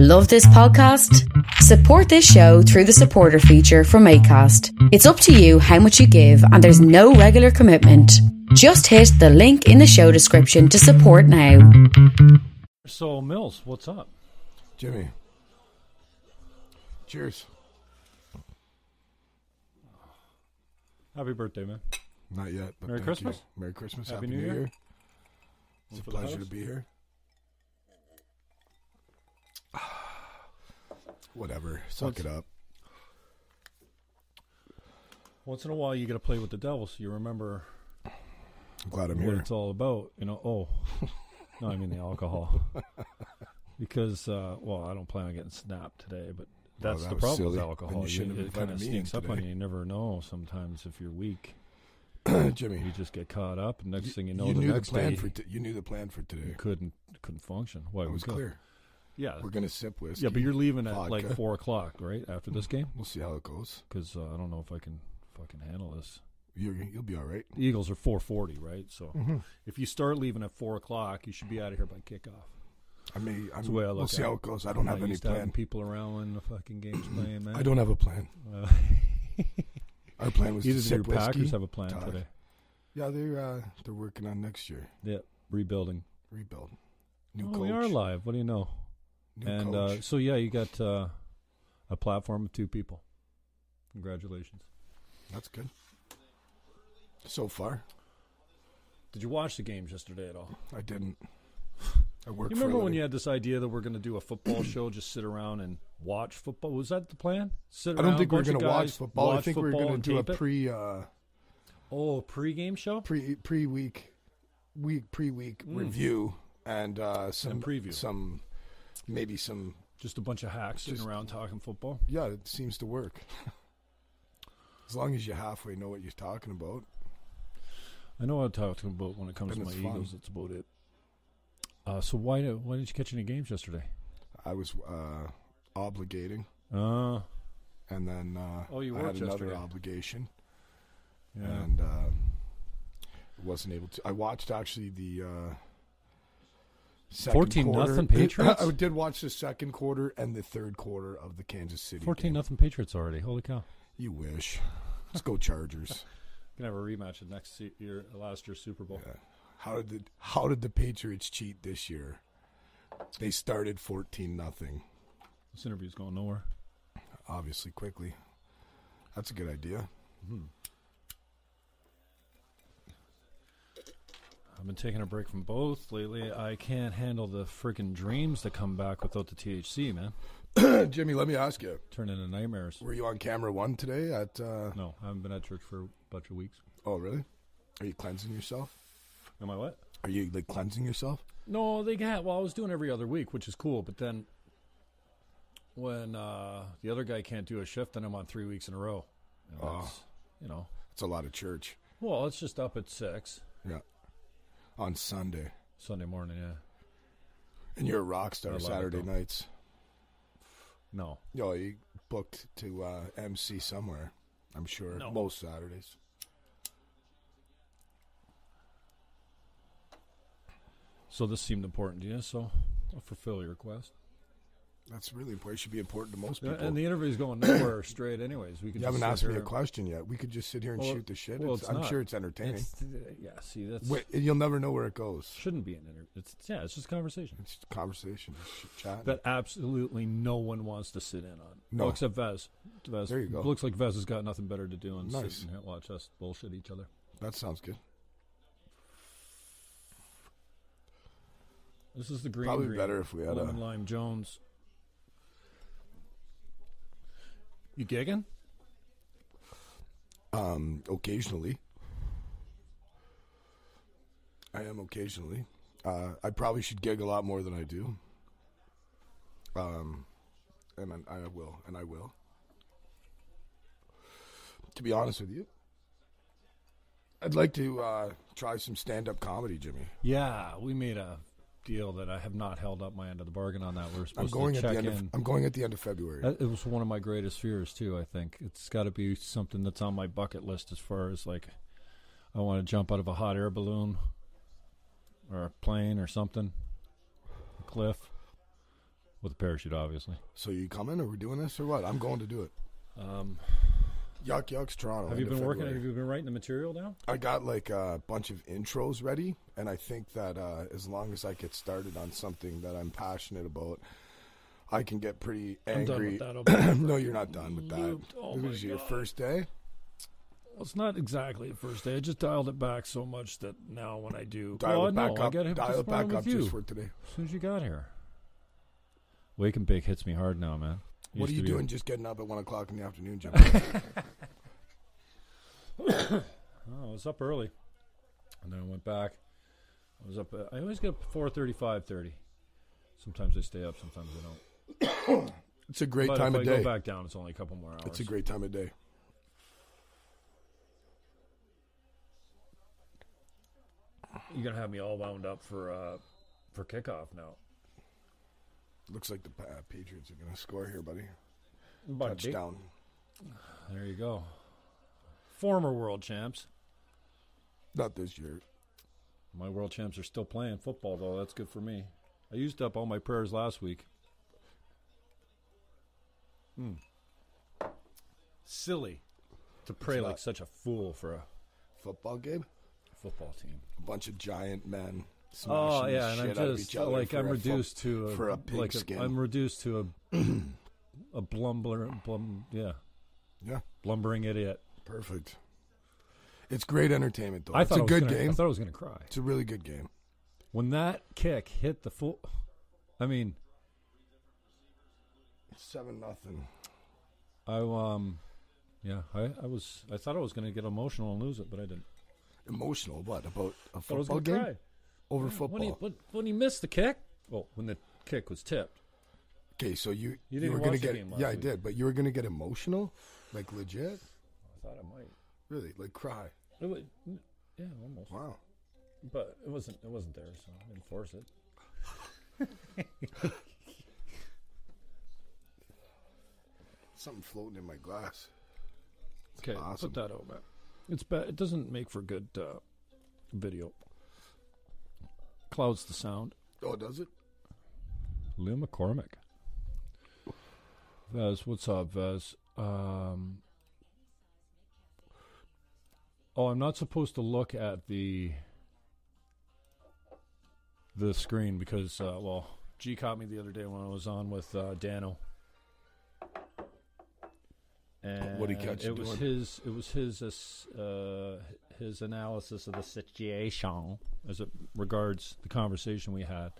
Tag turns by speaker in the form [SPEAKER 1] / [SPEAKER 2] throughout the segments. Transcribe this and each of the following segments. [SPEAKER 1] Love this podcast? Support this show through the supporter feature from ACAST. It's up to you how much you give, and there's no regular commitment. Just hit the link in the show description to support now.
[SPEAKER 2] So Mills, what's up?
[SPEAKER 3] Jimmy. Cheers.
[SPEAKER 2] Happy birthday, man.
[SPEAKER 3] Not yet. But
[SPEAKER 2] Merry
[SPEAKER 3] thank
[SPEAKER 2] Christmas.
[SPEAKER 3] You. Merry Christmas.
[SPEAKER 2] Happy
[SPEAKER 3] Happy,
[SPEAKER 2] New
[SPEAKER 3] New,
[SPEAKER 2] Year.
[SPEAKER 3] Year.
[SPEAKER 2] One
[SPEAKER 3] It's
[SPEAKER 2] for
[SPEAKER 3] a
[SPEAKER 2] the
[SPEAKER 3] pleasure to
[SPEAKER 2] house.
[SPEAKER 3] be here. Whatever. Suck
[SPEAKER 2] Once-
[SPEAKER 3] it up.
[SPEAKER 2] Once in a while, you got to play with the devil, so you remember
[SPEAKER 3] I'm glad I'm
[SPEAKER 2] what
[SPEAKER 3] here.
[SPEAKER 2] it's all about. You know, oh, no, I mean the alcohol. because, uh, well, I don't plan on getting snapped today, but that's
[SPEAKER 3] Oh, that
[SPEAKER 2] the
[SPEAKER 3] was
[SPEAKER 2] problem with
[SPEAKER 3] silly. Then
[SPEAKER 2] alcohol.
[SPEAKER 3] you shouldn't have
[SPEAKER 2] it kind of
[SPEAKER 3] invited me in
[SPEAKER 2] sneaks up on
[SPEAKER 3] today.
[SPEAKER 2] you. You never know. Sometimes if you're weak,
[SPEAKER 3] Jimmy.
[SPEAKER 2] you just get caught up, and next thing you know,
[SPEAKER 3] you
[SPEAKER 2] the
[SPEAKER 3] knew the
[SPEAKER 2] next
[SPEAKER 3] plan
[SPEAKER 2] day
[SPEAKER 3] for t- you knew the plan for today.
[SPEAKER 2] you couldn't couldn't function. Why
[SPEAKER 3] It was
[SPEAKER 2] we go-
[SPEAKER 3] clear.
[SPEAKER 2] Yeah,
[SPEAKER 3] We're gonna sip whiskey.
[SPEAKER 2] yeah, but you're leaving at like
[SPEAKER 3] vodka. Mm-hmm.
[SPEAKER 2] four o'clock, right after this game?
[SPEAKER 3] We'll see how it goes.
[SPEAKER 2] Because uh, I don't know if I can fucking handle this.
[SPEAKER 3] You're, you'll be all right.
[SPEAKER 2] The Eagles are 4:40, right? So if you start leaving at four o'clock, you should be out of here by kickoff.
[SPEAKER 3] I may. I'm,
[SPEAKER 2] the way I
[SPEAKER 3] we'll
[SPEAKER 2] look
[SPEAKER 3] see
[SPEAKER 2] at
[SPEAKER 3] how
[SPEAKER 2] it.
[SPEAKER 3] it goes. I don't
[SPEAKER 2] I'm
[SPEAKER 3] have
[SPEAKER 2] not
[SPEAKER 3] any
[SPEAKER 2] used to having
[SPEAKER 3] plan.
[SPEAKER 2] People around when the fucking game's playing, man.
[SPEAKER 3] I don't have a plan.
[SPEAKER 2] Uh,
[SPEAKER 3] Our plan was
[SPEAKER 2] either
[SPEAKER 3] to
[SPEAKER 2] do your
[SPEAKER 3] sip whiskey.
[SPEAKER 2] Packers have a plan
[SPEAKER 3] talk.
[SPEAKER 2] today.
[SPEAKER 3] Yeah, they're uh, they're working on next year
[SPEAKER 2] Yeah, rebuilding.
[SPEAKER 3] rebuild. New
[SPEAKER 2] oh,
[SPEAKER 3] coach.
[SPEAKER 2] we are live. What do you know?
[SPEAKER 3] New
[SPEAKER 2] and
[SPEAKER 3] coach.
[SPEAKER 2] Uh, so yeah, you got uh, a platform of two people. Congratulations.
[SPEAKER 3] That's good. So far,
[SPEAKER 2] Did you watch the games yesterday at all?
[SPEAKER 3] I didn't. I worked.
[SPEAKER 2] You
[SPEAKER 3] for a
[SPEAKER 2] remember when
[SPEAKER 3] living.
[SPEAKER 2] you had this idea that we're going to do a football show, just sit around and watch football? Was that the plan? Sit
[SPEAKER 3] I
[SPEAKER 2] around.
[SPEAKER 3] don't think we're
[SPEAKER 2] bunch of
[SPEAKER 3] going to watch
[SPEAKER 2] guys,
[SPEAKER 3] football. I
[SPEAKER 2] watch
[SPEAKER 3] think we're
[SPEAKER 2] football
[SPEAKER 3] going
[SPEAKER 2] and
[SPEAKER 3] to do a
[SPEAKER 2] tape it?
[SPEAKER 3] pre uh,
[SPEAKER 2] Oh, pregame show?
[SPEAKER 3] pre pre week week pre week review and uh, some
[SPEAKER 2] Hmm. And preview.
[SPEAKER 3] some maybe some
[SPEAKER 2] Just a bunch of hacks sitting
[SPEAKER 3] Just-
[SPEAKER 2] around talking football.
[SPEAKER 3] yeah it seems to work. as long as you halfway know what you're talking about,
[SPEAKER 2] I know what I'm talking about when it comes
[SPEAKER 3] Then
[SPEAKER 2] to my
[SPEAKER 3] it's fun.
[SPEAKER 2] Eagles. That's about it. Uh, so why do, why didn't you catch any games yesterday?
[SPEAKER 3] I was uh, obligating,
[SPEAKER 2] Uh,
[SPEAKER 3] and then uh,
[SPEAKER 2] Oh, you
[SPEAKER 3] I had
[SPEAKER 2] worked yesterday.
[SPEAKER 3] another obligation.
[SPEAKER 2] yeah.
[SPEAKER 3] and uh, wasn't able to. I watched actually the uh, second
[SPEAKER 2] 14
[SPEAKER 3] quarter.
[SPEAKER 2] nothing Patriots?
[SPEAKER 3] I did watch the second quarter and the third quarter of the Kansas City.
[SPEAKER 2] Fourteen
[SPEAKER 3] game.
[SPEAKER 2] nothing Patriots already. Holy cow!
[SPEAKER 3] You wish. Let's go Chargers.
[SPEAKER 2] Can have a rematch of next se- year, last year's Super Bowl.
[SPEAKER 3] Yeah. How did the, how did the Patriots cheat this year? They started fourteen nothing.
[SPEAKER 2] This interview's going nowhere.
[SPEAKER 3] Obviously, quickly. That's a good idea.
[SPEAKER 2] I've been taking a break from both lately. I can't handle the freaking dreams that come back without the THC, man.
[SPEAKER 3] Jimmy, let me ask you:
[SPEAKER 2] Turn into nightmares.
[SPEAKER 3] Were you on camera one today? At uh,
[SPEAKER 2] No, I haven't been at church for a bunch of weeks.
[SPEAKER 3] oh, really? Are you cleansing yourself?
[SPEAKER 2] Am I what?
[SPEAKER 3] Are you like cleansing yourself?
[SPEAKER 2] No, they got. Well, I was doing every other week, which is cool. But then when uh, the other guy can't do a shift, then I'm on three weeks in a row. And
[SPEAKER 3] Oh.
[SPEAKER 2] that's, You know,
[SPEAKER 3] It's a lot of church.
[SPEAKER 2] well, it's just up at six
[SPEAKER 3] Yeah. On Sunday.
[SPEAKER 2] Sunday morning. Yeah,
[SPEAKER 3] And you're a rock
[SPEAKER 2] I
[SPEAKER 3] star
[SPEAKER 2] love it,
[SPEAKER 3] Saturday
[SPEAKER 2] though.
[SPEAKER 3] nights.
[SPEAKER 2] no,
[SPEAKER 3] Yo, you booked to uh, MC somewhere, I'm sure.
[SPEAKER 2] No.
[SPEAKER 3] Most Saturdays.
[SPEAKER 2] so this seemed important to you, so I'll fulfill your request.
[SPEAKER 3] That's really important. should be important to most
[SPEAKER 2] Yeah,
[SPEAKER 3] people.
[SPEAKER 2] and the interview's going nowhere straight, anyways. We can just
[SPEAKER 3] you haven't
[SPEAKER 2] sit
[SPEAKER 3] asked me
[SPEAKER 2] here
[SPEAKER 3] a
[SPEAKER 2] and-
[SPEAKER 3] question yet. We could just sit here and
[SPEAKER 2] Well,
[SPEAKER 3] shoot the shit.
[SPEAKER 2] well,
[SPEAKER 3] It's-
[SPEAKER 2] it's
[SPEAKER 3] I'm
[SPEAKER 2] not.
[SPEAKER 3] sure it's entertaining.
[SPEAKER 2] It's, yeah, see, that's
[SPEAKER 3] Wait, you'll never know where it goes.
[SPEAKER 2] shouldn't be an interview. It's yeah, it's just conversation
[SPEAKER 3] It's just conversation, just chat.
[SPEAKER 2] that absolutely no one wants to sit in on.
[SPEAKER 3] No.
[SPEAKER 2] Well, except Vez. Vez
[SPEAKER 3] There you go.
[SPEAKER 2] Looks like Vez has got nothing better to do and
[SPEAKER 3] Nice.
[SPEAKER 2] sit and here and watch us bullshit each other.
[SPEAKER 3] that sounds good.
[SPEAKER 2] This is the green.
[SPEAKER 3] Probably
[SPEAKER 2] green,
[SPEAKER 3] better if we had
[SPEAKER 2] lemon
[SPEAKER 3] a-
[SPEAKER 2] lime Jones. You gigging?
[SPEAKER 3] Um, occasionally, I am occasionally. Uh, I probably should gig a lot more than I do. Um, and I, I will, and I will. To be honest with you, I'd like to uh, try some stand-up comedy, Jimmy.
[SPEAKER 2] Yeah, we made a deal that I have not held up my end of the bargain on that. We are
[SPEAKER 3] I'm
[SPEAKER 2] supposed
[SPEAKER 3] going
[SPEAKER 2] to
[SPEAKER 3] at the
[SPEAKER 2] check
[SPEAKER 3] end.
[SPEAKER 2] in. Uh,
[SPEAKER 3] Of, I'm going at the end of February.
[SPEAKER 2] That- It was one of my greatest fears too. I think it's got to be something that's on my bucket list as far as like I want to jump out of a hot air balloon or a plane or something, a cliff. with a parachute, obviously.
[SPEAKER 3] So you coming? Are we doing this or what? I'm going to do it.
[SPEAKER 2] Um,
[SPEAKER 3] Yuck, yucks, Toronto.
[SPEAKER 2] have you
[SPEAKER 3] end of
[SPEAKER 2] been working?
[SPEAKER 3] February.
[SPEAKER 2] Have you been writing the material now?
[SPEAKER 3] I got like a bunch of intros ready, and I think that uh, as long as I get started on something that I'm passionate about, I can get pretty
[SPEAKER 2] I'm done
[SPEAKER 3] angry.
[SPEAKER 2] with that. I'll be-
[SPEAKER 3] no, you're not done with that.
[SPEAKER 2] Looped. Oh
[SPEAKER 3] this
[SPEAKER 2] my
[SPEAKER 3] is your
[SPEAKER 2] God. Oh,
[SPEAKER 3] first day.
[SPEAKER 2] Well, it's not exactly the first day. I just dialed it back so much that now when I do,
[SPEAKER 3] Dial
[SPEAKER 2] well,
[SPEAKER 3] it back
[SPEAKER 2] no, I
[SPEAKER 3] up.
[SPEAKER 2] got hit
[SPEAKER 3] Dial
[SPEAKER 2] this
[SPEAKER 3] it back
[SPEAKER 2] morning
[SPEAKER 3] up
[SPEAKER 2] with you
[SPEAKER 3] just for today.
[SPEAKER 2] as soon as you got here. Wake and bake hits me hard now, man. It
[SPEAKER 3] What are
[SPEAKER 2] used
[SPEAKER 3] you
[SPEAKER 2] to be-
[SPEAKER 3] doing? Just getting up at one o'clock in the afternoon, Jim?
[SPEAKER 2] Oh, I was up early, and then I went back. I was up. uh, I always get up four thirty, five thirty. Sometimes I stay up. Sometimes I don't.
[SPEAKER 3] it's a great
[SPEAKER 2] but
[SPEAKER 3] time
[SPEAKER 2] if
[SPEAKER 3] of
[SPEAKER 2] I
[SPEAKER 3] day.
[SPEAKER 2] go back down, it's only a couple more hours.
[SPEAKER 3] It's a great time of day.
[SPEAKER 2] You're gonna have me all wound up for uh, for kickoff now.
[SPEAKER 3] Looks like the Pa- Patriots are going to score here, buddy.
[SPEAKER 2] By Jake.
[SPEAKER 3] Touchdown.
[SPEAKER 2] There you go. Former world champs.
[SPEAKER 3] Not this year.
[SPEAKER 2] My world champs are still playing football, though. That's good for me. I used up all my prayers last week. Hmm. Silly to pray like
[SPEAKER 3] not.
[SPEAKER 2] such a fool for a
[SPEAKER 3] Football game.
[SPEAKER 2] football team.
[SPEAKER 3] A bunch of giant men.
[SPEAKER 2] Oh
[SPEAKER 3] Smashing
[SPEAKER 2] yeah,
[SPEAKER 3] the
[SPEAKER 2] and
[SPEAKER 3] shit
[SPEAKER 2] I'm
[SPEAKER 3] out of
[SPEAKER 2] just
[SPEAKER 3] each other
[SPEAKER 2] like
[SPEAKER 3] for
[SPEAKER 2] I'm
[SPEAKER 3] a fo-
[SPEAKER 2] reduced to a,
[SPEAKER 3] for a
[SPEAKER 2] like a,
[SPEAKER 3] pigskin.
[SPEAKER 2] I'm reduced to a a blumbler blum yeah
[SPEAKER 3] yeah,
[SPEAKER 2] blumbering idiot.
[SPEAKER 3] perfect. It's great entertainment, though.
[SPEAKER 2] I
[SPEAKER 3] it's
[SPEAKER 2] thought
[SPEAKER 3] a
[SPEAKER 2] I was
[SPEAKER 3] good
[SPEAKER 2] gonna-
[SPEAKER 3] game.
[SPEAKER 2] I thought I was gonna cry.
[SPEAKER 3] It's a really good game.
[SPEAKER 2] when that kick hit the full i mean
[SPEAKER 3] Seven nothing.
[SPEAKER 2] i um yeah i, I was i thought i was going to get emotional and lose it but i didn't
[SPEAKER 3] Emotional, what about a
[SPEAKER 2] Thought i was
[SPEAKER 3] football
[SPEAKER 2] going to
[SPEAKER 3] game
[SPEAKER 2] cry
[SPEAKER 3] over
[SPEAKER 2] when he,
[SPEAKER 3] football?
[SPEAKER 2] when, when he missed the kick well when the kick was tipped
[SPEAKER 3] Okay, so you
[SPEAKER 2] You
[SPEAKER 3] you,
[SPEAKER 2] didn't
[SPEAKER 3] were going to
[SPEAKER 2] watch the
[SPEAKER 3] get
[SPEAKER 2] game last
[SPEAKER 3] yeah, I
[SPEAKER 2] week.
[SPEAKER 3] did, but you were going to get emotional, like legit,
[SPEAKER 2] i thought i might
[SPEAKER 3] really, like cry.
[SPEAKER 2] it was, yeah almost
[SPEAKER 3] Wow,
[SPEAKER 2] but it wasn't it wasn't there so i didn't force it
[SPEAKER 3] something floating in my glass.
[SPEAKER 2] okay
[SPEAKER 3] awesome.
[SPEAKER 2] put that over it's bad it doesn't make for good uh, video clouds the sound
[SPEAKER 3] Oh, does it?
[SPEAKER 2] Lou McCormick. Vez, what's up, Vez? Um, oh, I'm not supposed to look at the the screen because, uh, well, G caught me the other day when I was on with uh, Dano. And
[SPEAKER 3] What'd he catch you
[SPEAKER 2] it was
[SPEAKER 3] doing?
[SPEAKER 2] his. It was his. ass- Uh, his analysis of the situation as it regards the conversation we had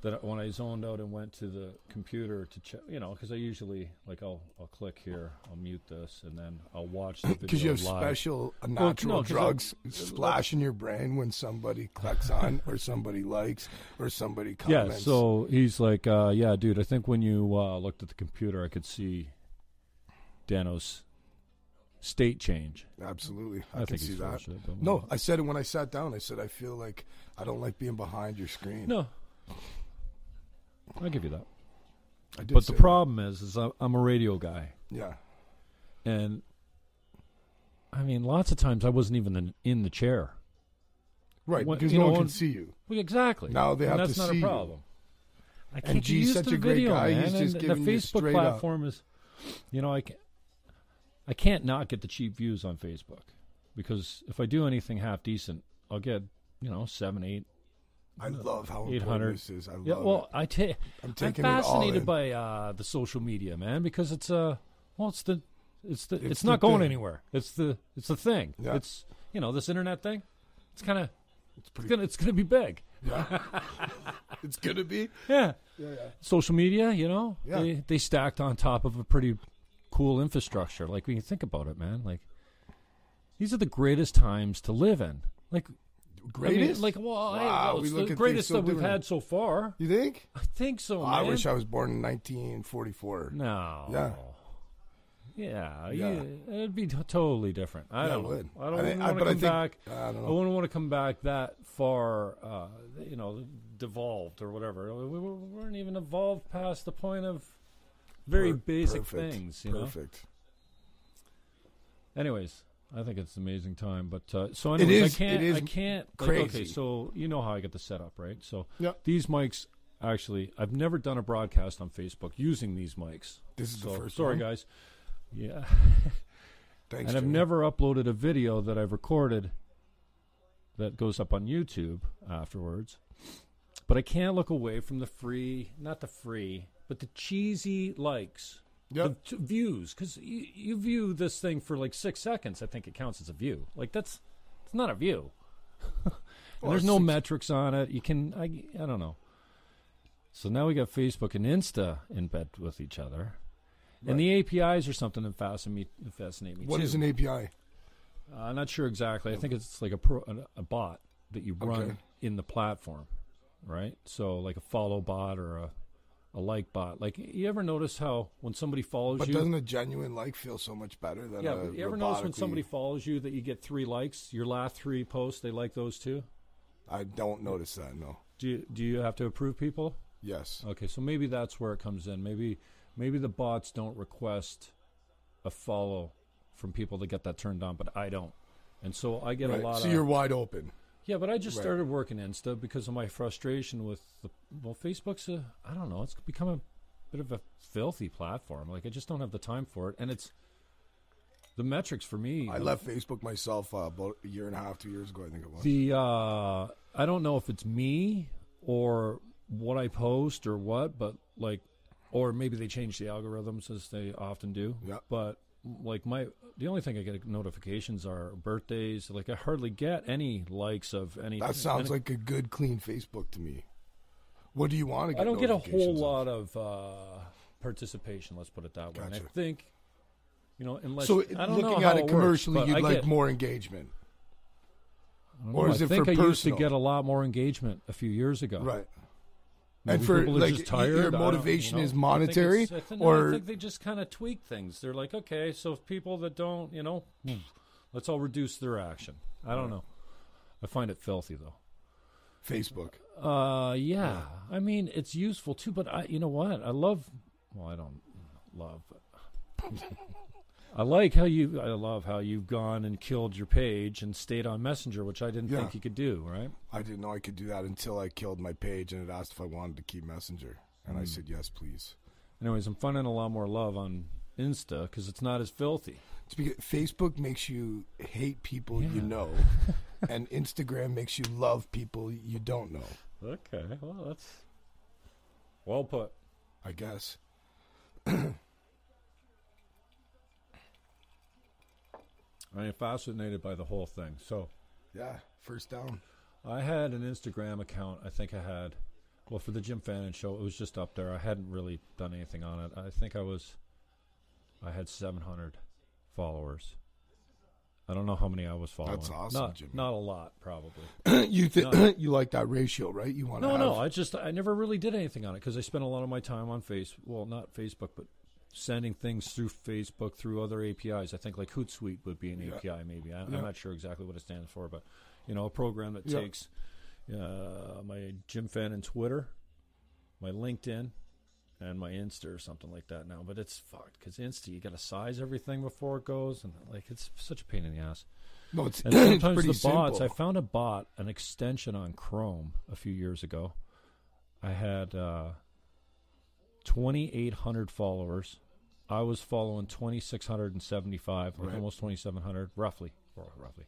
[SPEAKER 2] that when I zoned out and went to the computer to check, you know, because I usually like I'll I'll click here, I'll mute this, and then I'll watch the video
[SPEAKER 3] Because you have
[SPEAKER 2] live.
[SPEAKER 3] special uh,
[SPEAKER 2] no,
[SPEAKER 3] natural
[SPEAKER 2] 'cause I-
[SPEAKER 3] drugs splash in your brain when somebody clicks on or somebody likes or somebody
[SPEAKER 2] yeah,
[SPEAKER 3] comments.
[SPEAKER 2] so he's like, uh, yeah, dude, I think when you uh, looked at the computer, I could see Dano's state change.
[SPEAKER 3] Absolutely, I,
[SPEAKER 2] I,
[SPEAKER 3] can
[SPEAKER 2] think
[SPEAKER 3] see
[SPEAKER 2] he's
[SPEAKER 3] that.
[SPEAKER 2] bullshit, but
[SPEAKER 3] No,
[SPEAKER 2] whatever.
[SPEAKER 3] I said it when I sat down. I said I feel like I don't like being behind your screen.
[SPEAKER 2] no, I give you that.
[SPEAKER 3] I did
[SPEAKER 2] But
[SPEAKER 3] say
[SPEAKER 2] the
[SPEAKER 3] that.
[SPEAKER 2] problem is, is I'm, I'm a radio guy.
[SPEAKER 3] yeah,
[SPEAKER 2] and I mean, lots of times I wasn't even in, in the chair.
[SPEAKER 3] right,
[SPEAKER 2] What-
[SPEAKER 3] because
[SPEAKER 2] you
[SPEAKER 3] no
[SPEAKER 2] know,
[SPEAKER 3] one can
[SPEAKER 2] and-
[SPEAKER 3] see you.
[SPEAKER 2] Well, exactly.
[SPEAKER 3] Now they
[SPEAKER 2] And
[SPEAKER 3] have to
[SPEAKER 2] that's not
[SPEAKER 3] see
[SPEAKER 2] a
[SPEAKER 3] you.
[SPEAKER 2] problem. I can't get
[SPEAKER 3] G's
[SPEAKER 2] used
[SPEAKER 3] such
[SPEAKER 2] to the
[SPEAKER 3] a great
[SPEAKER 2] video,
[SPEAKER 3] guy,
[SPEAKER 2] man.
[SPEAKER 3] he's
[SPEAKER 2] and
[SPEAKER 3] just giving
[SPEAKER 2] the
[SPEAKER 3] you
[SPEAKER 2] Facebook
[SPEAKER 3] straight up.
[SPEAKER 2] platform is, you know, I can't, I can't not get the cheap views on Facebook because if I do anything half decent, I'll get you know seven, eight,
[SPEAKER 3] I love how
[SPEAKER 2] eight
[SPEAKER 3] important
[SPEAKER 2] hundred.
[SPEAKER 3] this is. I love
[SPEAKER 2] yeah, well, I ta-
[SPEAKER 3] I'm taking it all
[SPEAKER 2] fascinated
[SPEAKER 3] in.
[SPEAKER 2] by uh, the social media, man, because it's uh, well, it's the it's the it's,
[SPEAKER 3] It's
[SPEAKER 2] not
[SPEAKER 3] the
[SPEAKER 2] going
[SPEAKER 3] thing.
[SPEAKER 2] anywhere. It's the it's the thing.
[SPEAKER 3] Yeah.
[SPEAKER 2] It's you know this internet thing. It's kind of
[SPEAKER 3] it. It's
[SPEAKER 2] it's
[SPEAKER 3] pretty.
[SPEAKER 2] gonna it's gonna be big.
[SPEAKER 3] It's gonna be.
[SPEAKER 2] Yeah.
[SPEAKER 3] Yeah, yeah.
[SPEAKER 2] Social media, you know,
[SPEAKER 3] Yeah.
[SPEAKER 2] they they stacked on top of a pretty cool infrastructure. Like when you think about it, man, like these are the greatest times to live in. Like I mean,
[SPEAKER 3] Greatest.
[SPEAKER 2] like well, I-
[SPEAKER 3] Wow,
[SPEAKER 2] well,
[SPEAKER 3] we
[SPEAKER 2] it's
[SPEAKER 3] look
[SPEAKER 2] the
[SPEAKER 3] at
[SPEAKER 2] greatest
[SPEAKER 3] things so
[SPEAKER 2] that we've
[SPEAKER 3] different.
[SPEAKER 2] had so far.
[SPEAKER 3] you think?
[SPEAKER 2] I think so,
[SPEAKER 3] I
[SPEAKER 2] man.
[SPEAKER 3] wish I was born in 1944.
[SPEAKER 2] No.
[SPEAKER 3] Yeah.
[SPEAKER 2] Yeah,
[SPEAKER 3] Yeah.
[SPEAKER 2] you- it'd be t- totally different. I
[SPEAKER 3] Yeah,
[SPEAKER 2] don't.
[SPEAKER 3] it would.
[SPEAKER 2] I don't
[SPEAKER 3] I think- I-
[SPEAKER 2] want to
[SPEAKER 3] but I
[SPEAKER 2] come
[SPEAKER 3] think-
[SPEAKER 2] back.
[SPEAKER 3] I don't know.
[SPEAKER 2] wouldn't want to come back that far. Uh, you know, devolved or whatever. We, we weren't even evolved past the point of very
[SPEAKER 3] Per-
[SPEAKER 2] basic
[SPEAKER 3] perfect,
[SPEAKER 2] things. You
[SPEAKER 3] Perfect.
[SPEAKER 2] know. Anyways, I think it's an amazing time. But uh, so,
[SPEAKER 3] It
[SPEAKER 2] anyways,
[SPEAKER 3] is-
[SPEAKER 2] I can't.
[SPEAKER 3] it is
[SPEAKER 2] I can't. Like, okay,
[SPEAKER 3] crazy.
[SPEAKER 2] so you know how I get the setup, right? So
[SPEAKER 3] Yep.
[SPEAKER 2] these mics actually, I've never done a broadcast on Facebook using these mics.
[SPEAKER 3] This is the
[SPEAKER 2] So,
[SPEAKER 3] first
[SPEAKER 2] Sorry,
[SPEAKER 3] one?
[SPEAKER 2] guys. Yeah.
[SPEAKER 3] Thanks.
[SPEAKER 2] And I've
[SPEAKER 3] Jimmy.
[SPEAKER 2] never uploaded a video that I've recorded that goes up on YouTube afterwards. But I can't look away from the free, not the free, but the cheesy likes,
[SPEAKER 3] Yep.
[SPEAKER 2] the t- views. Because you, you view this thing for like six seconds, I think it counts as a view. Like that's, it's not a view. And
[SPEAKER 3] Well,
[SPEAKER 2] there's no
[SPEAKER 3] six-
[SPEAKER 2] metrics on it. You can, I, I don't know. So now we got Facebook and Insta in bed with each other. And the APIs are something that fascinate me, fascinate me
[SPEAKER 3] What
[SPEAKER 2] too.
[SPEAKER 3] is an API?
[SPEAKER 2] I'm Uh, not sure exactly. I think it's like a pro, a, a bot that you run
[SPEAKER 3] Okay.
[SPEAKER 2] in the platform, right? So like a follow bot or a a like bot. Like you ever notice how when somebody follows
[SPEAKER 3] But
[SPEAKER 2] you,
[SPEAKER 3] doesn't a genuine like feel so much better than
[SPEAKER 2] yeah,
[SPEAKER 3] a
[SPEAKER 2] but you ever notice when
[SPEAKER 3] robotically-
[SPEAKER 2] somebody follows you that you get three likes? Your last three posts, they like those too.
[SPEAKER 3] I don't notice that. No.
[SPEAKER 2] Do you, do you have to approve people?
[SPEAKER 3] Yes.
[SPEAKER 2] Okay, so maybe that's where it comes in. Maybe maybe the bots don't request a follow from people that get that turned on, but I don't. And so I get
[SPEAKER 3] Right.
[SPEAKER 2] a lot
[SPEAKER 3] So
[SPEAKER 2] of
[SPEAKER 3] you're wide open.
[SPEAKER 2] Yeah, but I just
[SPEAKER 3] Right.
[SPEAKER 2] started working Insta because of my frustration with the well, Facebook's a I don't know, it's become a bit of a filthy platform. Like I just don't have the time for it, and it's the metrics for me.
[SPEAKER 3] I left Facebook myself uh, about a year and a half, two years ago, I think it was.
[SPEAKER 2] the uh, I don't know if it's me or what I post or what, but like, or maybe they change the algorithms as they often do.
[SPEAKER 3] Yeah.
[SPEAKER 2] But like my the only thing I get notifications are birthdays. Like I hardly get any likes of any.
[SPEAKER 3] That
[SPEAKER 2] any-
[SPEAKER 3] sounds like a good, clean Facebook to me. What do you want to get?
[SPEAKER 2] I don't get a whole
[SPEAKER 3] notifications of?
[SPEAKER 2] lot of uh, participation. Let's put it that way. And I
[SPEAKER 3] Gotcha.
[SPEAKER 2] think, you know, unless
[SPEAKER 3] So,
[SPEAKER 2] I don't
[SPEAKER 3] looking
[SPEAKER 2] know
[SPEAKER 3] at
[SPEAKER 2] how
[SPEAKER 3] it
[SPEAKER 2] works,
[SPEAKER 3] commercially,
[SPEAKER 2] but
[SPEAKER 3] you'd
[SPEAKER 2] I
[SPEAKER 3] like
[SPEAKER 2] get-
[SPEAKER 3] more engagement,
[SPEAKER 2] I don't
[SPEAKER 3] or
[SPEAKER 2] know,
[SPEAKER 3] is
[SPEAKER 2] I
[SPEAKER 3] it
[SPEAKER 2] think
[SPEAKER 3] for
[SPEAKER 2] I used to
[SPEAKER 3] personal?
[SPEAKER 2] get a lot more engagement a few years ago.
[SPEAKER 3] right?
[SPEAKER 2] Maybe
[SPEAKER 3] and for,
[SPEAKER 2] people are
[SPEAKER 3] like,
[SPEAKER 2] just
[SPEAKER 3] y- your
[SPEAKER 2] tired. I don't-
[SPEAKER 3] motivation
[SPEAKER 2] you know,
[SPEAKER 3] is
[SPEAKER 2] I think
[SPEAKER 3] monetary,
[SPEAKER 2] it's- I think, no,
[SPEAKER 3] or-
[SPEAKER 2] I think they just kind of tweak things. They're like, okay, so if people that don't, you know, hmm, let's all reduce their action. I don't know. I find it filthy though.
[SPEAKER 3] Facebook.
[SPEAKER 2] Uh, yeah. I mean, it's useful too, but I, you know what? I love. Well, I don't love. but- I like how you. I love how you've gone and killed your page and stayed on Messenger, which I didn't
[SPEAKER 3] Yeah.
[SPEAKER 2] think you could do. Right?
[SPEAKER 3] I didn't know I could do that until I killed my page and it asked if I wanted to keep Messenger, and
[SPEAKER 2] Hmm.
[SPEAKER 3] I said yes, please.
[SPEAKER 2] Anyways, I'm finding a lot more love on Insta because it's not as filthy.
[SPEAKER 3] It's because Facebook makes you hate people you
[SPEAKER 2] Yeah.
[SPEAKER 3] know, and Instagram makes you love people you don't know.
[SPEAKER 2] Okay. Well, that's well put.
[SPEAKER 3] I guess.
[SPEAKER 2] I am fascinated by the whole thing. So.
[SPEAKER 3] Yeah, first down.
[SPEAKER 2] I had an Instagram account. I think I had, well, for the Jim Fannin show, it was just up there. I hadn't really done anything on it. I think I was, I had 700 followers. I don't know how many I was following.
[SPEAKER 3] That's awesome,
[SPEAKER 2] Not,
[SPEAKER 3] Jimmy.
[SPEAKER 2] not a lot, probably.
[SPEAKER 3] you thi-
[SPEAKER 2] No.
[SPEAKER 3] you like that ratio, right? You want to
[SPEAKER 2] No,
[SPEAKER 3] have
[SPEAKER 2] no. I just I never really did anything on it because I spent a lot of my time on face. Well, not Facebook, but sending things through Facebook through other APIs. I think like Hootsuite would be an
[SPEAKER 3] Yeah.
[SPEAKER 2] API, maybe. I,
[SPEAKER 3] Yeah.
[SPEAKER 2] I'm not sure exactly what it stands for, but you know, a program that
[SPEAKER 3] Yeah.
[SPEAKER 2] takes uh, my Jim Fan and Twitter, my LinkedIn, and my Insta or something like that now. But it's fucked because Insta you got to size everything before it goes, and like it's such a pain in the ass.
[SPEAKER 3] no. It's,
[SPEAKER 2] And
[SPEAKER 3] it's
[SPEAKER 2] sometimes
[SPEAKER 3] pretty
[SPEAKER 2] the bots.
[SPEAKER 3] simple.
[SPEAKER 2] I found a bot, an extension on Chrome a few years ago. I had uh, 2,800 followers. I was following 2,675, like
[SPEAKER 3] Right.
[SPEAKER 2] almost 2,700, roughly, or roughly.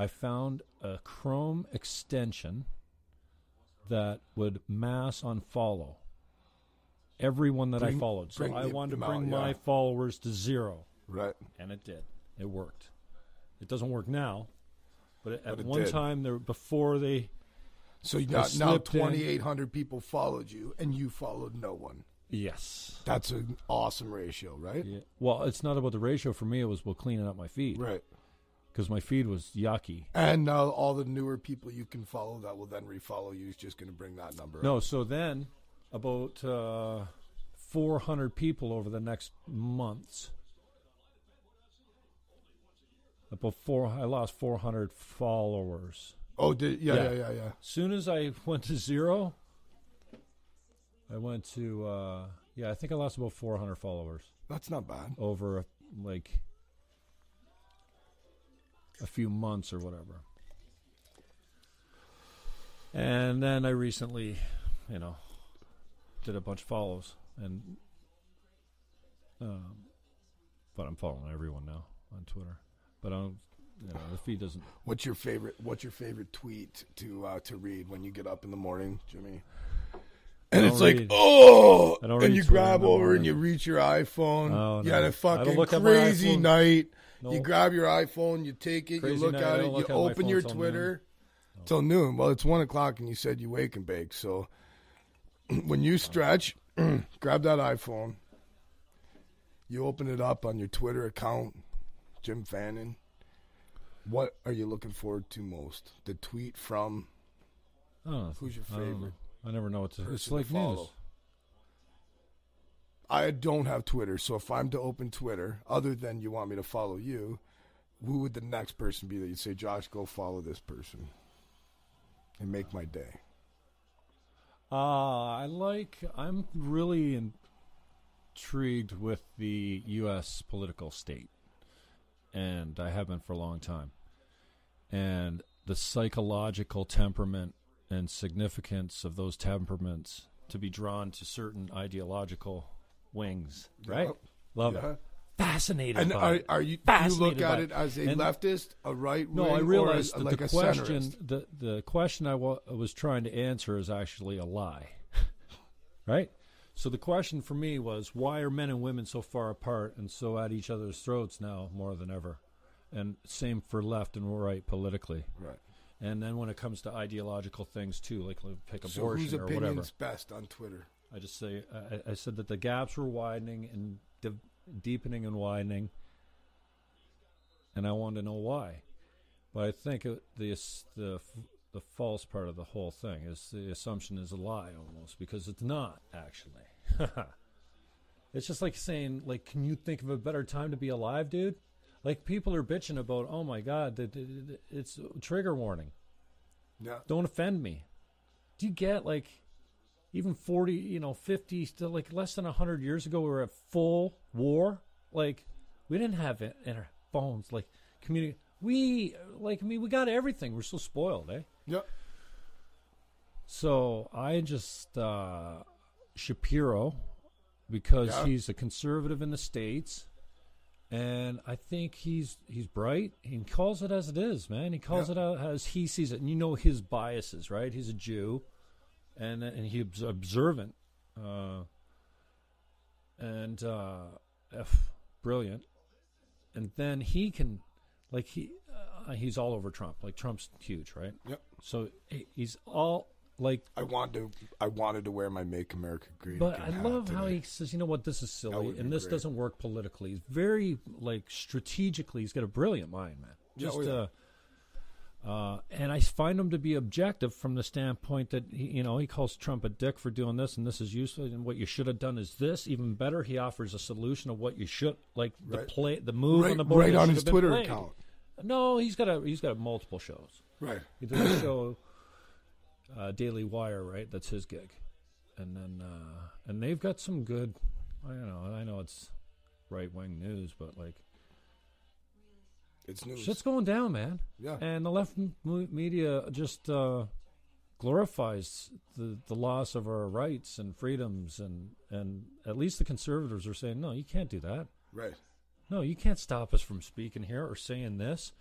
[SPEAKER 2] I found a Chrome extension that would mass unfollow everyone that
[SPEAKER 3] Bring-
[SPEAKER 2] I followed. So
[SPEAKER 3] bring
[SPEAKER 2] I
[SPEAKER 3] the
[SPEAKER 2] wanted to
[SPEAKER 3] amount,
[SPEAKER 2] bring my
[SPEAKER 3] yeah.
[SPEAKER 2] followers to zero.
[SPEAKER 3] right.
[SPEAKER 2] And it did. It worked. It doesn't work now, but it, at
[SPEAKER 3] But it
[SPEAKER 2] one
[SPEAKER 3] did.
[SPEAKER 2] time there before they
[SPEAKER 3] So you got now
[SPEAKER 2] slipped in.
[SPEAKER 3] 2,800 people followed you, and you followed no one.
[SPEAKER 2] yes.
[SPEAKER 3] That's an awesome ratio, right?
[SPEAKER 2] Yeah. Well, it's not about the ratio for me. It was well cleaning up my feed
[SPEAKER 3] Right.
[SPEAKER 2] because my feed was yucky.
[SPEAKER 3] And now all the newer people you can follow that will then refollow you is just going to bring that number. up.
[SPEAKER 2] No, so then about uh, 400 people over the next months. About four, I lost 400 followers.
[SPEAKER 3] Oh, did, yeah, yeah,
[SPEAKER 2] Yeah.
[SPEAKER 3] yeah, yeah.
[SPEAKER 2] soon as I went to zero, I went to uh, yeah. I think I lost about 400 followers
[SPEAKER 3] That's not bad.
[SPEAKER 2] over like a few months or whatever. And then I recently, you know, did a bunch of follows, and um, but I'm following everyone now on Twitter. But I don't, you know, the feed doesn't.
[SPEAKER 3] What's your favorite? What's your favorite tweet to uh, to read when you get up in the morning, Jimmy? And
[SPEAKER 2] don't
[SPEAKER 3] it's like,
[SPEAKER 2] read.
[SPEAKER 3] oh,
[SPEAKER 2] I don't
[SPEAKER 3] and
[SPEAKER 2] read
[SPEAKER 3] you
[SPEAKER 2] Twitter
[SPEAKER 3] grab
[SPEAKER 2] no
[SPEAKER 3] over
[SPEAKER 2] more.
[SPEAKER 3] and you reach your iPhone.
[SPEAKER 2] Oh,
[SPEAKER 3] you
[SPEAKER 2] no.
[SPEAKER 3] had a
[SPEAKER 2] I don't
[SPEAKER 3] fucking
[SPEAKER 2] look at my
[SPEAKER 3] crazy
[SPEAKER 2] iPhone.
[SPEAKER 3] night. You
[SPEAKER 2] No.
[SPEAKER 3] grab your iPhone, you take it,
[SPEAKER 2] Crazy
[SPEAKER 3] you look
[SPEAKER 2] night, I
[SPEAKER 3] at it,
[SPEAKER 2] don't
[SPEAKER 3] you
[SPEAKER 2] look at my
[SPEAKER 3] open
[SPEAKER 2] phone
[SPEAKER 3] your
[SPEAKER 2] till
[SPEAKER 3] Twitter till noon. Well, it's one o'clock, and you said you wake and bake. So when you stretch, grab that iPhone. You open it up on your Twitter account, Jim Fannin. What are you looking forward to most? The tweet from
[SPEAKER 2] I don't know.
[SPEAKER 3] Who's your
[SPEAKER 2] I don't know.
[SPEAKER 3] favorite
[SPEAKER 2] I never know what to. It's
[SPEAKER 3] person
[SPEAKER 2] like
[SPEAKER 3] to
[SPEAKER 2] news.
[SPEAKER 3] follow. I don't have Twitter, so if I'm to open Twitter, other than you want me to follow you, who would the next person be that you'd say, Josh, go follow this person and make my day?
[SPEAKER 2] Uh, I like. I'm really intrigued with the U.S. political state, and I have been for a long time. And the psychological temperament and significance of those temperaments to be drawn to certain ideological wings. Right?
[SPEAKER 3] Yep.
[SPEAKER 2] Love
[SPEAKER 3] Yeah.
[SPEAKER 2] it. Fascinated
[SPEAKER 3] And
[SPEAKER 2] by
[SPEAKER 3] are,
[SPEAKER 2] it.
[SPEAKER 3] are you, you
[SPEAKER 2] Fascinated
[SPEAKER 3] look
[SPEAKER 2] by
[SPEAKER 3] at it as a
[SPEAKER 2] And-
[SPEAKER 3] leftist, a right
[SPEAKER 2] no,
[SPEAKER 3] wing,
[SPEAKER 2] I realize
[SPEAKER 3] or
[SPEAKER 2] that
[SPEAKER 3] a, like
[SPEAKER 2] the
[SPEAKER 3] a
[SPEAKER 2] question
[SPEAKER 3] centrist?
[SPEAKER 2] the, the question I wa- was trying to answer is actually a lie, right? So the question for me was why are men and women so far apart and so at each other's throats now more than ever, and same for left and right politically,
[SPEAKER 3] Right.
[SPEAKER 2] and then when it comes to ideological things too, like like, pick
[SPEAKER 3] So
[SPEAKER 2] abortion
[SPEAKER 3] whose
[SPEAKER 2] or whatever.
[SPEAKER 3] opinion's best on Twitter?
[SPEAKER 2] I just say I, I- I said that the gaps were widening and de- deepening and widening, and I wanted to know why. But I think it, the ass- the f- the false part of the whole thing is the assumption is a lie almost because it's not actually. it's just like saying like, can you think of a better time to be alive, dude? Like people are bitching about, oh my god, the, the, the, it's trigger warning
[SPEAKER 3] Yeah.
[SPEAKER 2] don't offend me. Do you get like even 40, you know, 50, still like less than 100 years ago, we were at full war? Like, we didn't have it in our phones. Like, community, we, like, I mean, we got everything. We're so spoiled, eh?
[SPEAKER 3] Yep.
[SPEAKER 2] So I just, uh, Shapiro, because
[SPEAKER 3] Yeah.
[SPEAKER 2] he's a conservative in the States. And I think he's he's bright. He calls it as it is, man. He calls
[SPEAKER 3] Yeah.
[SPEAKER 2] it out as he sees it, and you know his biases, right? He's a Jew, and and he's observant, uh, and uh, f brilliant. And then he can, like he, uh, he's all over Trump. Like Trump's huge, right?
[SPEAKER 3] Yep.
[SPEAKER 2] So he- he's all like,
[SPEAKER 3] I want to. I wanted to wear my "Make America Great."
[SPEAKER 2] but I
[SPEAKER 3] Again hat
[SPEAKER 2] love how
[SPEAKER 3] today.
[SPEAKER 2] he says, you know what, this is silly,
[SPEAKER 3] would be
[SPEAKER 2] and this
[SPEAKER 3] great.
[SPEAKER 2] doesn't work politically. He's very like strategically. He's got a brilliant mind, man.
[SPEAKER 3] Yeah,
[SPEAKER 2] Just,
[SPEAKER 3] oh, yeah.
[SPEAKER 2] uh, uh, and I find him to be objective from the standpoint that he, you know he calls Trump a dick for doing this, and this is useful, and what you should have done is this. Even better, he offers a solution of what you should like the
[SPEAKER 3] Right.
[SPEAKER 2] play, the move
[SPEAKER 3] Right-
[SPEAKER 2] on the board
[SPEAKER 3] right
[SPEAKER 2] that
[SPEAKER 3] on
[SPEAKER 2] should
[SPEAKER 3] his
[SPEAKER 2] have been
[SPEAKER 3] Twitter
[SPEAKER 2] played.
[SPEAKER 3] account.
[SPEAKER 2] No, he's got a he's got multiple shows.
[SPEAKER 3] Right.
[SPEAKER 2] He does a show, uh, Daily Wire, right? That's his gig, and then uh, and they've got some good. I don't know. I know it's right wing news, but like
[SPEAKER 3] It's news.
[SPEAKER 2] shit's Eh. going down, man.
[SPEAKER 3] Yeah.
[SPEAKER 2] And the left m- media just uh, glorifies the the loss of our rights and freedoms, and and at least the conservatives are saying, no, you can't do that.
[SPEAKER 3] right.
[SPEAKER 2] No, you can't stop us from speaking here or saying this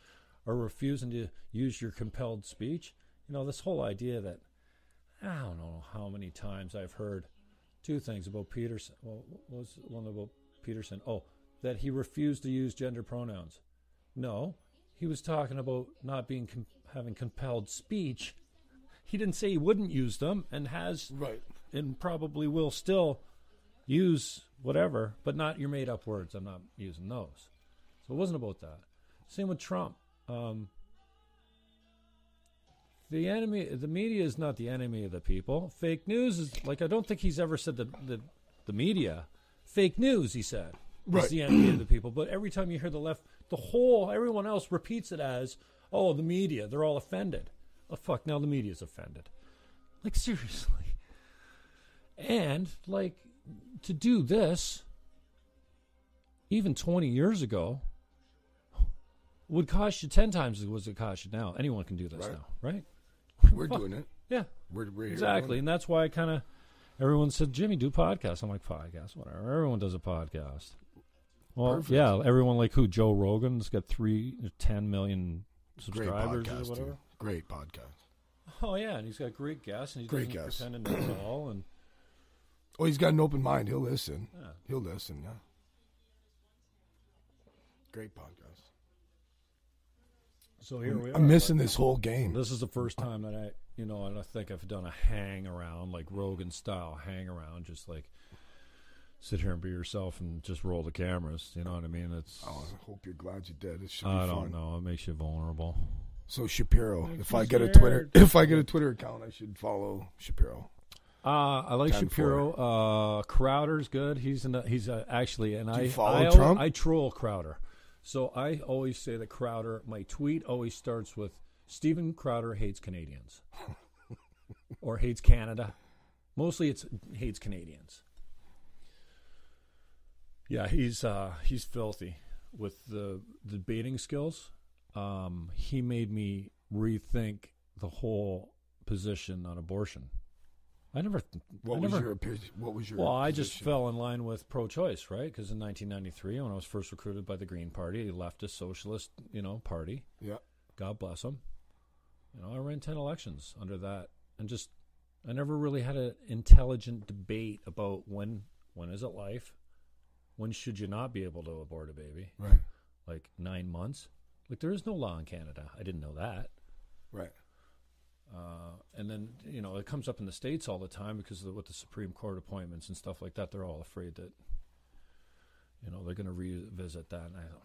[SPEAKER 2] or refusing to use your compelled speech. You know, this whole idea that I don't know how many times I've heard two things about Peterson. Well, what was one about Peterson? Oh, that he refused to use gender pronouns. No, he was talking about not being com- having compelled speech. He didn't say he wouldn't use them and has
[SPEAKER 3] Right.
[SPEAKER 2] and probably will still use whatever, but not your made up words. I'm not using those. So it wasn't about that. Same with Trump. Um, the enemy, the media is not the enemy of the people. Fake news is like I don't think he's ever said the the, the media. Fake news, he said,
[SPEAKER 3] Right.
[SPEAKER 2] is the enemy of the people. But every time you hear the left, the whole everyone else repeats it as, "Oh, the media, they're all offended." Oh fuck! Now the media's offended. Like seriously. And like to do this even 20 years ago would cost you 10 times as what it cost you now. Anyone can do this
[SPEAKER 3] Right.
[SPEAKER 2] now, right?
[SPEAKER 3] We're doing it.
[SPEAKER 2] Yeah,
[SPEAKER 3] We're, we're here
[SPEAKER 2] exactly.
[SPEAKER 3] doing
[SPEAKER 2] And that's why I kind of everyone said, Jimmy, do podcasts. I'm like, podcasts, whatever. Everyone does a podcast. Well,
[SPEAKER 3] Perfect.
[SPEAKER 2] yeah, everyone like who? Joe Rogan's got three, ten million
[SPEAKER 3] it. Great
[SPEAKER 2] subscribers or
[SPEAKER 3] podcast.
[SPEAKER 2] whatever.
[SPEAKER 3] dude. Great podcast.
[SPEAKER 2] Oh yeah, and he's got great guests, and he
[SPEAKER 3] Great
[SPEAKER 2] doesn't
[SPEAKER 3] guests.
[SPEAKER 2] pretend to know it all. And
[SPEAKER 3] Oh, he's got an open mind. He'll listen.
[SPEAKER 2] Yeah.
[SPEAKER 3] He'll listen. Yeah. Great podcast.
[SPEAKER 2] so here we are.
[SPEAKER 3] I'm missing this whole game.
[SPEAKER 2] This is the first time that I, you know, and I think I've done a hang around, like Rogan style hang around, just like sit here and be yourself and just roll the cameras. You know what I mean? It's
[SPEAKER 3] Oh, I hope you're glad you did. It should be
[SPEAKER 2] I
[SPEAKER 3] fun.
[SPEAKER 2] don't know. It makes you vulnerable.
[SPEAKER 3] So Shapiro,
[SPEAKER 2] I'm
[SPEAKER 3] if I get
[SPEAKER 2] scared.
[SPEAKER 3] a Twitter, if I get a Twitter account, I should follow Shapiro.
[SPEAKER 2] Uh, I like
[SPEAKER 3] Time for-
[SPEAKER 2] Shapiro. Uh, Crowder's good. He's an, he's uh actually, and I
[SPEAKER 3] you follow
[SPEAKER 2] I, al-
[SPEAKER 3] Trump?
[SPEAKER 2] I troll Crowder, so I always say that Crowder. My tweet always starts with Stephen Crowder hates Canadians, or hates Canada. Mostly, it's hates Canadians. Yeah, he's uh, he's filthy with the the debating skills. Um, he made me rethink the whole position on abortion. I never.
[SPEAKER 3] What
[SPEAKER 2] I
[SPEAKER 3] was
[SPEAKER 2] never,
[SPEAKER 3] your opinion? What was your?
[SPEAKER 2] well, I just
[SPEAKER 3] position?
[SPEAKER 2] fell in line with pro-choice, right? Because in 1993, when I was first recruited by the Green Party, a leftist socialist, you know, party.
[SPEAKER 3] Yeah.
[SPEAKER 2] God bless them. You know, I ran 10 elections under that, and just I never really had an intelligent debate about when when is it life, when should you not be able to abort a baby,
[SPEAKER 3] Right.
[SPEAKER 2] like nine months. Like there is no law in Canada. I didn't know that.
[SPEAKER 3] Right.
[SPEAKER 2] Uh, and then you know it comes up in the states all the time because of the, with the Supreme Court appointments and stuff like that, they're all afraid that you know they're going to revisit that. And I don't,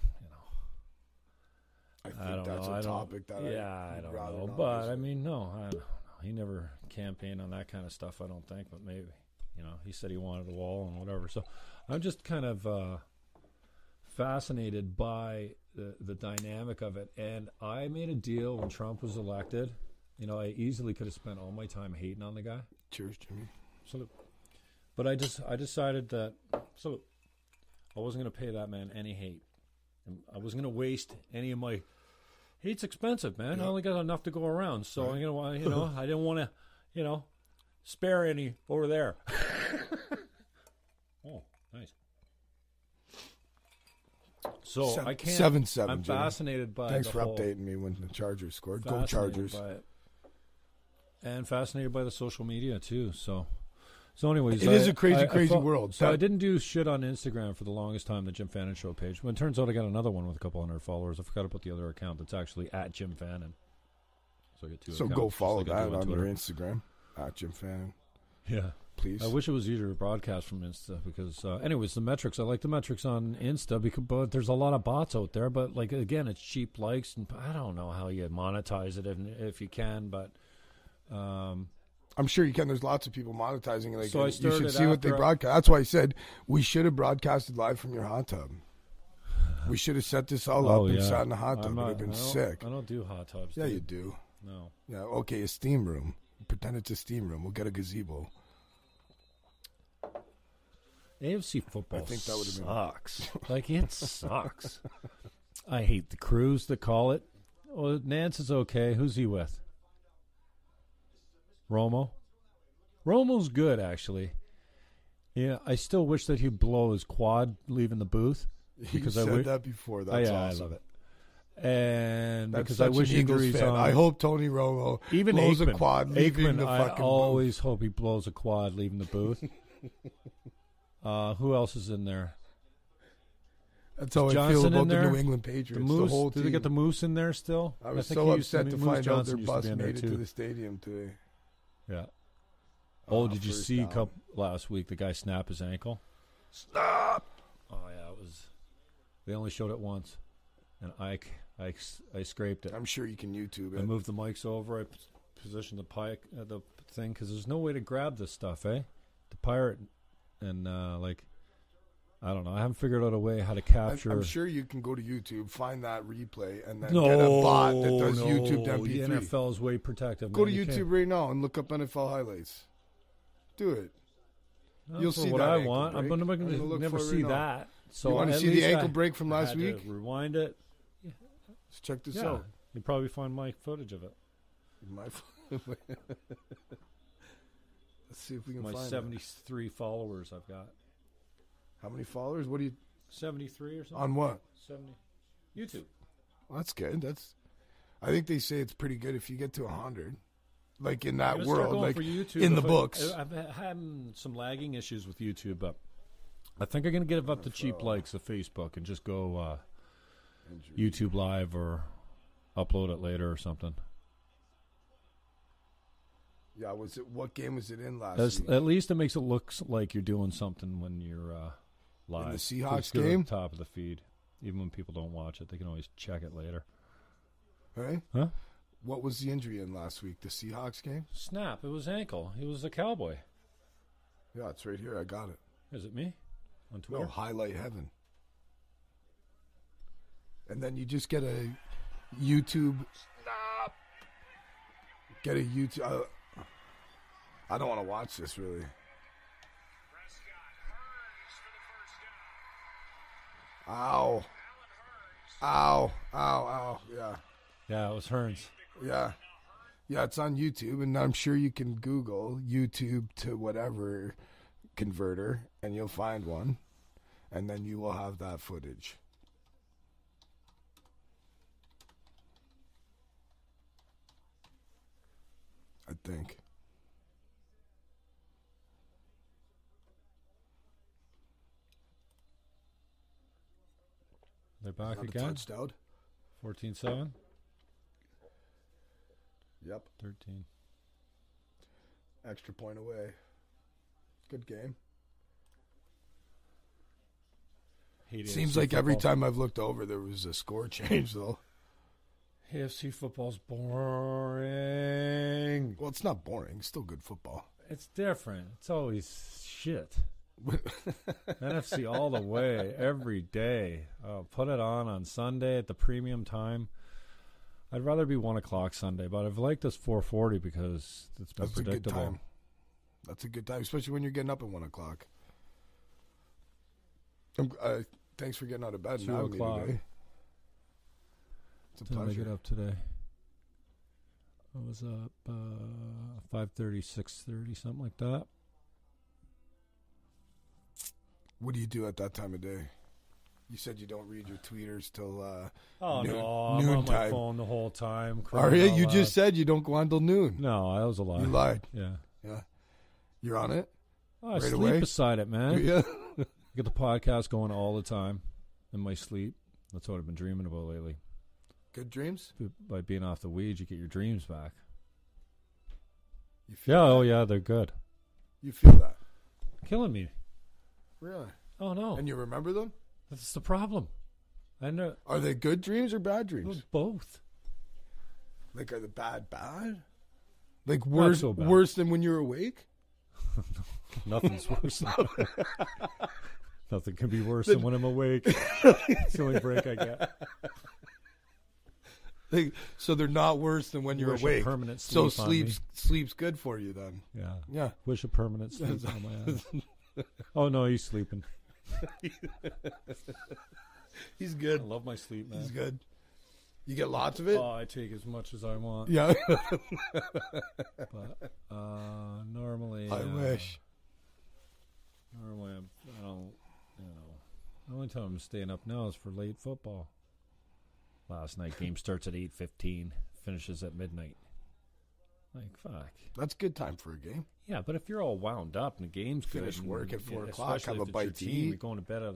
[SPEAKER 2] you know,
[SPEAKER 3] I think
[SPEAKER 2] I don't
[SPEAKER 3] that's
[SPEAKER 2] know.
[SPEAKER 3] a
[SPEAKER 2] I don't-
[SPEAKER 3] topic that I,
[SPEAKER 2] yeah, I
[SPEAKER 3] would
[SPEAKER 2] don't
[SPEAKER 3] rather
[SPEAKER 2] know.
[SPEAKER 3] not
[SPEAKER 2] but
[SPEAKER 3] visit.
[SPEAKER 2] I mean, no, I don't know. He never campaigned on that kind of stuff. I don't think, but maybe you know he said he wanted a wall and whatever. So I'm just kind of uh, fascinated by the the dynamic of it. And I made a deal when Trump was elected. You know, I easily could have spent all my time hating on the guy.
[SPEAKER 3] cheers, Jimmy.
[SPEAKER 2] Salute. But I just I decided that salute. I wasn't going to pay that man any hate. And I wasn't going to waste any of my. Hate's expensive, man. I
[SPEAKER 3] Yeah.
[SPEAKER 2] only got enough to go around, so I'm gonna want you know I didn't want to, you know, spare any over there. oh, nice. So
[SPEAKER 3] Seven-
[SPEAKER 2] I can't.
[SPEAKER 3] seven, seven,
[SPEAKER 2] I'm
[SPEAKER 3] Jimmy.
[SPEAKER 2] fascinated by.
[SPEAKER 3] Thanks
[SPEAKER 2] the
[SPEAKER 3] for
[SPEAKER 2] whole-
[SPEAKER 3] updating me when the Chargers scored. Go
[SPEAKER 2] fascinated
[SPEAKER 3] Chargers!
[SPEAKER 2] by it. And fascinated by the social media too. So, so anyways,
[SPEAKER 3] It
[SPEAKER 2] it
[SPEAKER 3] is
[SPEAKER 2] is
[SPEAKER 3] a crazy, crazy world.
[SPEAKER 2] So I
[SPEAKER 3] That-
[SPEAKER 2] didn't do shit on Instagram for the longest time. The Jim Fannin Show page. When it turns out I got another one with a couple hundred followers. I forgot about the other account that's actually at Jim Fannin. So I get two.
[SPEAKER 3] So
[SPEAKER 2] accounts,
[SPEAKER 3] go
[SPEAKER 2] just
[SPEAKER 3] follow
[SPEAKER 2] like I do
[SPEAKER 3] that on
[SPEAKER 2] Twitter.
[SPEAKER 3] your Instagram at Jim Fannin,
[SPEAKER 2] Yeah.
[SPEAKER 3] please.
[SPEAKER 2] I wish it was easier to broadcast from Insta because, uh, anyways, the metrics. I like the metrics on Insta because, but there's a lot of bots out there. But like again, it's cheap likes, and I don't know how you monetize it if, if you can. But um,
[SPEAKER 3] I'm sure you can. There's lots of people monetizing. Like
[SPEAKER 2] So I
[SPEAKER 3] you should
[SPEAKER 2] started
[SPEAKER 3] see what they
[SPEAKER 2] after I-
[SPEAKER 3] broadcast. That's why I said we should have broadcasted live from your hot tub. We should have set this all up and sat in the hot tub.
[SPEAKER 2] I'm
[SPEAKER 3] It would
[SPEAKER 2] not-
[SPEAKER 3] have
[SPEAKER 2] Oh, I
[SPEAKER 3] been
[SPEAKER 2] don't-
[SPEAKER 3] sick.
[SPEAKER 2] I don't do hot tubs.
[SPEAKER 3] Yeah,
[SPEAKER 2] dude.
[SPEAKER 3] you do.
[SPEAKER 2] No.
[SPEAKER 3] Yeah, okay, a steam room. Pretend it's a steam room. We'll get a gazebo.
[SPEAKER 2] AFC football.
[SPEAKER 3] I think that would have been-
[SPEAKER 2] sucks. like it sucks. I hate the crews that call it. Well, Nance is okay. Who's he with? Romo. Romo's good actually. Yeah, I still wish that he'd blow his quad leaving the booth because
[SPEAKER 3] you
[SPEAKER 2] I
[SPEAKER 3] said
[SPEAKER 2] wi-
[SPEAKER 3] that before.
[SPEAKER 2] Oh,
[SPEAKER 3] That's
[SPEAKER 2] yeah,
[SPEAKER 3] awesome.
[SPEAKER 2] I love it. And
[SPEAKER 3] That's
[SPEAKER 2] because
[SPEAKER 3] such
[SPEAKER 2] I wish
[SPEAKER 3] an Eagles
[SPEAKER 2] injuries
[SPEAKER 3] fan.
[SPEAKER 2] on.
[SPEAKER 3] I hope Tony Romo
[SPEAKER 2] even
[SPEAKER 3] blows
[SPEAKER 2] Aikman,
[SPEAKER 3] a quad
[SPEAKER 2] Aikman,
[SPEAKER 3] leaving the
[SPEAKER 2] I
[SPEAKER 3] fucking booth.
[SPEAKER 2] always hope he blows a quad leaving the booth. uh, who else is in there?
[SPEAKER 3] That's how I feel
[SPEAKER 2] Johnson
[SPEAKER 3] about
[SPEAKER 2] in
[SPEAKER 3] the
[SPEAKER 2] there?
[SPEAKER 3] New England
[SPEAKER 2] The
[SPEAKER 3] Patriots.
[SPEAKER 2] Moose.
[SPEAKER 3] whole
[SPEAKER 2] Did
[SPEAKER 3] team.
[SPEAKER 2] they get the Moose in there still?
[SPEAKER 3] I was
[SPEAKER 2] think
[SPEAKER 3] so
[SPEAKER 2] he used to-
[SPEAKER 3] upset to
[SPEAKER 2] Moose
[SPEAKER 3] find out
[SPEAKER 2] Johnson
[SPEAKER 3] their
[SPEAKER 2] used to
[SPEAKER 3] bus
[SPEAKER 2] be in there
[SPEAKER 3] made it
[SPEAKER 2] too.
[SPEAKER 3] to the stadium today.
[SPEAKER 2] Yeah. Oh,
[SPEAKER 3] Uh,
[SPEAKER 2] did you
[SPEAKER 3] first
[SPEAKER 2] see
[SPEAKER 3] down.
[SPEAKER 2] cup last week? The guy snap his ankle. Stop! Oh yeah, it was. They only showed it once, and I c- I s- I scraped it.
[SPEAKER 3] I'm sure you can YouTube
[SPEAKER 2] I
[SPEAKER 3] it.
[SPEAKER 2] moved the mics over. I p- positioned the pike, uh, the thing, because there's no way to grab this stuff, eh? The pirate and uh, like, I don't know. I haven't figured out a way how to
[SPEAKER 3] I'm-
[SPEAKER 2] capture.
[SPEAKER 3] I'm sure you can go to YouTube, find that replay, and then get a bot that does
[SPEAKER 2] no,
[SPEAKER 3] YouTube to
[SPEAKER 2] The
[SPEAKER 3] MP3.
[SPEAKER 2] NFL is way protective.
[SPEAKER 3] Go to
[SPEAKER 2] man. You
[SPEAKER 3] YouTube
[SPEAKER 2] can't-
[SPEAKER 3] right now and look up NFL highlights. Do it.
[SPEAKER 2] Not
[SPEAKER 3] you'll
[SPEAKER 2] for
[SPEAKER 3] see
[SPEAKER 2] what
[SPEAKER 3] that
[SPEAKER 2] I
[SPEAKER 3] ankle
[SPEAKER 2] want. I'm
[SPEAKER 3] break.
[SPEAKER 2] not
[SPEAKER 3] I'm
[SPEAKER 2] going
[SPEAKER 3] gonna
[SPEAKER 2] to
[SPEAKER 3] look
[SPEAKER 2] never
[SPEAKER 3] for it
[SPEAKER 2] see
[SPEAKER 3] right now.
[SPEAKER 2] that. So
[SPEAKER 3] You wanna
[SPEAKER 2] at
[SPEAKER 3] see the
[SPEAKER 2] least
[SPEAKER 3] ankle
[SPEAKER 2] I-
[SPEAKER 3] break from
[SPEAKER 2] I
[SPEAKER 3] last
[SPEAKER 2] had to
[SPEAKER 3] week?
[SPEAKER 2] Rewind it.
[SPEAKER 3] Let's check this
[SPEAKER 2] Yeah,
[SPEAKER 3] out.
[SPEAKER 2] you probably find my footage of it.
[SPEAKER 3] My f- Let's see if we can
[SPEAKER 2] My
[SPEAKER 3] find it.
[SPEAKER 2] 73 followers I've got.
[SPEAKER 3] How many followers? What do you
[SPEAKER 2] 73 or something?
[SPEAKER 3] on what?
[SPEAKER 2] 70. YouTube.
[SPEAKER 3] Well, that's good. That's. I think they say it's pretty good if you get to hundred, like in that
[SPEAKER 2] I'm gonna start
[SPEAKER 3] world,
[SPEAKER 2] going
[SPEAKER 3] like
[SPEAKER 2] for YouTube
[SPEAKER 3] in the
[SPEAKER 2] if I-
[SPEAKER 3] books.
[SPEAKER 2] I've had had some lagging issues with YouTube, but I think I'm going to give up the cheap likes of Facebook and just go uh, YouTube Live or upload it later or something.
[SPEAKER 3] yeah, was it what game was it in last?
[SPEAKER 2] As,
[SPEAKER 3] week?
[SPEAKER 2] at least it makes it look s- like you're doing something when you're uh, live.
[SPEAKER 3] Seahawks
[SPEAKER 2] It's good at the
[SPEAKER 3] game?
[SPEAKER 2] top of the feed, even when people don't watch it, they can always check it later.
[SPEAKER 3] Hey?
[SPEAKER 2] Huh?
[SPEAKER 3] What was the injury in last week? The Seahawks game?
[SPEAKER 2] Snap! It was ankle. He was a cowboy.
[SPEAKER 3] Yeah, it's right here. I got it.
[SPEAKER 2] Is it me? On
[SPEAKER 3] No,
[SPEAKER 2] Twitter?
[SPEAKER 3] highlight heaven. And then you just get a YouTube. Get a YouTube. Uh, I don't want to watch this really. Ow. Ow. Ow. Ow. Yeah.
[SPEAKER 2] Yeah, it was Hearns.
[SPEAKER 3] Yeah. Yeah, it's on YouTube, and I'm sure you can Google YouTube to whatever converter, and you'll find one, and then you will have that footage. I think.
[SPEAKER 2] They're back
[SPEAKER 3] Not a
[SPEAKER 2] again.
[SPEAKER 3] touchdown.
[SPEAKER 2] 14 7,
[SPEAKER 3] Yep.
[SPEAKER 2] 13.
[SPEAKER 3] Extra point away. Good game. Seems like every time I've looked over, there was a score change, though.
[SPEAKER 2] AFC football's boring.
[SPEAKER 3] Well, it's not boring. It's still good football.
[SPEAKER 2] It's different. It's always shit. NFC all the way, every day. Uh, put it on on Sunday at the premium time. I'd rather be one o'clock Sunday, but I've liked this 4:40 because it's been
[SPEAKER 3] That's a good
[SPEAKER 2] predictable.
[SPEAKER 3] time. That's a good time, especially when you're getting up at one o'clock. Um, uh, thanks for getting out of bed.
[SPEAKER 2] Two
[SPEAKER 3] now, Lee,
[SPEAKER 2] o'clock.
[SPEAKER 3] today. It's a
[SPEAKER 2] Didn't make it
[SPEAKER 3] pleasure.
[SPEAKER 2] up today. I was up uh, 5:30, 6:30, something like that.
[SPEAKER 3] What do you do at that time of day? You said you don't read your tweeters till. Uh,
[SPEAKER 2] Oh
[SPEAKER 3] Noon-
[SPEAKER 2] no, I'm on my
[SPEAKER 3] noontime.
[SPEAKER 2] phone the whole time.
[SPEAKER 3] are
[SPEAKER 2] crying
[SPEAKER 3] you?
[SPEAKER 2] out
[SPEAKER 3] You
[SPEAKER 2] loud.
[SPEAKER 3] just said you don't go on till noon.
[SPEAKER 2] no. I was a lie.
[SPEAKER 3] You lied.
[SPEAKER 2] Yeah,
[SPEAKER 3] Yeah, you're on it.
[SPEAKER 2] Oh, I
[SPEAKER 3] Right
[SPEAKER 2] sleep
[SPEAKER 3] away?
[SPEAKER 2] beside it, man.
[SPEAKER 3] Yeah.
[SPEAKER 2] Get the podcast going all the time in my sleep. That's what I've been dreaming about lately.
[SPEAKER 3] Good dreams.
[SPEAKER 2] B- By being off the weed, you get your dreams back.
[SPEAKER 3] You feel.
[SPEAKER 2] Yeah, oh yeah, they're good.
[SPEAKER 3] You feel that.
[SPEAKER 2] Killing me.
[SPEAKER 3] Really.
[SPEAKER 2] Oh no,
[SPEAKER 3] And you remember them?
[SPEAKER 2] that's the problem. I know
[SPEAKER 3] Are they good dreams or bad dreams?
[SPEAKER 2] both.
[SPEAKER 3] Like, are the bad bad? Like worse,
[SPEAKER 2] so bad.
[SPEAKER 3] worse than when you're awake.
[SPEAKER 2] Nothing's worse. Than Nothing can be worse than when I'm awake. it's the only break I get.
[SPEAKER 3] They, so they're not worse than when you're
[SPEAKER 2] Wish a
[SPEAKER 3] awake.
[SPEAKER 2] permanent
[SPEAKER 3] so
[SPEAKER 2] sleep on me.
[SPEAKER 3] sleep's sleep's good for you then.
[SPEAKER 2] Yeah.
[SPEAKER 3] Yeah.
[SPEAKER 2] Wish a permanent sleep on my ass. Oh no, he's sleeping.
[SPEAKER 3] He's
[SPEAKER 2] I
[SPEAKER 3] good.
[SPEAKER 2] love my sleep,
[SPEAKER 3] He's
[SPEAKER 2] man.
[SPEAKER 3] good. You get lots of it?
[SPEAKER 2] Oh, I take as much as I want.
[SPEAKER 3] yeah.
[SPEAKER 2] But uh, normally,
[SPEAKER 3] I
[SPEAKER 2] uh,
[SPEAKER 3] wish.
[SPEAKER 2] Normally, I'm, I don't. You know, the only time I'm staying up now is for late football. Last night game starts at eight fifteen, finishes at midnight. Like fuck.
[SPEAKER 3] That's good time for a game.
[SPEAKER 2] Yeah, but if you're all wound up and the game's good,
[SPEAKER 3] Finish
[SPEAKER 2] and-
[SPEAKER 3] work at four
[SPEAKER 2] yeah,
[SPEAKER 3] o'clock,
[SPEAKER 2] especially
[SPEAKER 3] have
[SPEAKER 2] if it's
[SPEAKER 3] a
[SPEAKER 2] your
[SPEAKER 3] bite to
[SPEAKER 2] team,
[SPEAKER 3] eat.
[SPEAKER 2] You're going to bed at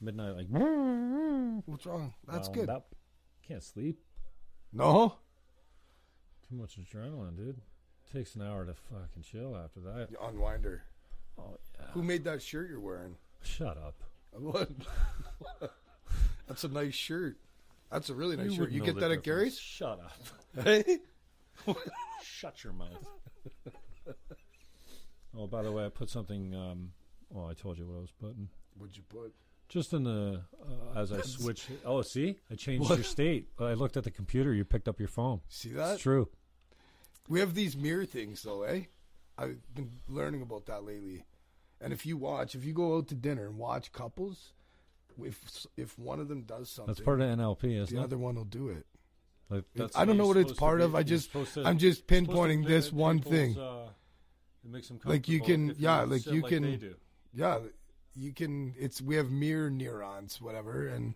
[SPEAKER 2] midnight, like that's
[SPEAKER 3] What's wrong? That's good.
[SPEAKER 2] Up. Can't sleep.
[SPEAKER 3] No?
[SPEAKER 2] Too much adrenaline, dude. Takes an hour to fucking chill after that.
[SPEAKER 3] You unwinder.
[SPEAKER 2] Oh yeah.
[SPEAKER 3] Who made that shirt you're wearing?
[SPEAKER 2] Shut up.
[SPEAKER 3] What? That's a nice shirt. That's a really nice shirt.
[SPEAKER 2] wouldn't
[SPEAKER 3] You
[SPEAKER 2] know
[SPEAKER 3] get
[SPEAKER 2] the
[SPEAKER 3] that at
[SPEAKER 2] difference.
[SPEAKER 3] Gary's?
[SPEAKER 2] Shut up.
[SPEAKER 3] Hey?
[SPEAKER 2] Shut your mouth. oh, by the way, I put something. Um, well, I told you what I was putting.
[SPEAKER 3] What'd you put?
[SPEAKER 2] Just in the uh, as I switch. Oh, see, I changed
[SPEAKER 3] What?
[SPEAKER 2] your state. I looked at the computer. You picked up your phone.
[SPEAKER 3] See
[SPEAKER 2] It's
[SPEAKER 3] that?
[SPEAKER 2] true.
[SPEAKER 3] We have these mirror things, though, eh? I've been learning about that lately. And if you watch, if you go out to dinner and watch couples, if if one of them does something,
[SPEAKER 2] That's part of NLP, isn't
[SPEAKER 3] the
[SPEAKER 2] it?
[SPEAKER 3] other one will do it.
[SPEAKER 2] Like, that's
[SPEAKER 3] I don't know
[SPEAKER 2] you're
[SPEAKER 3] what it's
[SPEAKER 2] supposed to
[SPEAKER 3] part
[SPEAKER 2] be-
[SPEAKER 3] of. I
[SPEAKER 2] you're
[SPEAKER 3] just
[SPEAKER 2] supposed to-
[SPEAKER 3] I'm just
[SPEAKER 2] you're supposed to
[SPEAKER 3] pinpointing
[SPEAKER 2] limit
[SPEAKER 3] this one
[SPEAKER 2] people's,
[SPEAKER 3] thing.
[SPEAKER 2] Uh, it makes them
[SPEAKER 3] Like, you
[SPEAKER 2] comfortable
[SPEAKER 3] can-
[SPEAKER 2] if
[SPEAKER 3] yeah, like,
[SPEAKER 2] sit
[SPEAKER 3] you
[SPEAKER 2] they
[SPEAKER 3] can-
[SPEAKER 2] do.
[SPEAKER 3] yeah, you can. It's we have mirror neurons, whatever, and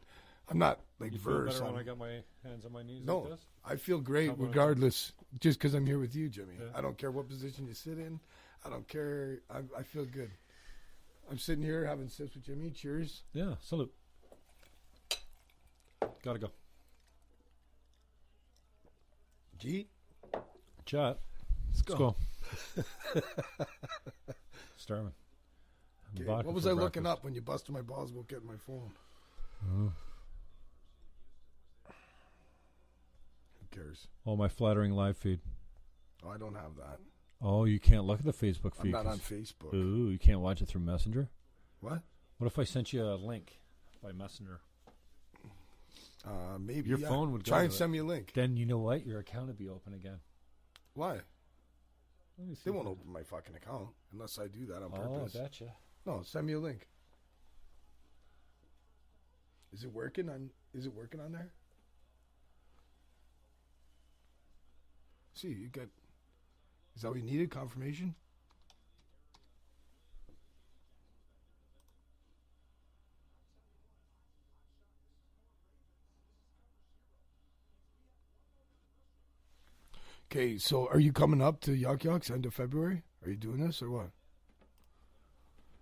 [SPEAKER 3] I'm not like
[SPEAKER 2] You feel
[SPEAKER 3] verse.
[SPEAKER 2] better when
[SPEAKER 3] on-
[SPEAKER 2] I got my hands on my knees like
[SPEAKER 3] No,
[SPEAKER 2] this.
[SPEAKER 3] I feel great
[SPEAKER 2] about-
[SPEAKER 3] regardless, just because I'm here with you, Jimmy.
[SPEAKER 2] Yeah.
[SPEAKER 3] I don't care what position you sit in. I don't care. I, I feel good. I'm sitting here having sips with Jimmy. Cheers.
[SPEAKER 2] Yeah, salute. Gotta go.
[SPEAKER 3] G.
[SPEAKER 2] Chat.
[SPEAKER 3] Let's
[SPEAKER 2] Let's go. Starving. I'm
[SPEAKER 3] Okay,
[SPEAKER 2] vodka
[SPEAKER 3] What was
[SPEAKER 2] for
[SPEAKER 3] I looking
[SPEAKER 2] breakfast. Oh.
[SPEAKER 3] up when you busted my balls about getting my phone? Who cares?
[SPEAKER 2] Oh, my flattering live feed.
[SPEAKER 3] Oh, I don't have that.
[SPEAKER 2] Oh, you can't look at the Facebook
[SPEAKER 3] I'm
[SPEAKER 2] feed.
[SPEAKER 3] not on
[SPEAKER 2] 'cause-
[SPEAKER 3] Facebook.
[SPEAKER 2] Ooh, you can't watch it through Messenger?
[SPEAKER 3] What?
[SPEAKER 2] What if I sent you a link by Messenger?
[SPEAKER 3] Uh, maybe
[SPEAKER 2] Your
[SPEAKER 3] yeah.
[SPEAKER 2] phone would go
[SPEAKER 3] try
[SPEAKER 2] to
[SPEAKER 3] and
[SPEAKER 2] it.
[SPEAKER 3] send me a link.
[SPEAKER 2] Then you know what? Your account would be open again.
[SPEAKER 3] Why?
[SPEAKER 2] Let me see
[SPEAKER 3] They
[SPEAKER 2] if
[SPEAKER 3] won't
[SPEAKER 2] I-
[SPEAKER 3] open my fucking account unless I do that on
[SPEAKER 2] Oh,
[SPEAKER 3] purpose.
[SPEAKER 2] I betcha.
[SPEAKER 3] No, send me a link. Is it working on? Is it working on there? See, you got. Is that what you needed? Confirmation. Okay, so are you coming up to Yuck Yucks end of February? Are you doing this or what?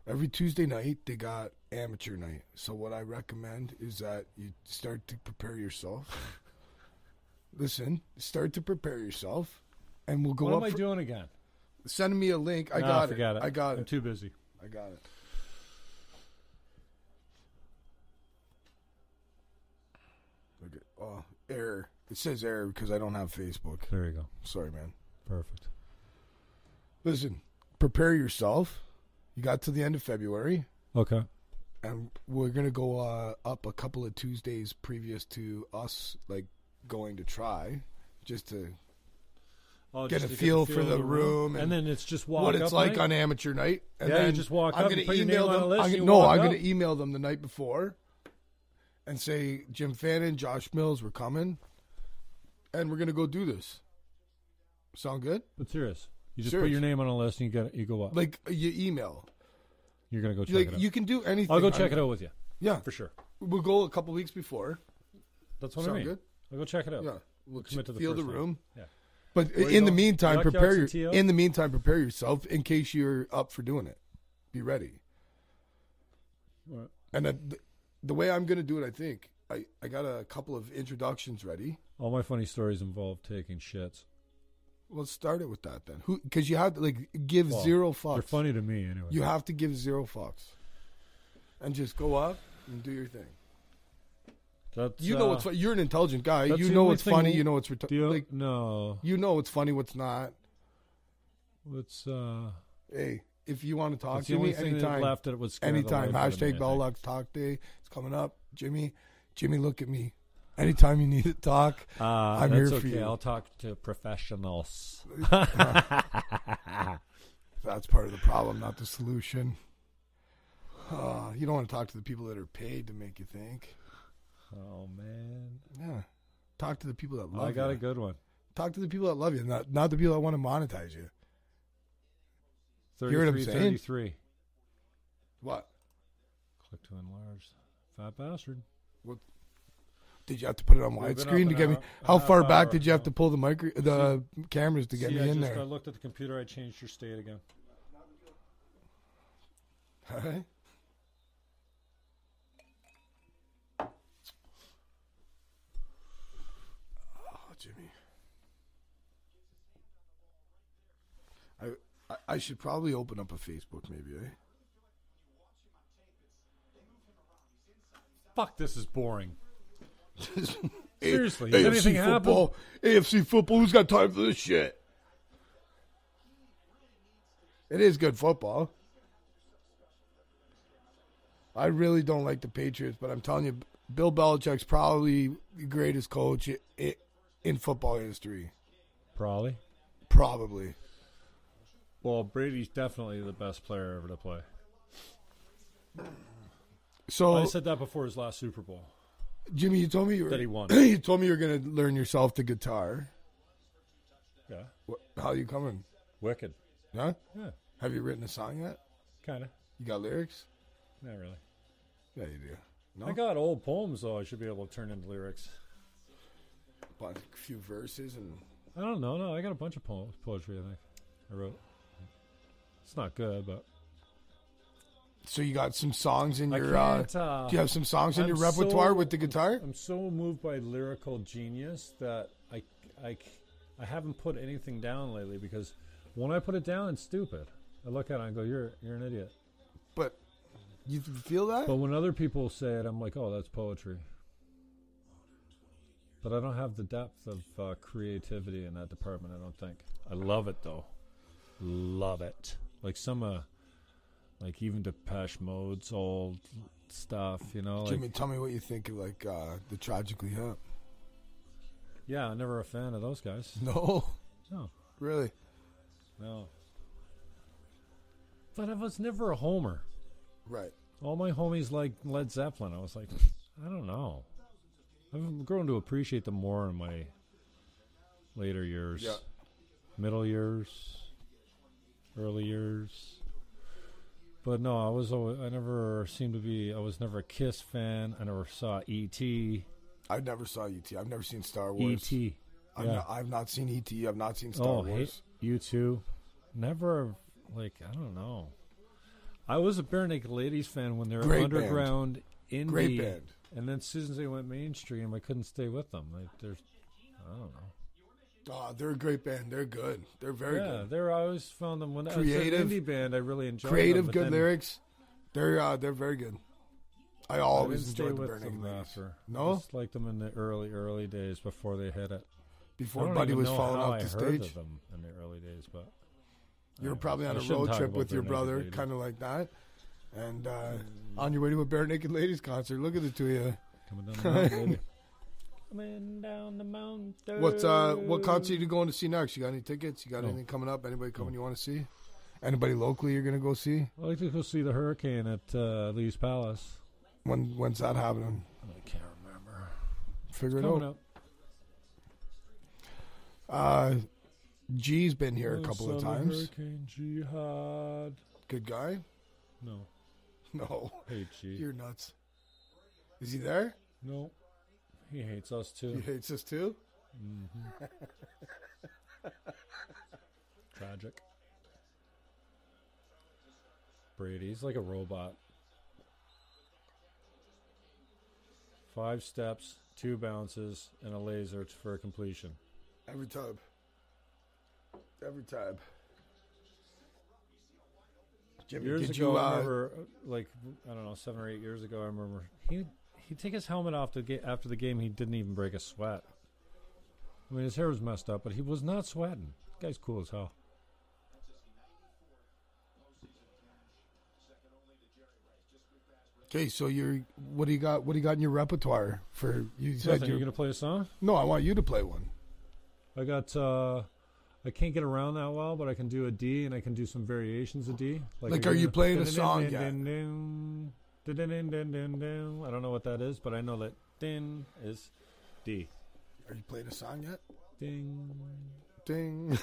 [SPEAKER 3] every Tuesday night they got amateur night. So what I recommend is that you start to prepare yourself. Listen, start to prepare yourself, and we'll go
[SPEAKER 2] What
[SPEAKER 3] up.
[SPEAKER 2] am I
[SPEAKER 3] for-
[SPEAKER 2] doing again?
[SPEAKER 3] send me a link. I
[SPEAKER 2] Nah,
[SPEAKER 3] got
[SPEAKER 2] forget
[SPEAKER 3] it. I got
[SPEAKER 2] I'm
[SPEAKER 3] it.
[SPEAKER 2] too busy.
[SPEAKER 3] I got it. Look at oh error. It says error because I don't have Facebook.
[SPEAKER 2] There you go.
[SPEAKER 3] Sorry, man.
[SPEAKER 2] Perfect.
[SPEAKER 3] Listen, prepare yourself. You got to the end of February.
[SPEAKER 2] Okay.
[SPEAKER 3] and we're gonna go uh, up a couple of Tuesdays previous to us like going to try, just to
[SPEAKER 2] Oh,
[SPEAKER 3] Get
[SPEAKER 2] just to
[SPEAKER 3] a feel for
[SPEAKER 2] of
[SPEAKER 3] the room
[SPEAKER 2] and,
[SPEAKER 3] and
[SPEAKER 2] then it's just walk
[SPEAKER 3] what it's
[SPEAKER 2] up
[SPEAKER 3] like
[SPEAKER 2] night?
[SPEAKER 3] on amateur night. And
[SPEAKER 2] Yeah, you
[SPEAKER 3] then
[SPEAKER 2] just walk
[SPEAKER 3] I'm
[SPEAKER 2] up,
[SPEAKER 3] gonna
[SPEAKER 2] you put your
[SPEAKER 3] email
[SPEAKER 2] name on
[SPEAKER 3] them.
[SPEAKER 2] a list,
[SPEAKER 3] I'm gonna-
[SPEAKER 2] you
[SPEAKER 3] no,
[SPEAKER 2] walk
[SPEAKER 3] I'm gonna
[SPEAKER 2] up.
[SPEAKER 3] email them the night before, and say Jim Fannin, Josh Mills, we're coming, and we're gonna go do this. Sound good?
[SPEAKER 2] But serious, you just put
[SPEAKER 3] Serious.
[SPEAKER 2] your name on a list and you get you go up.
[SPEAKER 3] Like you email,
[SPEAKER 2] You're gonna go check it
[SPEAKER 3] like
[SPEAKER 2] out.
[SPEAKER 3] you can do anything.
[SPEAKER 2] I'll go
[SPEAKER 3] on
[SPEAKER 2] check it out with you
[SPEAKER 3] Yeah,
[SPEAKER 2] for sure.
[SPEAKER 3] we'll go a couple weeks before.
[SPEAKER 2] That's what I
[SPEAKER 3] Sound
[SPEAKER 2] mean.
[SPEAKER 3] good?
[SPEAKER 2] I'll go check it out.
[SPEAKER 3] Yeah, we'll
[SPEAKER 2] Commit to the
[SPEAKER 3] feel the
[SPEAKER 2] first night.
[SPEAKER 3] room.
[SPEAKER 2] Yeah.
[SPEAKER 3] But
[SPEAKER 2] Where you
[SPEAKER 3] in the
[SPEAKER 2] going?
[SPEAKER 3] meantime,
[SPEAKER 2] Junkyard
[SPEAKER 3] prepare your,
[SPEAKER 2] CTO?
[SPEAKER 3] in the meantime prepare yourself in case you're up for doing it. Be ready.
[SPEAKER 2] All right.
[SPEAKER 3] And the, the way I'm going to do it, I think I, I got a couple of introductions ready.
[SPEAKER 2] All my funny stories involve taking shits.
[SPEAKER 3] Let's start it with that then. Who because you have to like give
[SPEAKER 2] Well,
[SPEAKER 3] zero
[SPEAKER 2] They're
[SPEAKER 3] fucks.
[SPEAKER 2] funny to me anyway.
[SPEAKER 3] You have to give zero fucks, and just go up and do your thing.
[SPEAKER 2] That's,
[SPEAKER 3] You know
[SPEAKER 2] uh,
[SPEAKER 3] what's fu- you're an intelligent guy.
[SPEAKER 2] that's
[SPEAKER 3] You
[SPEAKER 2] the
[SPEAKER 3] know
[SPEAKER 2] only
[SPEAKER 3] what's
[SPEAKER 2] thing
[SPEAKER 3] funny.
[SPEAKER 2] we-
[SPEAKER 3] You know what's reti-
[SPEAKER 2] Do you,
[SPEAKER 3] like
[SPEAKER 2] no,
[SPEAKER 3] you know what's funny. What's not.
[SPEAKER 2] it's uh,
[SPEAKER 3] Hey, if you want to talk
[SPEAKER 2] that's
[SPEAKER 3] to
[SPEAKER 2] the only
[SPEAKER 3] me
[SPEAKER 2] thing that
[SPEAKER 3] anytime,
[SPEAKER 2] left that was scared the life
[SPEAKER 3] anytime.
[SPEAKER 2] out of me, I
[SPEAKER 3] Hashtag
[SPEAKER 2] think.
[SPEAKER 3] Belllox Talk Day. It's coming up. Jimmy, Jimmy, look at me. Anytime you need to talk,
[SPEAKER 2] Uh,
[SPEAKER 3] I'm
[SPEAKER 2] that's
[SPEAKER 3] here for
[SPEAKER 2] okay.
[SPEAKER 3] you.
[SPEAKER 2] I'll talk to professionals.
[SPEAKER 3] that's part of the problem, not the solution. Uh, you don't want to talk to the people that are paid to make you think.
[SPEAKER 2] Oh man,
[SPEAKER 3] Yeah. Talk to the people that love
[SPEAKER 2] I got
[SPEAKER 3] you.
[SPEAKER 2] a good one.
[SPEAKER 3] Talk to the people that love you, not, not the people that want to monetize you. Hear what I'm saying?
[SPEAKER 2] 33.
[SPEAKER 3] What?
[SPEAKER 2] Click to enlarge. Fat bastard.
[SPEAKER 3] Did you have to put it on
[SPEAKER 2] We've been
[SPEAKER 3] widescreen
[SPEAKER 2] up an
[SPEAKER 3] to get me?
[SPEAKER 2] hour- a
[SPEAKER 3] How
[SPEAKER 2] half
[SPEAKER 3] far back
[SPEAKER 2] hour,
[SPEAKER 3] did you have
[SPEAKER 2] so-
[SPEAKER 3] to pull the micro, the cameras to get
[SPEAKER 2] See,
[SPEAKER 3] me
[SPEAKER 2] I
[SPEAKER 3] in
[SPEAKER 2] just, I
[SPEAKER 3] there?
[SPEAKER 2] looked at the computer. I changed your state again.
[SPEAKER 3] All right. Oh, Jimmy. I, I I should probably open up a Facebook, maybe. Eh?
[SPEAKER 2] Fuck, this is boring.
[SPEAKER 3] Seriously,
[SPEAKER 2] Seriously, has anything happened?
[SPEAKER 3] football, AFC football. Who's got time for this shit? It is good football. I really don't like the Patriots, but I'm telling you, Bill Belichick's probably the greatest coach i- i- in football history.
[SPEAKER 2] Probably.
[SPEAKER 3] Probably.
[SPEAKER 2] Well, Brady's definitely the best player ever to play.
[SPEAKER 3] So Oh.
[SPEAKER 2] I said that before his last Super Bowl.
[SPEAKER 3] Jimmy, you told me you were.
[SPEAKER 2] That he won.
[SPEAKER 3] you told me you were going to learn yourself the guitar.
[SPEAKER 2] Yeah.
[SPEAKER 3] What, how you coming?
[SPEAKER 2] Wicked.
[SPEAKER 3] Huh?
[SPEAKER 2] Yeah.
[SPEAKER 3] Have you written a song yet?
[SPEAKER 2] Kind of.
[SPEAKER 3] You got lyrics?
[SPEAKER 2] Not really.
[SPEAKER 3] Yeah, you do. No,
[SPEAKER 2] I got old poems, though, I should be able to turn into lyrics.
[SPEAKER 3] Bunch- a few verses and
[SPEAKER 2] I don't know. No, I got a bunch of poems, poetry, I think. I wrote. It's not good, but.
[SPEAKER 3] so you got some songs in
[SPEAKER 2] I
[SPEAKER 3] your. Uh,
[SPEAKER 2] can't, uh,
[SPEAKER 3] do you have some songs in
[SPEAKER 2] I'm
[SPEAKER 3] your repertoire
[SPEAKER 2] so-
[SPEAKER 3] with the guitar?
[SPEAKER 2] I'm so moved by lyrical genius that I, I, c- I haven't put anything down lately because when I put it down, it's stupid. I look at it and I go, you're, you're an idiot.
[SPEAKER 3] But you feel that?
[SPEAKER 2] But when other people say it, I'm like, oh, that's poetry. But I don't have the depth of uh, creativity in that department, I don't think. I love it, though. Love it. Like some, uh, like even Depeche Mode's old stuff, you know? Like,
[SPEAKER 3] Jimmy, tell me what you think of like uh, the tragically hip.
[SPEAKER 2] yeah, I'm never a fan of those guys.
[SPEAKER 3] No,
[SPEAKER 2] No.
[SPEAKER 3] really.
[SPEAKER 2] No. But I was never a homer.
[SPEAKER 3] Right.
[SPEAKER 2] All my homies liked Led Zeppelin. I was like, I don't know. I've grown to appreciate them more in my later years,
[SPEAKER 3] Yeah.
[SPEAKER 2] middle years, early years. But no, I was always, I never seemed to be. I was never a Kiss fan. I never saw E E.T.
[SPEAKER 3] I never saw ET. I've never seen Star Wars.
[SPEAKER 2] E.T.
[SPEAKER 3] I've,
[SPEAKER 2] E yeah.
[SPEAKER 3] not, I've not seen ET. I've not seen Star
[SPEAKER 2] oh, hey,
[SPEAKER 3] Wars.
[SPEAKER 2] you too. Never, like, I don't know. I was a Bare Naked Ladies fan when they were
[SPEAKER 3] Great band.
[SPEAKER 2] underground indie.
[SPEAKER 3] Great band.
[SPEAKER 2] And then as soon as they went mainstream, I couldn't stay with them. Like, there's, I don't know.
[SPEAKER 3] Oh, they're a great band. They're good. They're very
[SPEAKER 2] yeah,
[SPEAKER 3] good.
[SPEAKER 2] there I always found them when I was
[SPEAKER 3] Creative.
[SPEAKER 2] an indie band. I really enjoyed them,
[SPEAKER 3] Creative,
[SPEAKER 2] but
[SPEAKER 3] good
[SPEAKER 2] then
[SPEAKER 3] lyrics. They're uh, they're very good. I
[SPEAKER 2] I
[SPEAKER 3] always
[SPEAKER 2] didn't stay
[SPEAKER 3] enjoyed the
[SPEAKER 2] with
[SPEAKER 3] Burning
[SPEAKER 2] them uh,
[SPEAKER 3] Ladies.
[SPEAKER 2] after. I
[SPEAKER 3] No,
[SPEAKER 2] just liked them in the early, early days before they hit it. I
[SPEAKER 3] before
[SPEAKER 2] don't
[SPEAKER 3] Buddy
[SPEAKER 2] even
[SPEAKER 3] was
[SPEAKER 2] know
[SPEAKER 3] falling
[SPEAKER 2] how
[SPEAKER 3] off
[SPEAKER 2] I
[SPEAKER 3] the
[SPEAKER 2] heard
[SPEAKER 3] stage,
[SPEAKER 2] Of them in the early days, but
[SPEAKER 3] you were probably
[SPEAKER 2] I
[SPEAKER 3] on a
[SPEAKER 2] shouldn't
[SPEAKER 3] road
[SPEAKER 2] talk
[SPEAKER 3] trip
[SPEAKER 2] about Mm.
[SPEAKER 3] with your
[SPEAKER 2] Bare Naked
[SPEAKER 3] brother,
[SPEAKER 2] Ladies.
[SPEAKER 3] kind of like that, and uh, on your way to a bare naked ladies concert. Look at the two of you.
[SPEAKER 2] coming down the mountain. baby. coming down the mountain.
[SPEAKER 3] What's uh, what concert you going to see next? You got any tickets? You got
[SPEAKER 2] No.
[SPEAKER 3] anything coming up? Anybody coming
[SPEAKER 2] Oh.
[SPEAKER 3] you want to see? Anybody locally you're gonna go see?
[SPEAKER 2] I like to go see the hurricane at uh, Lee's Palace.
[SPEAKER 3] When when's that happening?
[SPEAKER 2] I can't remember.
[SPEAKER 3] Figure it
[SPEAKER 2] Coming
[SPEAKER 3] out.
[SPEAKER 2] up.
[SPEAKER 3] Uh, G's been here a couple of
[SPEAKER 2] Los Angeles
[SPEAKER 3] times.
[SPEAKER 2] Oh, Hurricane Jihad.
[SPEAKER 3] Good guy.
[SPEAKER 2] No,
[SPEAKER 3] No,
[SPEAKER 2] hate you.
[SPEAKER 3] you're nuts. Is he there?
[SPEAKER 2] No, he hates us
[SPEAKER 3] He
[SPEAKER 2] too.
[SPEAKER 3] hates us too.
[SPEAKER 2] Tragic. Brady's like a robot. Five steps, two bounces, and a laser for completion.
[SPEAKER 3] Every time. Every time. Jimmy,
[SPEAKER 2] Years
[SPEAKER 3] did
[SPEAKER 2] ago,
[SPEAKER 3] you?
[SPEAKER 2] I
[SPEAKER 3] Uh,
[SPEAKER 2] remember, like I don't know, seven or eight years ago, I remember he he take his helmet off the ga- after the game. He didn't even break a sweat. I mean, his hair was messed up, but he was not sweating. guy's cool as hell.
[SPEAKER 3] okay, so you're. What do you got? What do you got in your repertoire for? You said
[SPEAKER 2] Nothing,
[SPEAKER 3] you.
[SPEAKER 2] you
[SPEAKER 3] are
[SPEAKER 2] gonna play a song?
[SPEAKER 3] No, I want you to play one.
[SPEAKER 2] I got. uh I can't get around that well, but I can do a D, and I can do some variations of D.
[SPEAKER 3] Like, are you playing a song yet?
[SPEAKER 2] I don't know what that is, but I know that din is D.
[SPEAKER 3] Are you playing a song yet?
[SPEAKER 2] Ding.
[SPEAKER 3] Ding.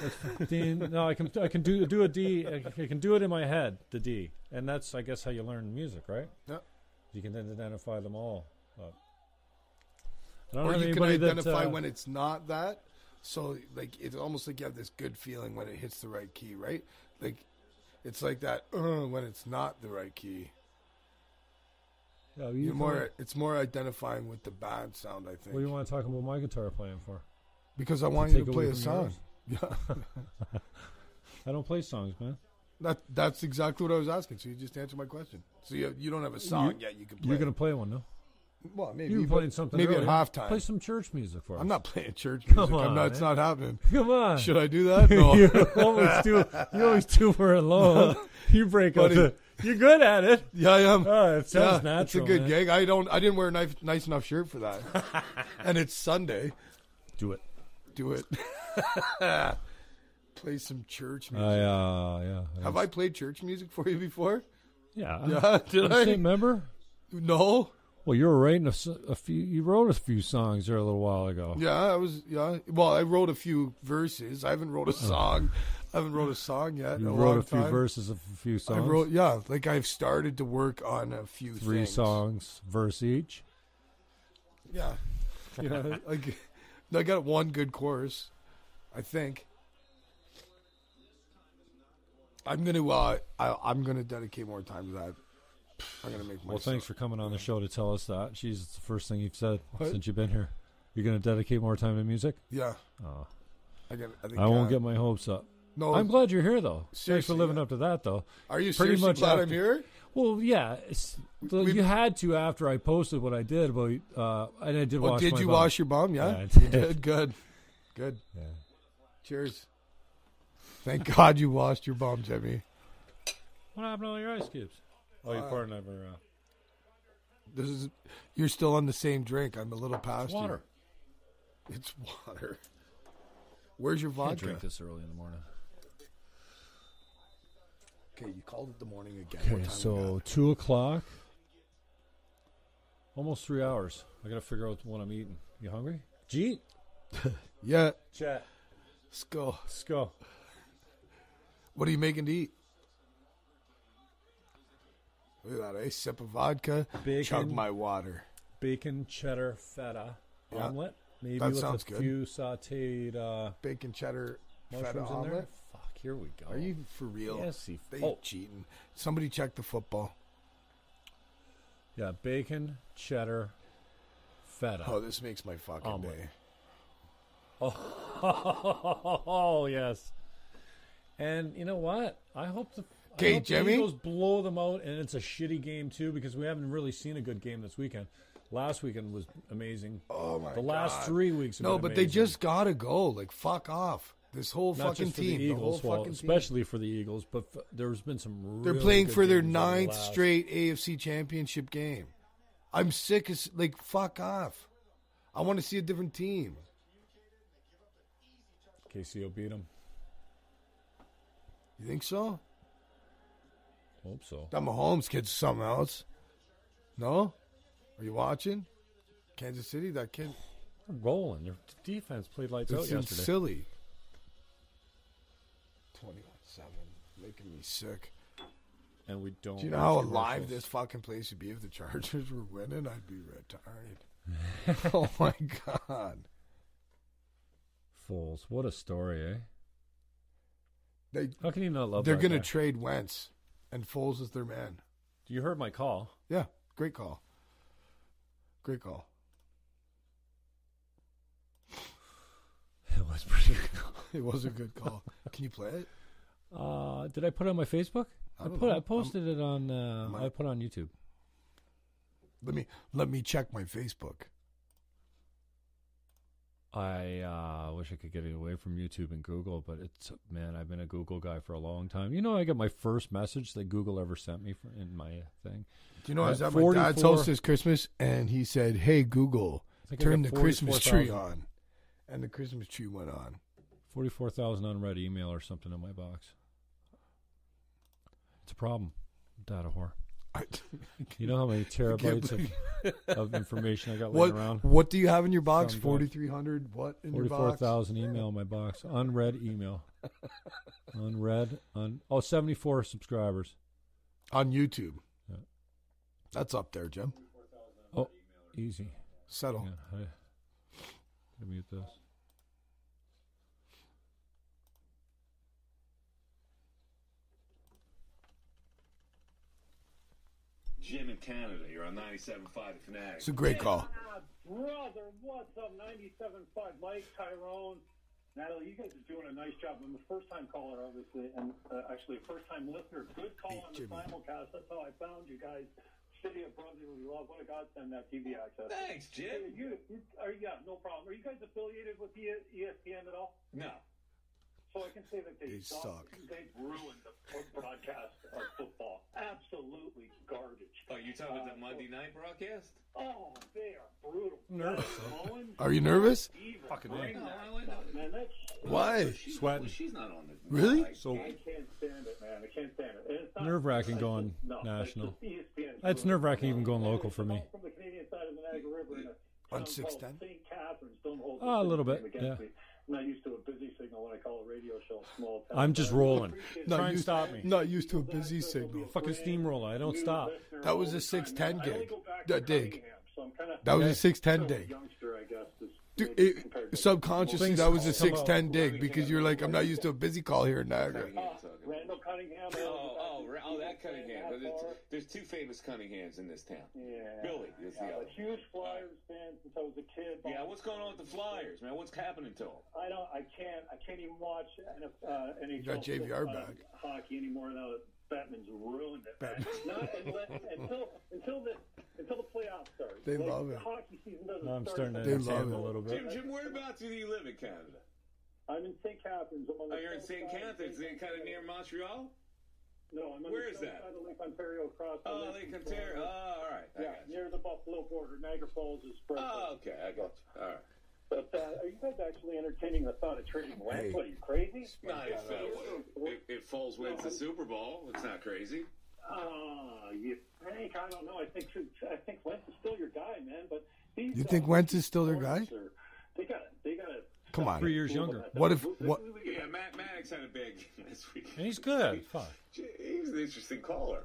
[SPEAKER 2] Dean, no, I can I can do do a D. I can- I can do it in my head, the D, and that's I guess how you learn music, right?
[SPEAKER 3] Yeah.
[SPEAKER 2] You can then identify them all. Up. I don't
[SPEAKER 3] or
[SPEAKER 2] have
[SPEAKER 3] you can
[SPEAKER 2] anybody that,
[SPEAKER 3] identify
[SPEAKER 2] uh,
[SPEAKER 3] when it's not that. So like it's almost like you have this good feeling when it hits the right key, right? Like it's like that uh, when it's not the right key.
[SPEAKER 2] yeah, oh, you
[SPEAKER 3] You're
[SPEAKER 2] can-
[SPEAKER 3] more it's more identifying with the bad sound, I think.
[SPEAKER 2] What do you want to talk about my guitar playing for?
[SPEAKER 3] because I want you
[SPEAKER 2] take
[SPEAKER 3] to
[SPEAKER 2] away
[SPEAKER 3] play a
[SPEAKER 2] from
[SPEAKER 3] song.
[SPEAKER 2] yours?
[SPEAKER 3] Yeah.
[SPEAKER 2] I don't play songs, man.
[SPEAKER 3] that that's exactly what I was asking. So you just answered my question. So you you don't have a song yet you can play.
[SPEAKER 2] You're gonna play one, no?
[SPEAKER 3] well maybe
[SPEAKER 2] You were
[SPEAKER 3] but
[SPEAKER 2] playing something.
[SPEAKER 3] maybe
[SPEAKER 2] earlier.
[SPEAKER 3] at halftime.
[SPEAKER 2] Play some church music for us.
[SPEAKER 3] I'm not playing church music.
[SPEAKER 2] Come
[SPEAKER 3] I'm
[SPEAKER 2] on,
[SPEAKER 3] not, it's
[SPEAKER 2] man.
[SPEAKER 3] not happening.
[SPEAKER 2] Come on.
[SPEAKER 3] Should I do that? No.
[SPEAKER 2] you always do. You always do for a low. You break up.
[SPEAKER 3] Buddy.
[SPEAKER 2] The, you're good at it.
[SPEAKER 3] Yeah, I am.
[SPEAKER 2] Oh, it sounds
[SPEAKER 3] Yeah,
[SPEAKER 2] natural.
[SPEAKER 3] It's a good
[SPEAKER 2] man.
[SPEAKER 3] gig. I don't. I didn't wear a nice, nice enough shirt for that. and it's Sunday.
[SPEAKER 2] Do it.
[SPEAKER 3] Do it. Play some church music.
[SPEAKER 2] I uh, yeah.
[SPEAKER 3] Have I played church music for you before?
[SPEAKER 2] Yeah.
[SPEAKER 3] Yeah, did
[SPEAKER 2] You
[SPEAKER 3] I?
[SPEAKER 2] State member?
[SPEAKER 3] No.
[SPEAKER 2] Well, you were writing a, s- a few. You wrote a few songs there a little while ago.
[SPEAKER 3] Yeah, I was. Yeah, well, I wrote a few verses. I haven't wrote a song. I haven't wrote a song yet. in
[SPEAKER 2] Oh. you
[SPEAKER 3] a
[SPEAKER 2] wrote
[SPEAKER 3] long
[SPEAKER 2] a few
[SPEAKER 3] time.
[SPEAKER 2] verses of a few
[SPEAKER 3] I
[SPEAKER 2] songs.
[SPEAKER 3] wrote. Yeah, like I've started to work on a few
[SPEAKER 2] three
[SPEAKER 3] things.
[SPEAKER 2] songs, verse each.
[SPEAKER 3] Yeah, you know, like I got one good chorus, I think. I'm gonna. Uh, I, I'm gonna dedicate more time to that. I'm gonna make. My
[SPEAKER 2] Well, thanks for coming on the show to tell us that. Jeez, it's the first thing you've said
[SPEAKER 3] What?
[SPEAKER 2] since you've been here. You're going to dedicate more time to music.
[SPEAKER 3] Yeah.
[SPEAKER 2] Oh.
[SPEAKER 3] I, got, I, think,
[SPEAKER 2] I won't
[SPEAKER 3] uh,
[SPEAKER 2] get my hopes up.
[SPEAKER 3] No,
[SPEAKER 2] I'm glad you're here, though. Thanks for
[SPEAKER 3] Seriously,
[SPEAKER 2] living
[SPEAKER 3] yeah.
[SPEAKER 2] up to that, though.
[SPEAKER 3] Are you
[SPEAKER 2] pretty
[SPEAKER 3] seriously
[SPEAKER 2] much
[SPEAKER 3] glad
[SPEAKER 2] after-
[SPEAKER 3] I'm here?
[SPEAKER 2] Well, yeah, it's, the,
[SPEAKER 3] We-
[SPEAKER 2] you had to after I posted what I did about, uh, and I did
[SPEAKER 3] Well,
[SPEAKER 2] wash
[SPEAKER 3] Oh, did
[SPEAKER 2] my
[SPEAKER 3] you
[SPEAKER 2] bum.
[SPEAKER 3] wash your bum? Yeah,
[SPEAKER 2] Yeah, I
[SPEAKER 3] You
[SPEAKER 2] did.
[SPEAKER 3] did. Good, good.
[SPEAKER 2] Yeah.
[SPEAKER 3] Cheers. Thank God you washed your bum, Jimmy.
[SPEAKER 2] What happened to all your ice cubes? Oh, your
[SPEAKER 3] Uh,
[SPEAKER 2] partner never. Uh,
[SPEAKER 3] This is you're still on the same drink. I'm a little past
[SPEAKER 2] it's water.
[SPEAKER 3] You. It's water. Where's your
[SPEAKER 2] I
[SPEAKER 3] vodka?
[SPEAKER 2] drink this early in the morning.
[SPEAKER 3] Okay, you called it the morning again. What
[SPEAKER 2] Okay,
[SPEAKER 3] time we
[SPEAKER 2] so
[SPEAKER 3] got?
[SPEAKER 2] two o'clock. Almost three hours. I gotta figure out what I'm eating. You hungry? Jeet.
[SPEAKER 3] yeah,
[SPEAKER 2] Chat.
[SPEAKER 3] let's go.
[SPEAKER 2] Let's go.
[SPEAKER 3] What are you making to eat? Look at that. I sip of vodka, chug
[SPEAKER 2] Bacon.
[SPEAKER 3] my water.
[SPEAKER 2] Bacon cheddar feta
[SPEAKER 3] Yeah.
[SPEAKER 2] omelet. Maybe
[SPEAKER 3] That
[SPEAKER 2] with
[SPEAKER 3] sounds
[SPEAKER 2] a
[SPEAKER 3] good.
[SPEAKER 2] few sautéed uh,
[SPEAKER 3] Bacon cheddar feta
[SPEAKER 2] mushrooms in there.
[SPEAKER 3] omelet.
[SPEAKER 2] Fuck, here we go.
[SPEAKER 3] Are you for real?
[SPEAKER 2] Yes, he-
[SPEAKER 3] They
[SPEAKER 2] oh.
[SPEAKER 3] cheating. Somebody check the football.
[SPEAKER 2] Yeah, bacon cheddar feta.
[SPEAKER 3] Oh, this makes my fucking
[SPEAKER 2] Omelet.
[SPEAKER 3] day.
[SPEAKER 2] Oh yes. And you know what? I hope the I
[SPEAKER 3] Okay,
[SPEAKER 2] hope the
[SPEAKER 3] Jimmy?
[SPEAKER 2] Eagles blow them out, and it's a shitty game too because we haven't really seen a good game this weekend. Last weekend was amazing.
[SPEAKER 3] Oh my
[SPEAKER 2] the last
[SPEAKER 3] God.
[SPEAKER 2] three weeks. Have
[SPEAKER 3] No,
[SPEAKER 2] been
[SPEAKER 3] but they
[SPEAKER 2] amazing.
[SPEAKER 3] just gotta go. Like fuck off. This whole
[SPEAKER 2] Not
[SPEAKER 3] fucking
[SPEAKER 2] just for
[SPEAKER 3] team.
[SPEAKER 2] the Eagles,
[SPEAKER 3] whole
[SPEAKER 2] well,
[SPEAKER 3] fucking team.
[SPEAKER 2] especially for the Eagles. But f- there's been some.
[SPEAKER 3] They're
[SPEAKER 2] really
[SPEAKER 3] playing
[SPEAKER 2] good
[SPEAKER 3] for their
[SPEAKER 2] games over the
[SPEAKER 3] ninth
[SPEAKER 2] last-
[SPEAKER 3] straight AFC championship game. I'm sick as like fuck off. I want to see a different team.
[SPEAKER 2] KCO beat them.
[SPEAKER 3] You think so?
[SPEAKER 2] Hope so.
[SPEAKER 3] That Mahomes kid's something else. No? Are you watching? Kansas City, that kid
[SPEAKER 2] They're rolling. Their defense played lights
[SPEAKER 3] This
[SPEAKER 2] out
[SPEAKER 3] is
[SPEAKER 2] yesterday.
[SPEAKER 3] silly. 21 7. Making me sick.
[SPEAKER 2] and we don't.
[SPEAKER 3] Do you know
[SPEAKER 2] watch
[SPEAKER 3] how alive
[SPEAKER 2] commercials.
[SPEAKER 3] this fucking place would be if the Chargers were winning? I'd be retarded. oh my God.
[SPEAKER 2] Fools! What a story, eh?
[SPEAKER 3] They,
[SPEAKER 2] How can you not love?
[SPEAKER 3] they're
[SPEAKER 2] that
[SPEAKER 3] going to
[SPEAKER 2] guy?
[SPEAKER 3] trade Wentz, and Foles is their man.
[SPEAKER 2] you heard my call.
[SPEAKER 3] Yeah, great call. Great call.
[SPEAKER 2] It was pretty
[SPEAKER 3] It was a good call. Can you play it?
[SPEAKER 2] Uh, did I put it on my Facebook?
[SPEAKER 3] I
[SPEAKER 2] I,
[SPEAKER 3] don't
[SPEAKER 2] put
[SPEAKER 3] know.
[SPEAKER 2] I posted it on uh,
[SPEAKER 3] Might-
[SPEAKER 2] I put it on YouTube.
[SPEAKER 3] Let me let me check my Facebook.
[SPEAKER 2] I uh, wish I could get it away from YouTube and Google, but it's man, I've been a Google guy for a long time. You know, I got my first message that Google ever sent me for, in my thing.
[SPEAKER 3] Do you know I
[SPEAKER 2] Uh,
[SPEAKER 3] was at my dad's
[SPEAKER 2] 44
[SPEAKER 3] house this Christmas, and he said, "Hey Google,
[SPEAKER 2] I think I
[SPEAKER 3] turn the
[SPEAKER 2] got
[SPEAKER 3] Christmas tree
[SPEAKER 2] 44,000.
[SPEAKER 3] on," and the Christmas tree went on.
[SPEAKER 2] Forty-four thousand unread email or something in my box. It's a problem. Data whore.
[SPEAKER 3] I,
[SPEAKER 2] You know how many
[SPEAKER 3] can't
[SPEAKER 2] terabytes of, of information I got
[SPEAKER 3] what
[SPEAKER 2] laying around?
[SPEAKER 3] what do you have in your box?
[SPEAKER 2] Sounds good.
[SPEAKER 3] Forty three hundred. What in your
[SPEAKER 2] Forty-four
[SPEAKER 3] box?
[SPEAKER 2] thousand email in my box, unread email, unread, un oh, 74 subscribers.
[SPEAKER 3] on YouTube.
[SPEAKER 2] Yeah.
[SPEAKER 3] That's up there, Jim.
[SPEAKER 2] Oh, easy.
[SPEAKER 3] Settle.
[SPEAKER 2] Yeah, I, I mute this.
[SPEAKER 4] Jim in Canada. You're on 97.5 Fanatic.
[SPEAKER 3] It's a great call.
[SPEAKER 5] Brother, what's up? 97.5 Mike, Tyrone, Natalie, you guys are doing a nice job. I'm a first time caller, obviously, and uh, actually a first time listener. Good call
[SPEAKER 3] Hey,
[SPEAKER 5] on
[SPEAKER 3] Jimmy.
[SPEAKER 5] the simulcast. That's how I found you guys. City of Brotherly Love. What a godsend that TV access.
[SPEAKER 4] Thanks,
[SPEAKER 5] Hey,
[SPEAKER 4] Jim.
[SPEAKER 5] You, you, are, yeah, no problem. Are you guys affiliated with E- ESPN at all?
[SPEAKER 4] No.
[SPEAKER 5] So I can say that they,
[SPEAKER 3] They suck.
[SPEAKER 5] They've ruined the broadcast of football. Absolutely garbage. Uh,
[SPEAKER 4] Oh, you talking about the Monday night broadcast?
[SPEAKER 5] Oh, they are brutal.
[SPEAKER 2] Nervous.
[SPEAKER 5] Bowen,
[SPEAKER 3] Are you nervous?
[SPEAKER 5] evil.
[SPEAKER 2] Fucking
[SPEAKER 5] Bring
[SPEAKER 4] No,
[SPEAKER 5] that
[SPEAKER 4] I like that.
[SPEAKER 5] Man, that's,
[SPEAKER 3] Why?
[SPEAKER 4] She's,
[SPEAKER 2] Sweating.
[SPEAKER 4] well, she's not on the.
[SPEAKER 3] Really?
[SPEAKER 4] I-
[SPEAKER 2] So
[SPEAKER 5] I can't stand it, man. I can't stand it. And it's not-
[SPEAKER 2] nerve wracking going
[SPEAKER 5] No, it's
[SPEAKER 2] national.
[SPEAKER 5] just E ESPN.
[SPEAKER 2] That's nerve wracking even going
[SPEAKER 5] Anyway,
[SPEAKER 2] local for me.
[SPEAKER 5] From the Canadian
[SPEAKER 3] On
[SPEAKER 5] Stone Cold
[SPEAKER 3] 610?
[SPEAKER 5] St. Catharines, Stone Cold.
[SPEAKER 2] Ah, a little bit,
[SPEAKER 5] against
[SPEAKER 2] yeah.
[SPEAKER 5] me. I'm not used to a busy signal when I call a radio show a small town.
[SPEAKER 2] I'm just
[SPEAKER 5] but I
[SPEAKER 2] rolling.
[SPEAKER 5] appreciate
[SPEAKER 2] No,
[SPEAKER 5] it.
[SPEAKER 2] Try and
[SPEAKER 3] used-
[SPEAKER 2] stop me.
[SPEAKER 3] Not used to a busy signal.
[SPEAKER 2] Fucking steamroller. I don't
[SPEAKER 5] New
[SPEAKER 2] stop.
[SPEAKER 5] listener
[SPEAKER 3] That was
[SPEAKER 5] all
[SPEAKER 3] a
[SPEAKER 5] the time.
[SPEAKER 3] 610
[SPEAKER 5] I only
[SPEAKER 3] gig.
[SPEAKER 5] go back
[SPEAKER 3] That
[SPEAKER 5] to
[SPEAKER 3] dig.
[SPEAKER 5] Cunningham, so I'm kinda-
[SPEAKER 3] That was
[SPEAKER 2] Okay.
[SPEAKER 3] a six ten
[SPEAKER 5] still a
[SPEAKER 3] dig.
[SPEAKER 5] youngster, I guess, is
[SPEAKER 3] Dude,
[SPEAKER 5] maybe
[SPEAKER 3] it,
[SPEAKER 5] compared to-
[SPEAKER 3] subconsciously, that was a
[SPEAKER 2] Things
[SPEAKER 3] six
[SPEAKER 2] come
[SPEAKER 3] ten
[SPEAKER 2] up.
[SPEAKER 3] dig because you're like, I'm not used to a busy call here in Niagara.
[SPEAKER 5] Ah, Randall Cunningham. I
[SPEAKER 4] Oh, oh,
[SPEAKER 5] only go
[SPEAKER 4] ra-
[SPEAKER 5] back to
[SPEAKER 4] oh, that
[SPEAKER 5] Cunningham,
[SPEAKER 4] Cunningham.
[SPEAKER 5] that
[SPEAKER 4] But it's,
[SPEAKER 5] far.
[SPEAKER 4] there's two famous Cunninghams in this town.
[SPEAKER 5] Yeah.
[SPEAKER 4] Billy is the
[SPEAKER 5] I'm a
[SPEAKER 4] other.
[SPEAKER 5] huge Flyers fan since I was a kid.
[SPEAKER 4] Yeah, what's going on with the Flyers, man? What's happening to them?
[SPEAKER 5] I don't. I can't. I can't even watch NF- uh, NHL.
[SPEAKER 3] got JVR
[SPEAKER 5] uh,
[SPEAKER 3] back.
[SPEAKER 5] Hockey anymore now that Batman's ruined it. man. Not unless, until until the until the playoffs start.
[SPEAKER 3] They
[SPEAKER 5] Like,
[SPEAKER 3] love it.
[SPEAKER 5] Hockey season doesn't
[SPEAKER 2] I'm
[SPEAKER 5] start.
[SPEAKER 2] starting to
[SPEAKER 3] They
[SPEAKER 5] until-
[SPEAKER 3] love
[SPEAKER 2] understand
[SPEAKER 3] it.
[SPEAKER 2] a little bit.
[SPEAKER 4] Jim, Jim, whereabouts do you live in Canada?
[SPEAKER 5] I'm in St. Catharines. I'm on the
[SPEAKER 4] Oh, you're in
[SPEAKER 5] south
[SPEAKER 4] St.
[SPEAKER 5] side
[SPEAKER 4] Catharines,
[SPEAKER 5] Lake
[SPEAKER 4] Is it kind of near
[SPEAKER 5] Ontario.
[SPEAKER 4] Montreal?
[SPEAKER 5] No, I'm on
[SPEAKER 4] Where
[SPEAKER 5] the
[SPEAKER 4] is
[SPEAKER 5] south
[SPEAKER 4] that?
[SPEAKER 5] side of Lake Ontario, across. the
[SPEAKER 4] Oh, Lake Ontario. Oh, all right. I
[SPEAKER 5] Yeah,
[SPEAKER 4] got you.
[SPEAKER 5] near the Buffalo border, Niagara Falls is.
[SPEAKER 4] Oh, okay. I got you. All right.
[SPEAKER 5] But uh, are you guys actually entertaining the thought of trading Wentz?
[SPEAKER 3] Hey.
[SPEAKER 5] What are you crazy?
[SPEAKER 4] Not if, uh, if, if Foles wins the Super Bowl, it's not crazy.
[SPEAKER 5] Ah, you think? I don't know. I think I think Wentz is still your guy, man. But these
[SPEAKER 3] You think Wentz is still their guy?
[SPEAKER 5] Are, they got they got to
[SPEAKER 3] Come
[SPEAKER 2] Three
[SPEAKER 3] on.
[SPEAKER 2] years younger.
[SPEAKER 3] What if what?
[SPEAKER 4] Yeah, Matt Maddox had a big game this week.
[SPEAKER 2] And he's good. Fuck.
[SPEAKER 4] He's an interesting caller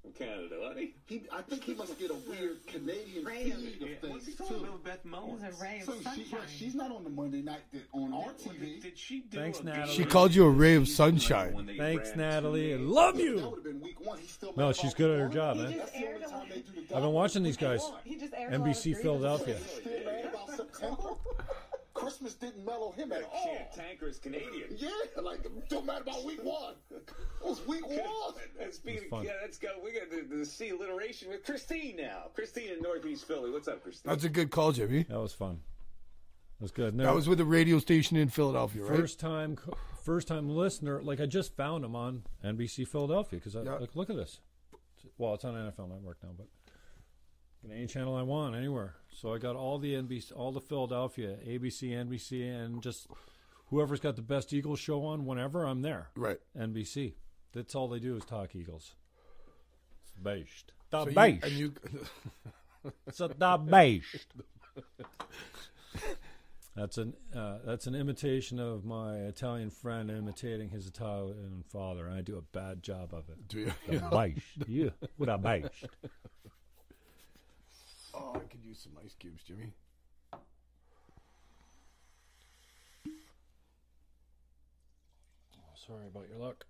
[SPEAKER 4] from Canada, wasn't he?
[SPEAKER 6] He, I think he must get a weird Canadian feed of things too.
[SPEAKER 4] Beth Mullins?
[SPEAKER 7] It was a ray of
[SPEAKER 6] So she,
[SPEAKER 7] sunshine.
[SPEAKER 6] yeah, she's not on the Monday night that on our TV.
[SPEAKER 4] Did she do
[SPEAKER 2] Thanks,
[SPEAKER 4] a
[SPEAKER 2] Natalie.
[SPEAKER 3] She called you a ray of sunshine.
[SPEAKER 2] Thanks, Natalie. I love
[SPEAKER 6] That
[SPEAKER 2] you.
[SPEAKER 6] would have been week one. He's still
[SPEAKER 2] No,
[SPEAKER 6] not
[SPEAKER 2] she's
[SPEAKER 6] off
[SPEAKER 2] good at
[SPEAKER 6] the
[SPEAKER 2] her
[SPEAKER 6] board.
[SPEAKER 2] job,
[SPEAKER 7] He
[SPEAKER 2] man.
[SPEAKER 7] just
[SPEAKER 6] That's the
[SPEAKER 7] aired
[SPEAKER 6] only
[SPEAKER 7] a
[SPEAKER 6] time
[SPEAKER 7] lot-
[SPEAKER 6] they do the
[SPEAKER 2] I've been
[SPEAKER 6] Dolphins.
[SPEAKER 2] watching these guys.
[SPEAKER 7] He just aired a lot of
[SPEAKER 2] NBC
[SPEAKER 7] grievances.
[SPEAKER 2] Philadelphia.
[SPEAKER 6] Still mad about September. Christmas didn't mellow him at all.
[SPEAKER 4] Cantankerous Oh, Canadian.
[SPEAKER 6] Yeah, like don't matter about week one. It was week one.
[SPEAKER 4] That's
[SPEAKER 2] It was
[SPEAKER 4] being,
[SPEAKER 2] fun.
[SPEAKER 4] yeah, let's go. We got the, the C alliteration with Christine now. Christine in Northeast Philly. What's up, Christine?
[SPEAKER 3] That's a good call, Jimmy.
[SPEAKER 2] That was fun. That was good. No,
[SPEAKER 3] That was with a radio station in Philadelphia, right?
[SPEAKER 2] first time, co- first time listener. Like I just found him on NBC Philadelphia because
[SPEAKER 3] Yeah.
[SPEAKER 2] like look at this. Well, it's on NFL Network now, but in any channel I want, anywhere. So I got all the NBC, all the Philadelphia, ABC, NBC, and just whoever's got the best Eagles show on whenever I'm there.
[SPEAKER 3] Right.
[SPEAKER 2] NBC. That's all they do is talk Eagles. It's based. The
[SPEAKER 3] So you-
[SPEAKER 2] based.
[SPEAKER 3] and you,
[SPEAKER 2] It's a the beige. That's an uh, that's an imitation of my Italian friend imitating his Italian father, and I do a bad job of it.
[SPEAKER 3] do you,
[SPEAKER 2] The beige, yeah, with a beige.
[SPEAKER 3] oh, I could use some ice cubes, Jimmy.
[SPEAKER 2] Sorry about your luck.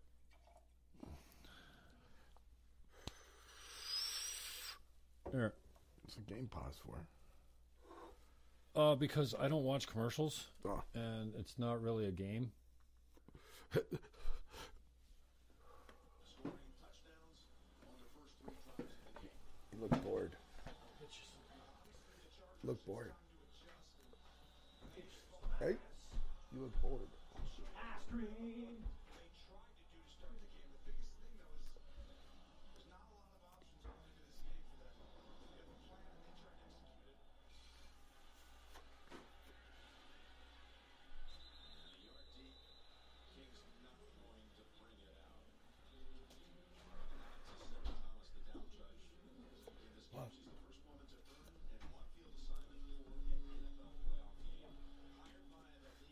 [SPEAKER 2] Here,
[SPEAKER 3] What's the game pause for?
[SPEAKER 2] uh, because I don't watch commercials,
[SPEAKER 3] Oh.
[SPEAKER 2] and it's not really a game.
[SPEAKER 3] You look bored. You look bored. Hey, you look bored.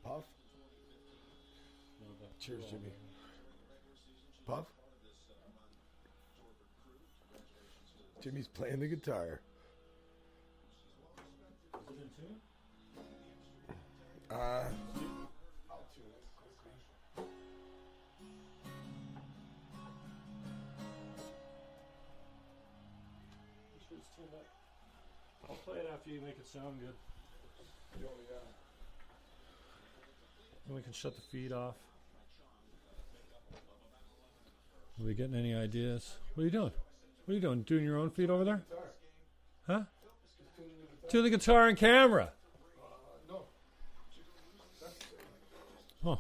[SPEAKER 3] Puff. Cheers, Jimmy. Puff. Jimmy's playing the guitar. Uh,
[SPEAKER 2] I'll play it after you make it sound good. And we can shut the feed off. Are we getting any ideas? What are you doing? What are you doing? Doing your own feed over there? Huh? To the guitar and camera. Uh, Huh.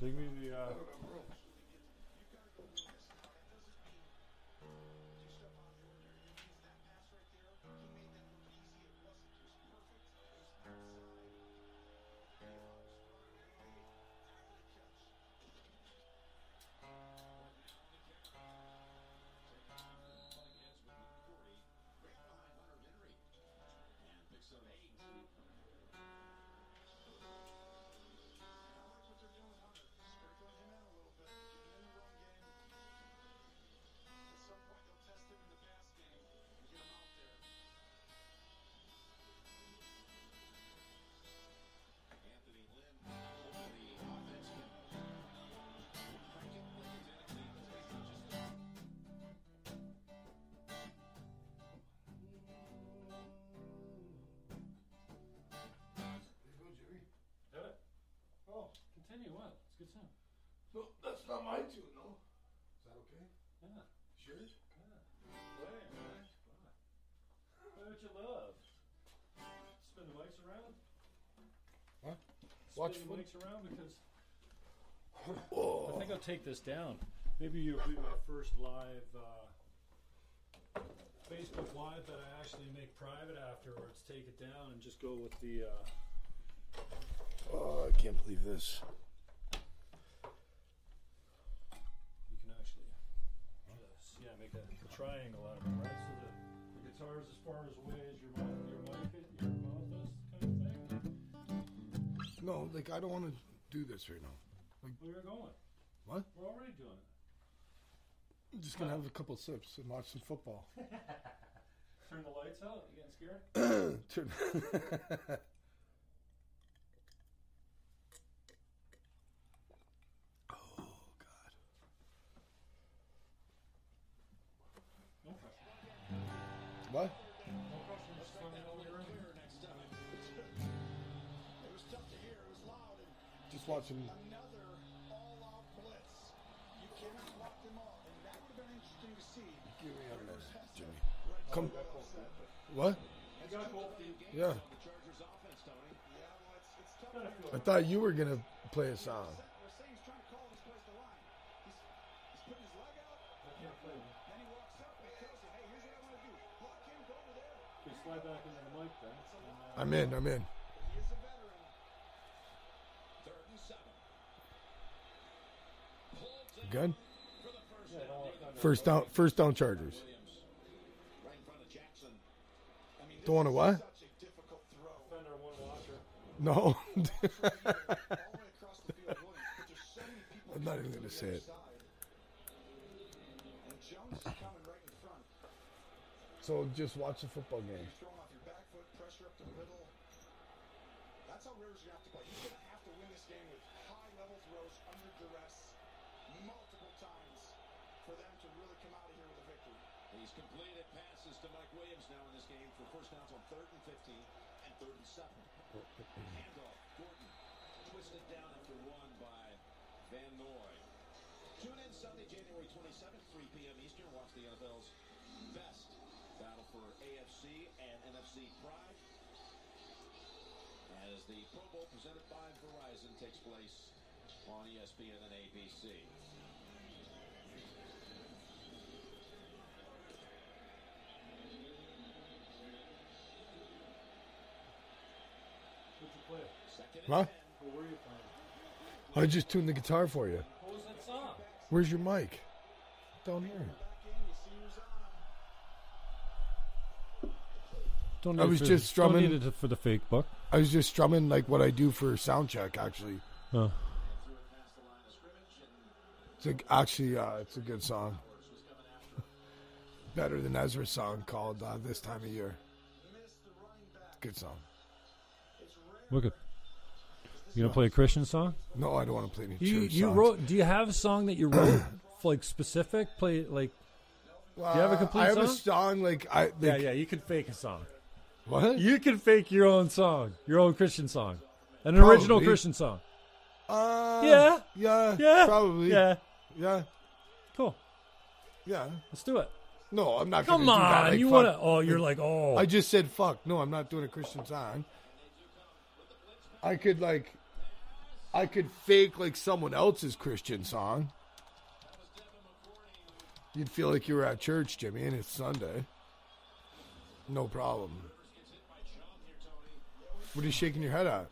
[SPEAKER 2] Give me the. Uh... good sound.
[SPEAKER 3] Oh. No, that's not my tune, no. Is that okay?
[SPEAKER 2] Yeah.
[SPEAKER 3] Sure.
[SPEAKER 2] What would you love? Spin the mics around?
[SPEAKER 3] Huh?
[SPEAKER 2] Spin
[SPEAKER 3] Watch
[SPEAKER 2] the
[SPEAKER 3] for-
[SPEAKER 2] mics around because I
[SPEAKER 3] Oh,
[SPEAKER 2] think I'll take this down. Maybe you'll be my first live uh, Facebook Live that I actually make private afterwards. Take it down and just go with the. Uh,
[SPEAKER 3] oh, I can't believe this.
[SPEAKER 2] you can actually. Just, yeah, make a, a triangle out of it, right? So the, the guitar is as far as away as your mouth, your mic, is- your mouth is, kind of thing.
[SPEAKER 3] No, like I don't want to do this right now.
[SPEAKER 2] We were going.
[SPEAKER 3] What?
[SPEAKER 2] We're already doing it.
[SPEAKER 3] I'm just gonna have a couple sips and watch some football.
[SPEAKER 2] Turn the lights out. You getting scared?
[SPEAKER 3] Turn- oh God.
[SPEAKER 2] No pressure. No
[SPEAKER 3] What?
[SPEAKER 2] pressure. Just find out what you're in.
[SPEAKER 6] It was tough to hear. It was loud. And
[SPEAKER 3] Just watching.
[SPEAKER 6] another all-out blitz. You cannot block them all. And that would have been interesting to see.
[SPEAKER 3] Give me a minute, Jimmy. Come. What?
[SPEAKER 2] You got both the
[SPEAKER 3] Yeah.
[SPEAKER 6] Yeah, well, it's, it's tough.
[SPEAKER 2] Gotta feel
[SPEAKER 3] I thought you were gonna play a song.
[SPEAKER 6] We're saying he's trying to call this place the line. He's, he's putting his leg out.
[SPEAKER 2] I can't play with it.
[SPEAKER 6] Then he walks up and tells you, hey, here's what I want to do. Block him, go over there.
[SPEAKER 2] Okay, slide back into the mic then. And, uh,
[SPEAKER 3] I'm in. I'm in.
[SPEAKER 6] He is a veteran. Third and seven.
[SPEAKER 3] Good.
[SPEAKER 2] yeah, don't want- no, no.
[SPEAKER 3] First down. First down. Chargers.
[SPEAKER 6] Right in front of Jackson. I mean,
[SPEAKER 3] Don't want to what?
[SPEAKER 6] such a difficult throw.
[SPEAKER 2] Defend our one blocker.
[SPEAKER 3] No.
[SPEAKER 6] All the way across the field, Williams, but there's so many people
[SPEAKER 3] I'm not even gonna say it.
[SPEAKER 6] side. And Jones is coming right in front.
[SPEAKER 3] So just watch the football game.
[SPEAKER 6] He's throwing off your back foot, pressure up the middle. That's how Rivers is going to have to play. He's going to have to win this game with high level throws under duress multiple times for them to really come out of here with a victory.
[SPEAKER 7] He's completed passes to Mike Williams now in this game for first downs on third and 15 and third and seven. Handoff, Gordon, twisted down after one by Van Noy. Tune in Sunday, January 27th, 3 p.m. Eastern. Watch the NFL's best battle for AFC and NFC Pride as the Pro Bowl presented by Verizon takes place on ESPN and ABC.
[SPEAKER 2] Who'd you play?
[SPEAKER 7] Second
[SPEAKER 3] Huh?
[SPEAKER 2] Who were you playing?
[SPEAKER 3] I just tuned the guitar for you.
[SPEAKER 2] What was that song?
[SPEAKER 3] Where's your mic? Down here.
[SPEAKER 2] Don't
[SPEAKER 3] I need was for- just don't need strumming.
[SPEAKER 2] for the fake book.
[SPEAKER 3] I was just strumming like what I do for sound check. Actually, it's like, actually uh, it's a good song. Better than Ezra's song called uh, "This Time of Year." Good song.
[SPEAKER 2] Look at. You gonna play a Christian song?
[SPEAKER 3] No, I don't want to play any
[SPEAKER 2] You
[SPEAKER 3] church
[SPEAKER 2] you
[SPEAKER 3] songs.
[SPEAKER 2] wrote? Do you have a song that you wrote like specific? Play like
[SPEAKER 3] Uh,
[SPEAKER 2] you have a complete
[SPEAKER 3] I have a
[SPEAKER 2] song?
[SPEAKER 3] song like I. Like,
[SPEAKER 2] yeah yeah. You can fake a song.
[SPEAKER 3] What?
[SPEAKER 2] You can fake your own song, your own Christian song, an original
[SPEAKER 3] Probably.
[SPEAKER 2] Christian song.
[SPEAKER 3] Uh,
[SPEAKER 2] Yeah.
[SPEAKER 3] Yeah.
[SPEAKER 2] Yeah,
[SPEAKER 3] Probably.
[SPEAKER 2] Yeah,
[SPEAKER 3] Yeah.
[SPEAKER 2] cool.
[SPEAKER 3] Yeah.
[SPEAKER 2] Let's do it.
[SPEAKER 3] No, I'm not.
[SPEAKER 2] Come
[SPEAKER 3] gonna do that.
[SPEAKER 2] on,
[SPEAKER 3] Like,
[SPEAKER 2] you
[SPEAKER 3] fuck.
[SPEAKER 2] want to? Oh, you're like oh.
[SPEAKER 3] I just said fuck. No, I'm not doing a Christian song. I could like, I could fake like someone else's Christian song. You'd feel like you were at church, Jimmy, and it's Sunday. No problem. What are you shaking your head at?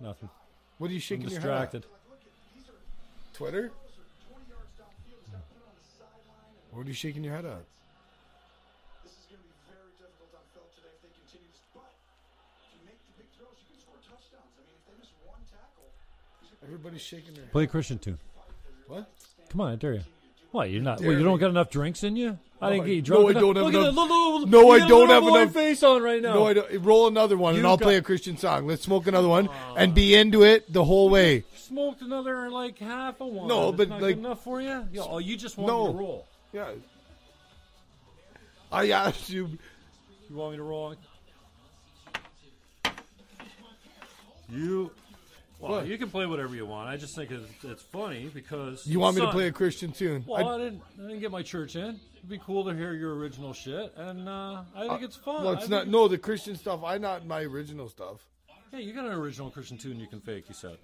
[SPEAKER 2] Nothing.
[SPEAKER 3] What are you
[SPEAKER 2] I'm
[SPEAKER 3] shaking your head at?
[SPEAKER 2] distracted.
[SPEAKER 3] Twitter? What are you shaking your head at?
[SPEAKER 6] This is going to be very difficult on Phil today if they continue this. But if you make the big throws, you can score touchdowns. I mean, if they miss one tackle,
[SPEAKER 3] Everybody's shaking their head.
[SPEAKER 2] Play a Christian tune.
[SPEAKER 3] What?
[SPEAKER 2] Come on, I dare you. What you're not? What,
[SPEAKER 3] dare
[SPEAKER 2] you don't
[SPEAKER 3] me.
[SPEAKER 2] got enough drinks in you? I
[SPEAKER 3] No,
[SPEAKER 2] didn't get
[SPEAKER 3] I-
[SPEAKER 2] you drunk.
[SPEAKER 3] no, I
[SPEAKER 2] enough.
[SPEAKER 3] don't have
[SPEAKER 2] Look
[SPEAKER 3] enough-
[SPEAKER 2] At the little,
[SPEAKER 3] No,
[SPEAKER 2] you
[SPEAKER 3] I
[SPEAKER 2] got a
[SPEAKER 3] don't
[SPEAKER 2] little
[SPEAKER 3] have
[SPEAKER 2] boy
[SPEAKER 3] enough-
[SPEAKER 2] face on right now.
[SPEAKER 3] No, I don't. Roll another one, and
[SPEAKER 2] You
[SPEAKER 3] I'll play a
[SPEAKER 2] got- Oh.
[SPEAKER 3] Christian song. Let's smoke another one and be into it the whole way.
[SPEAKER 2] smoked another like half a one.
[SPEAKER 3] No,
[SPEAKER 2] It's
[SPEAKER 3] but,
[SPEAKER 2] not
[SPEAKER 3] like-
[SPEAKER 2] good enough for you. Yo, oh, you just want me
[SPEAKER 3] No.
[SPEAKER 2] to roll.
[SPEAKER 3] Yeah. I asked you.
[SPEAKER 2] You want me to roll? You Well, you can play whatever you want. I just think it's, it's funny because
[SPEAKER 3] You want me to
[SPEAKER 2] son-
[SPEAKER 3] play a Christian tune?
[SPEAKER 2] Well, I, didn't. I didn't get my church in. It'd be cool to hear your original shit, and uh, I think it's fun.
[SPEAKER 3] well,
[SPEAKER 2] I
[SPEAKER 3] it's
[SPEAKER 2] think
[SPEAKER 3] not. No, the Christian stuff. I not my original stuff.
[SPEAKER 2] Hey, you got an original Christian tune you can fake. You said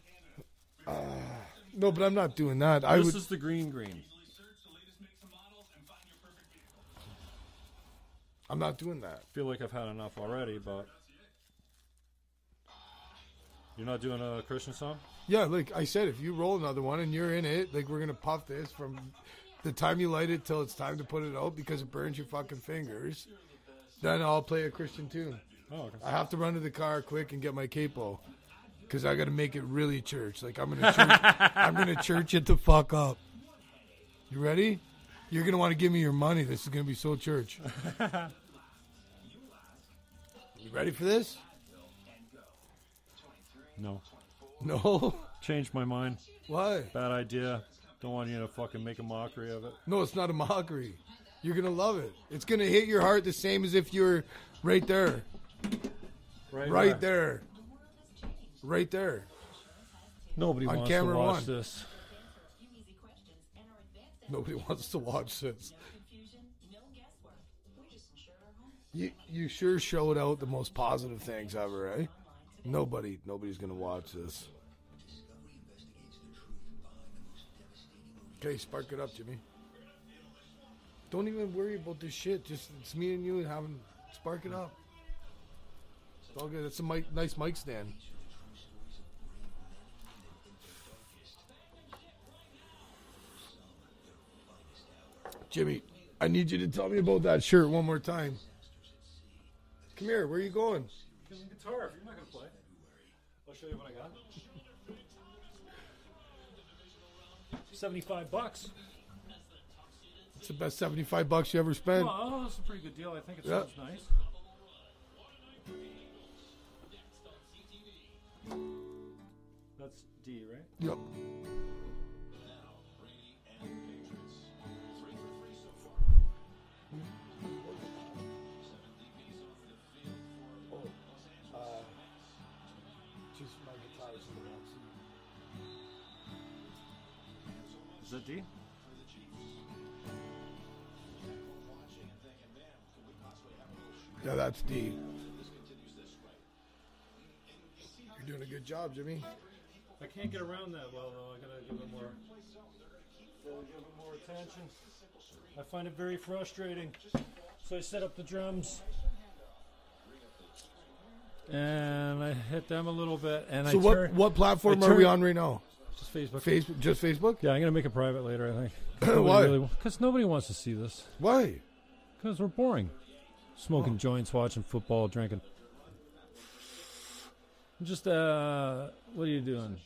[SPEAKER 3] No, but I'm not doing that. I
[SPEAKER 2] this
[SPEAKER 3] would.
[SPEAKER 2] is the green green.
[SPEAKER 3] I'm not doing that.
[SPEAKER 2] Feel like I've had enough already, but you're not doing a Christian song.
[SPEAKER 3] Yeah, like I said, if you roll another one and you're in it, like we're gonna puff this from the time you light it till it's time to put it out because it burns your fucking fingers. Then I'll play a Christian tune.
[SPEAKER 2] Oh, okay.
[SPEAKER 3] I have to run to the car quick and get my capo because I got to make it really church. Like I'm gonna, church, I'm gonna church it the fuck up. You ready? You're gonna want to give me your money. This is gonna be so church. you ready for this?
[SPEAKER 2] no,
[SPEAKER 3] No.
[SPEAKER 2] changed my mind.
[SPEAKER 3] Why?
[SPEAKER 2] Bad idea. Don't want you to fucking make a mockery of it.
[SPEAKER 3] No, it's not a mockery. You're gonna love it. It's gonna hit your heart the same as if you were right there,
[SPEAKER 2] Right,
[SPEAKER 3] right there, right there.
[SPEAKER 2] Nobody
[SPEAKER 3] On
[SPEAKER 2] wants
[SPEAKER 3] camera
[SPEAKER 2] to watch
[SPEAKER 3] one.
[SPEAKER 2] this.
[SPEAKER 3] Nobody wants to watch this. You you sure showed out the most positive things ever, eh? Nobody nobody's gonna watch this. Okay, spark it up, Jimmy. Don't even worry about this shit. Just it's me and you and having spark it up. It's all good. That's a mic, nice mic stand. Jimmy, I need you to tell me about that shirt one more time. Come here. Where are you going?
[SPEAKER 2] Give me guitar if you're not gonna play. I'll show you what I got. Seventy-five bucks.
[SPEAKER 3] It's the best seventy-five bucks you ever spent.
[SPEAKER 2] Well, that's a pretty good deal. I think it
[SPEAKER 3] Yeah.
[SPEAKER 2] sounds nice. That's D, right?
[SPEAKER 3] Yep.
[SPEAKER 2] Is that D?
[SPEAKER 3] Yeah, that's D. You're doing a good job, Jimmy.
[SPEAKER 2] I can't get around that well, though. I gotta give it more. Gotta give it more attention. I find it very frustrating. So I set up the drums. And I hit them a little bit, and
[SPEAKER 3] So
[SPEAKER 2] I
[SPEAKER 3] what
[SPEAKER 2] turn-
[SPEAKER 3] what platform
[SPEAKER 2] I
[SPEAKER 3] are we
[SPEAKER 2] turn-
[SPEAKER 3] on right now?
[SPEAKER 2] Just Facebook.
[SPEAKER 3] Facebook, just Facebook.
[SPEAKER 2] Yeah, I'm gonna make it private later. I think.
[SPEAKER 3] Why?
[SPEAKER 2] Because nobody wants to see this.
[SPEAKER 3] Why?
[SPEAKER 2] Because we're boring. Smoking
[SPEAKER 3] Oh.
[SPEAKER 2] joints, watching football, drinking. Just, uh, what are you doing?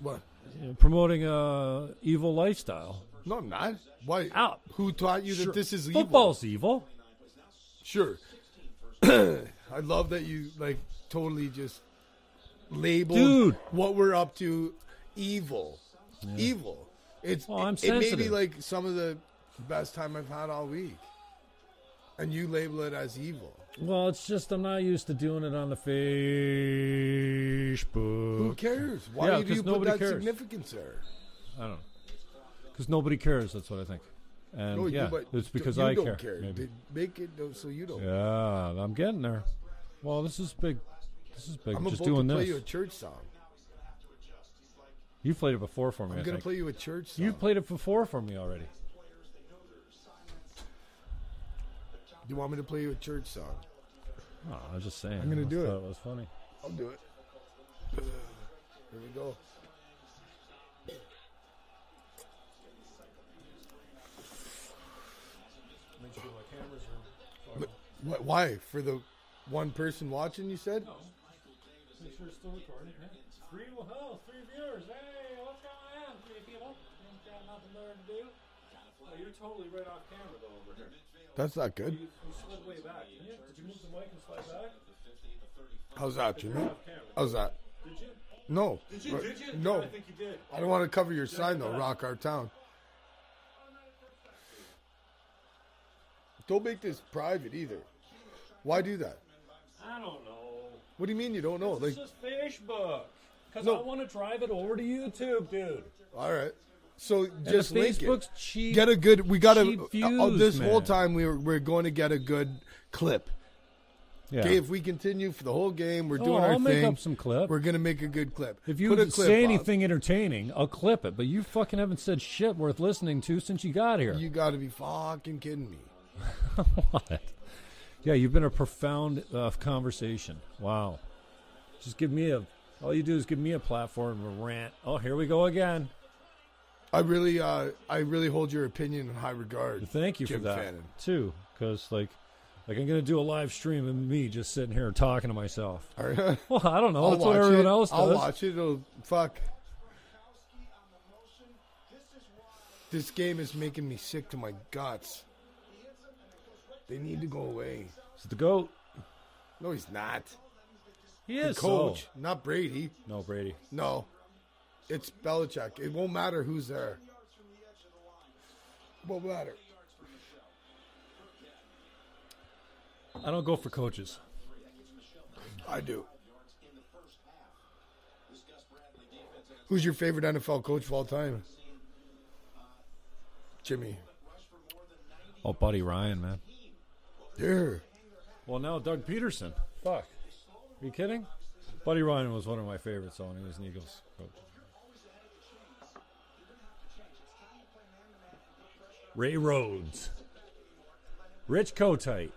[SPEAKER 3] What?
[SPEAKER 2] You know, promoting a evil lifestyle.
[SPEAKER 3] No, I'm not. Why?
[SPEAKER 2] Out.
[SPEAKER 3] Who taught you
[SPEAKER 2] Sure,
[SPEAKER 3] that this is evil?
[SPEAKER 2] Football's evil.
[SPEAKER 3] Sure. I love that you like totally just labeled
[SPEAKER 2] Dude.
[SPEAKER 3] what we're up to evil. Evil. It's
[SPEAKER 2] Well, I'm
[SPEAKER 3] it, it may be
[SPEAKER 2] sensitive.
[SPEAKER 3] like some of the best time I've had all week. And you label it as evil.
[SPEAKER 2] Well, it's just I'm not used to doing it on the
[SPEAKER 3] Who
[SPEAKER 2] Facebook.
[SPEAKER 3] cares? Why
[SPEAKER 2] Yeah,
[SPEAKER 3] do you
[SPEAKER 2] 'cause
[SPEAKER 3] put
[SPEAKER 2] nobody
[SPEAKER 3] that
[SPEAKER 2] cares.
[SPEAKER 3] significance there?
[SPEAKER 2] I don't know. Because nobody cares. That's what I think. And
[SPEAKER 3] No,
[SPEAKER 2] Um, yeah,
[SPEAKER 3] you, but
[SPEAKER 2] it's because
[SPEAKER 3] you
[SPEAKER 2] I
[SPEAKER 3] don't
[SPEAKER 2] care.
[SPEAKER 3] care.
[SPEAKER 2] maybe.
[SPEAKER 3] Did- Make it no- so you don't.
[SPEAKER 2] Yeah, I'm getting there. Well, this is big. This is big.
[SPEAKER 3] I'm
[SPEAKER 2] Just
[SPEAKER 3] about
[SPEAKER 2] doing
[SPEAKER 3] to play
[SPEAKER 2] this.
[SPEAKER 3] you a church song.
[SPEAKER 2] you played it before for me.
[SPEAKER 3] I'm
[SPEAKER 2] I
[SPEAKER 3] gonna
[SPEAKER 2] think.
[SPEAKER 3] play you a church song.
[SPEAKER 2] You played it before for me already.
[SPEAKER 3] do you want me to play you a church song?
[SPEAKER 2] Oh, I was just saying.
[SPEAKER 3] I'm gonna
[SPEAKER 2] I
[SPEAKER 3] do
[SPEAKER 2] thought
[SPEAKER 3] it.
[SPEAKER 2] It was funny.
[SPEAKER 3] I'll do it. Uh, Here we go. Wh- Why? For the one person watching, you said?
[SPEAKER 2] Make sure it's still recording. Three, oh, three viewers. Hey, what's going on, three people? Got nothing there to do. Oh, you're totally right off camera though over here.
[SPEAKER 3] That's not good.
[SPEAKER 2] You, you slid way back, didn't you? Did you move the mic and slide back?
[SPEAKER 3] How's that, Jimmy? How's that?
[SPEAKER 2] Did you?
[SPEAKER 3] No.
[SPEAKER 2] Did you?
[SPEAKER 3] Right.
[SPEAKER 2] Did you?
[SPEAKER 3] No.
[SPEAKER 2] I think you did.
[SPEAKER 3] I don't want to cover your sign, though. Rock our town. Don't make this private either. Why do that?
[SPEAKER 2] I don't know.
[SPEAKER 3] What do you mean you don't know? Oh, Like,
[SPEAKER 2] This is Facebook.
[SPEAKER 8] Because
[SPEAKER 9] No.
[SPEAKER 8] I want to drive it over to YouTube, dude.
[SPEAKER 9] All right. So
[SPEAKER 2] And
[SPEAKER 9] just
[SPEAKER 2] the
[SPEAKER 9] link
[SPEAKER 2] Facebook's
[SPEAKER 9] it.
[SPEAKER 2] cheap.
[SPEAKER 9] Get a good. We got
[SPEAKER 2] cheap
[SPEAKER 9] to.
[SPEAKER 2] views,
[SPEAKER 9] this whole
[SPEAKER 2] man.
[SPEAKER 9] time we were, we're going to get a good clip.
[SPEAKER 2] Yeah.
[SPEAKER 9] Okay, if we continue for the whole game, we're
[SPEAKER 2] Oh,
[SPEAKER 9] doing our
[SPEAKER 2] I'll make
[SPEAKER 9] thing.
[SPEAKER 2] up some clip.
[SPEAKER 9] We're gonna make a good clip.
[SPEAKER 2] If you
[SPEAKER 9] Put a clip
[SPEAKER 2] say
[SPEAKER 9] up.
[SPEAKER 2] anything entertaining, I'll clip it. But you fucking haven't said shit worth listening to since you got here.
[SPEAKER 9] you got to be fucking kidding me.
[SPEAKER 2] what? Yeah, you've been a profound uh, conversation. Wow. Just give me a. All you do is give me a platform to rant. Oh, here we go again.
[SPEAKER 9] I really, uh, I really hold your opinion in high regard.
[SPEAKER 2] Thank you
[SPEAKER 9] Jim
[SPEAKER 2] for that
[SPEAKER 9] Fannin.
[SPEAKER 2] too, because like, like I'm gonna do a live stream of me just sitting here talking to myself.
[SPEAKER 9] All right.
[SPEAKER 2] Well, I don't know.
[SPEAKER 9] I'll
[SPEAKER 2] Oh, That's what
[SPEAKER 9] watch
[SPEAKER 2] everyone
[SPEAKER 9] it.
[SPEAKER 2] else does.
[SPEAKER 9] I'll watch it. It'll fuck. This game is making me sick to my guts. They need to go away.
[SPEAKER 2] It's the goat.
[SPEAKER 9] No, he's not.
[SPEAKER 2] He
[SPEAKER 9] The
[SPEAKER 2] is
[SPEAKER 9] coach,
[SPEAKER 2] so-
[SPEAKER 9] not Brady.
[SPEAKER 2] Oh. No, Brady.
[SPEAKER 9] No, it's Belichick. It won't matter who's there. Won't matter.
[SPEAKER 2] I don't go for coaches.
[SPEAKER 9] I do. Who's your favorite NFL coach of all time? Jimmy.
[SPEAKER 2] Oh, Buddy Ryan, man.
[SPEAKER 9] Yeah.
[SPEAKER 2] Well, now Doug Peterson. Fuck. Are you kidding? Buddy Ryan was one of my favorites though, when he was an Eagles coach. Ray Rhodes. Rich Kotite.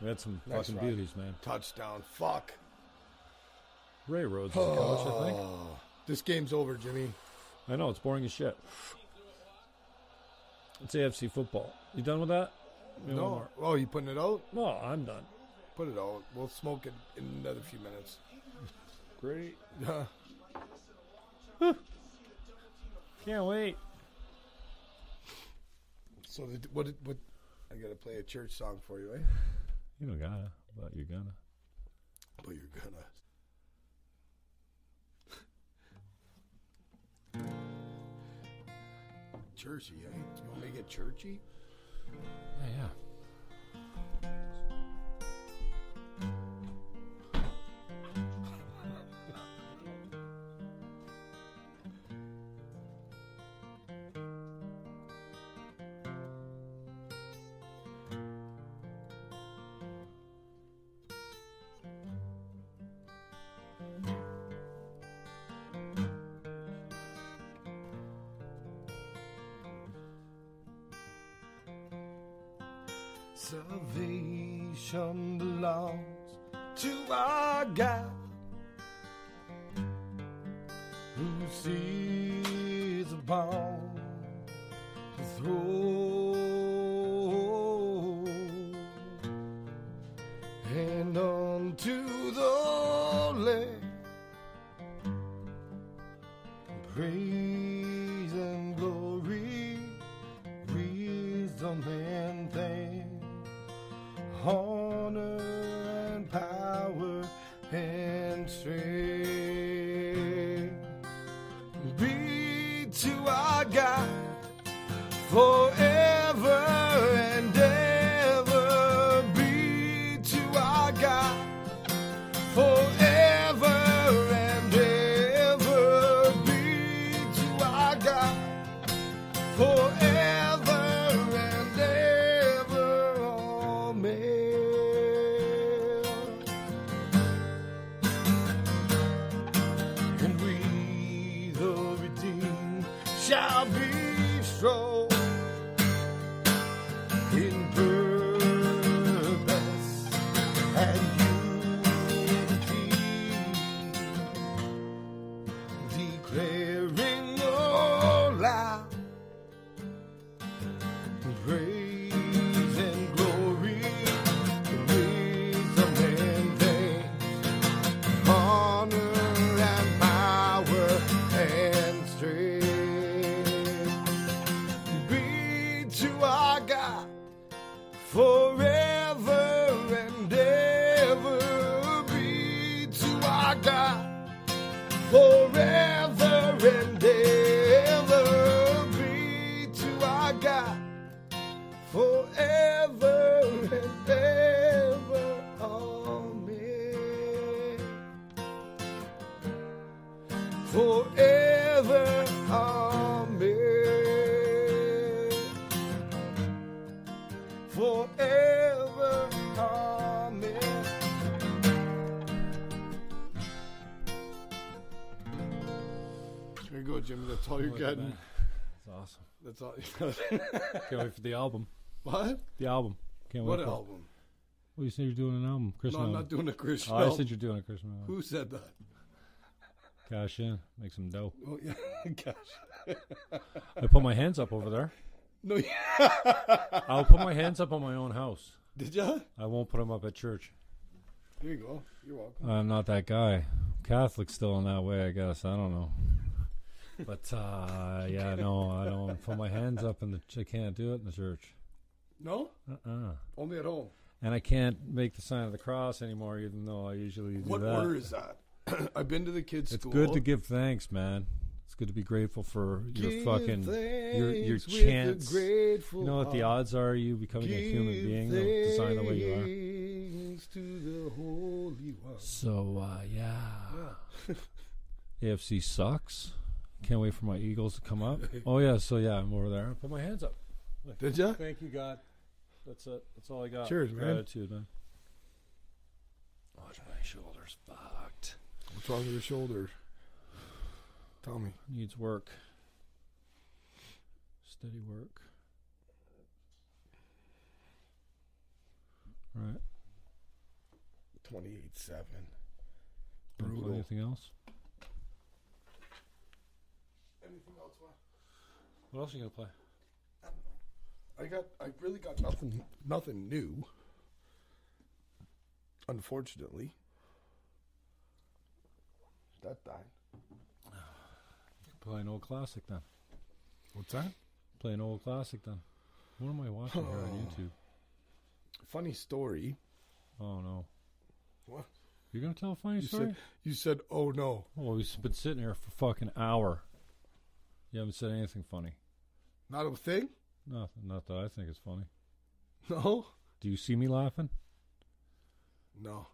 [SPEAKER 2] We had some
[SPEAKER 9] Nice
[SPEAKER 2] fucking
[SPEAKER 9] ride.
[SPEAKER 2] beauties, man.
[SPEAKER 9] Touchdown. Fuck.
[SPEAKER 2] Ray Rhodes was the coach, I think.
[SPEAKER 9] This game's over, Jimmy.
[SPEAKER 2] I know, it's boring as shit. It's AFC football. You done with that? Give me one
[SPEAKER 9] No.
[SPEAKER 2] more.
[SPEAKER 9] Oh, you putting it out?
[SPEAKER 2] No, I'm done.
[SPEAKER 9] Put it out. We'll smoke it in another few minutes.
[SPEAKER 2] Great.
[SPEAKER 9] Yeah.
[SPEAKER 2] Can't wait.
[SPEAKER 9] so the, what? did- What? I gotta play a church song for you, eh?
[SPEAKER 2] You don't gotta, but you're gonna.
[SPEAKER 9] But you're gonna. Churchy, eh? You want me to get churchy?
[SPEAKER 2] Yeah, yeah.
[SPEAKER 3] Salvation belongs to our God who sits upon the throne and unto the Lamb praise and glory, wisdom and thanks honor and power and strength be to our God forever and ever. Be to our God forever and ever. Be to our God forever and ever. Amen. And we, the redeemed, shall be strong in purpose and unity, declaring aloud praise and glory, wisdom and thanks, honor and power and strength
[SPEAKER 10] ever harm me.
[SPEAKER 3] There you go, Jimmy. That's all you're
[SPEAKER 2] Look at
[SPEAKER 3] getting.
[SPEAKER 2] That's awesome.
[SPEAKER 3] That's all.
[SPEAKER 2] Can't wait for the album.
[SPEAKER 3] what?
[SPEAKER 2] The album. Can't
[SPEAKER 3] What
[SPEAKER 2] wait for it.
[SPEAKER 3] album?
[SPEAKER 2] Well, you said you're doing an album. Chris
[SPEAKER 3] No, I'm not doing a Christian.
[SPEAKER 2] Oh, I
[SPEAKER 3] album.
[SPEAKER 2] said you're doing a Christmas album.
[SPEAKER 3] Who said that?
[SPEAKER 2] Cash in. Make some dough.
[SPEAKER 3] Oh, yeah. Gosh.
[SPEAKER 2] I put my hands up over there.
[SPEAKER 3] No, yeah.
[SPEAKER 2] I'll put my hands up on my own house.
[SPEAKER 3] Did ya?
[SPEAKER 2] I won't put them up at church.
[SPEAKER 3] Here you go. You're welcome.
[SPEAKER 2] I'm not that guy. Catholic still in that way, I guess. I don't know. But uh, yeah, no, I don't put my hands up in the. ch- I can't do it in the church.
[SPEAKER 3] No?
[SPEAKER 2] Uh-uh.
[SPEAKER 3] Only at home.
[SPEAKER 2] And I can't make the sign of the cross anymore, even though I usually do
[SPEAKER 3] What
[SPEAKER 2] that.
[SPEAKER 3] order is that? I've been to the kids'
[SPEAKER 2] It's
[SPEAKER 3] school.
[SPEAKER 2] good to give thanks, man. It's good to be grateful for your
[SPEAKER 3] Give
[SPEAKER 2] fucking your your
[SPEAKER 3] thanks with a
[SPEAKER 2] chance. You
[SPEAKER 3] grateful
[SPEAKER 2] know what the
[SPEAKER 3] heart.
[SPEAKER 2] odds are? You becoming a human
[SPEAKER 3] Give
[SPEAKER 2] being, the design the way you are.
[SPEAKER 3] thanks to the Holy One.
[SPEAKER 2] So uh, yeah, AFC sucks. Can't wait for my Eagles to come up. Oh yeah, so yeah, I'm over there. I put my hands up.
[SPEAKER 3] Did ya?
[SPEAKER 2] Thank you, God. That's it. That's all I got.
[SPEAKER 3] Cheers, man.
[SPEAKER 2] Gratitude, man. Watch my shoulders fucked.
[SPEAKER 3] What's wrong with your shoulder? Tell me.
[SPEAKER 2] Needs work. Steady work. Right.
[SPEAKER 3] 28 7.
[SPEAKER 2] Wanna play
[SPEAKER 3] Brutal.
[SPEAKER 2] Anything else?
[SPEAKER 3] Anything else, man?
[SPEAKER 2] What else are you gonna play?
[SPEAKER 3] I got. I really got nothing. Nothing new. Unfortunately. That died.
[SPEAKER 2] Play an old classic then.
[SPEAKER 3] What's that?
[SPEAKER 2] Play an old classic then. What am I watching here
[SPEAKER 3] Oh.
[SPEAKER 2] on YouTube?
[SPEAKER 3] Funny story.
[SPEAKER 2] Oh no.
[SPEAKER 3] What?
[SPEAKER 2] You're gonna tell a funny
[SPEAKER 3] You
[SPEAKER 2] story?
[SPEAKER 3] said. You said. Oh no.
[SPEAKER 2] Well, we've been sitting here for fucking hour. You haven't said anything funny.
[SPEAKER 3] Not a thing.
[SPEAKER 2] Nothing. Not that I think it's funny.
[SPEAKER 3] No.
[SPEAKER 2] Do you see me laughing?
[SPEAKER 3] No.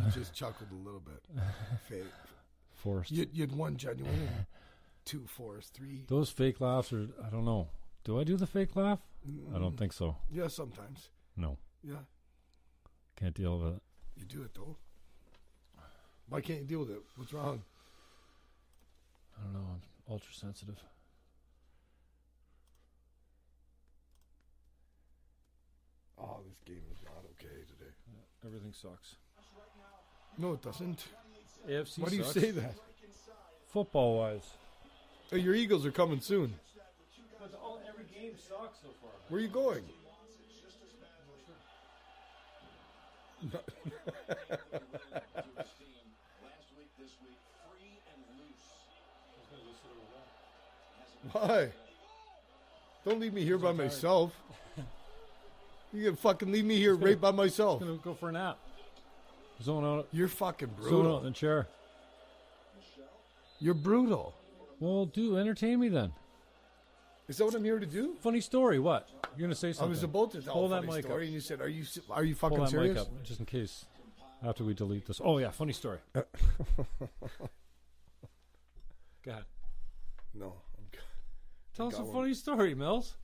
[SPEAKER 3] I just chuckled a little bit. Fake.
[SPEAKER 2] Forced.
[SPEAKER 3] You'd, you'd one genuine, two fours, three.
[SPEAKER 2] Those fake laughs are. I don't know. Do I do the fake laugh? I don't think so.
[SPEAKER 3] Yeah, sometimes.
[SPEAKER 2] No,
[SPEAKER 3] Yeah,
[SPEAKER 2] can't deal with it.
[SPEAKER 3] you do it though. Why can't you deal with it? What's wrong?
[SPEAKER 2] I don't know. I'm ultra sensitive.
[SPEAKER 3] Oh, this game is not okay today.
[SPEAKER 2] Everything sucks.
[SPEAKER 3] No, it doesn't.
[SPEAKER 2] AFC.
[SPEAKER 3] Why do you
[SPEAKER 2] sucks.
[SPEAKER 3] say that?
[SPEAKER 2] Football wise.
[SPEAKER 3] Hey, your Eagles are coming soon.
[SPEAKER 2] Every game sucks so far.
[SPEAKER 3] Where are you going?
[SPEAKER 7] Last week, this week, free and loose.
[SPEAKER 3] Why? Don't leave me here by myself. You can fucking leave me here right by myself.
[SPEAKER 2] gonna go for a nap. Zone out.
[SPEAKER 3] You're fucking
[SPEAKER 2] Zone out in
[SPEAKER 3] brutal.
[SPEAKER 2] the chair.
[SPEAKER 3] You're brutal.
[SPEAKER 2] Well, do entertain me then.
[SPEAKER 3] Is that what I'm here to do?
[SPEAKER 2] Funny story. What? You're gonna say
[SPEAKER 3] I
[SPEAKER 2] something?
[SPEAKER 3] Oh, was about to tell
[SPEAKER 2] Pull
[SPEAKER 3] a
[SPEAKER 2] that
[SPEAKER 3] funny
[SPEAKER 2] mic
[SPEAKER 3] story,
[SPEAKER 2] up.
[SPEAKER 3] and you said, "Are you se- are you fucking
[SPEAKER 2] Pull that
[SPEAKER 3] serious?"
[SPEAKER 2] mic up, just in case. After we delete this. Oh yeah, funny story. Go ahead.
[SPEAKER 3] No, I'm good.
[SPEAKER 2] Tell us a
[SPEAKER 3] got one.
[SPEAKER 2] funny story, Mills.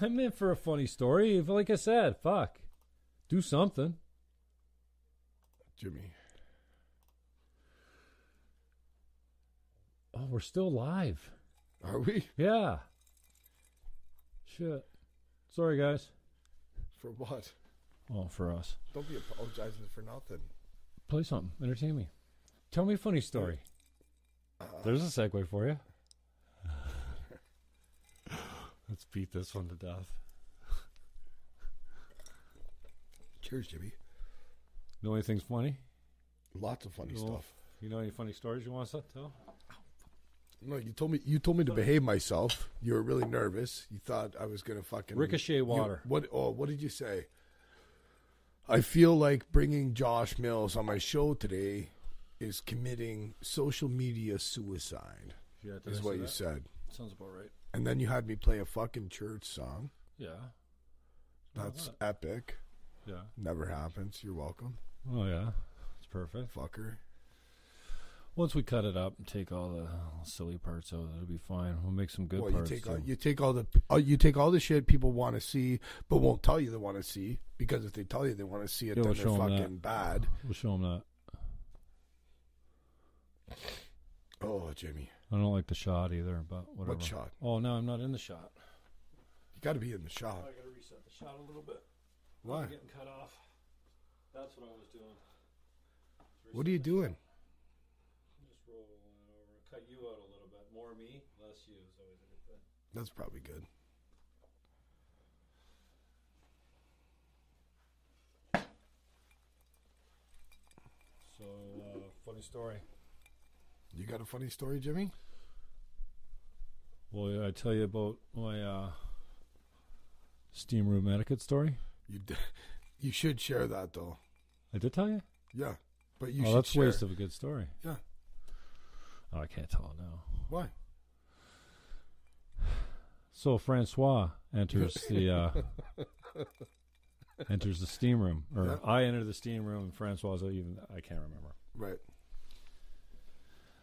[SPEAKER 2] I'm in for a funny story. If- Like I said, fuck. Do something.
[SPEAKER 3] Jimmy.
[SPEAKER 2] Oh, we're still live.
[SPEAKER 3] Are we
[SPEAKER 2] Yeah. Shit. Sorry, guys.
[SPEAKER 3] for what?
[SPEAKER 2] Oh, for us.
[SPEAKER 3] Don't be apologizing for nothing.
[SPEAKER 2] Play something. Entertain me. Tell me a funny story. There's a segue for you. Let's beat this one to death.
[SPEAKER 3] Cheers, Jimmy.
[SPEAKER 2] Know anything's funny?
[SPEAKER 3] Lots of funny
[SPEAKER 2] No.
[SPEAKER 3] stuff.
[SPEAKER 2] You know any funny stories you want us to tell?
[SPEAKER 3] No, you told me you told me to behave myself. You were really nervous. You thought I was gonna fucking
[SPEAKER 2] Ricochet
[SPEAKER 3] you-
[SPEAKER 2] water.
[SPEAKER 3] what? Oh, what did you say? I feel like bringing Josh Mills on my show today is committing social media suicide.
[SPEAKER 2] Yeah,
[SPEAKER 3] Is what you said.
[SPEAKER 2] Sounds about right.
[SPEAKER 3] And then you had me play a fucking church song.
[SPEAKER 2] Yeah.
[SPEAKER 3] That's epic.
[SPEAKER 2] Yeah.
[SPEAKER 3] Never happens. You're welcome,
[SPEAKER 2] Oh yeah. It's perfect.
[SPEAKER 3] fucker.
[SPEAKER 2] Once we cut it up and take all the silly parts out, it'll be fine. We'll make some good
[SPEAKER 3] Well, you
[SPEAKER 2] parts.
[SPEAKER 3] take
[SPEAKER 2] too.
[SPEAKER 3] all, you take all the uh, you take all the shit people want to see, but won't tell you they want to see because if they tell you they want to see it,
[SPEAKER 2] Yeah,
[SPEAKER 3] then
[SPEAKER 2] we'll
[SPEAKER 3] they're
[SPEAKER 2] show 'em that.
[SPEAKER 3] fucking bad.
[SPEAKER 2] We'll show them that.
[SPEAKER 3] Oh, Jimmy,
[SPEAKER 2] I don't like the shot either, but whatever.
[SPEAKER 3] shot?
[SPEAKER 2] Oh no, I'm not in the shot.
[SPEAKER 3] you got to be in the shot.
[SPEAKER 2] gotta reset the shot a little bit.
[SPEAKER 3] Why?
[SPEAKER 2] Getting cut off. That's what I was doing.
[SPEAKER 3] What are you doing?
[SPEAKER 2] Just rolling it over. Cut you out a little bit. More me, less you. Is always a good thing.
[SPEAKER 3] That's probably good.
[SPEAKER 2] So, uh, funny story.
[SPEAKER 3] You got a funny story, Jimmy?
[SPEAKER 2] Well, yeah, I tell you about my uh, steam room etiquette story.
[SPEAKER 3] You d- you should share that though.
[SPEAKER 2] I did tell you.
[SPEAKER 3] Yeah, but you
[SPEAKER 2] oh,
[SPEAKER 3] should
[SPEAKER 2] that's
[SPEAKER 3] share.
[SPEAKER 2] waste of a good story.
[SPEAKER 3] Yeah.
[SPEAKER 2] Oh, I can't tell it now.
[SPEAKER 3] Why?
[SPEAKER 2] So Francois enters the uh, enters the steam room, or
[SPEAKER 3] Yeah.
[SPEAKER 2] I enter the steam room, and Francois even I can't remember.
[SPEAKER 3] Right.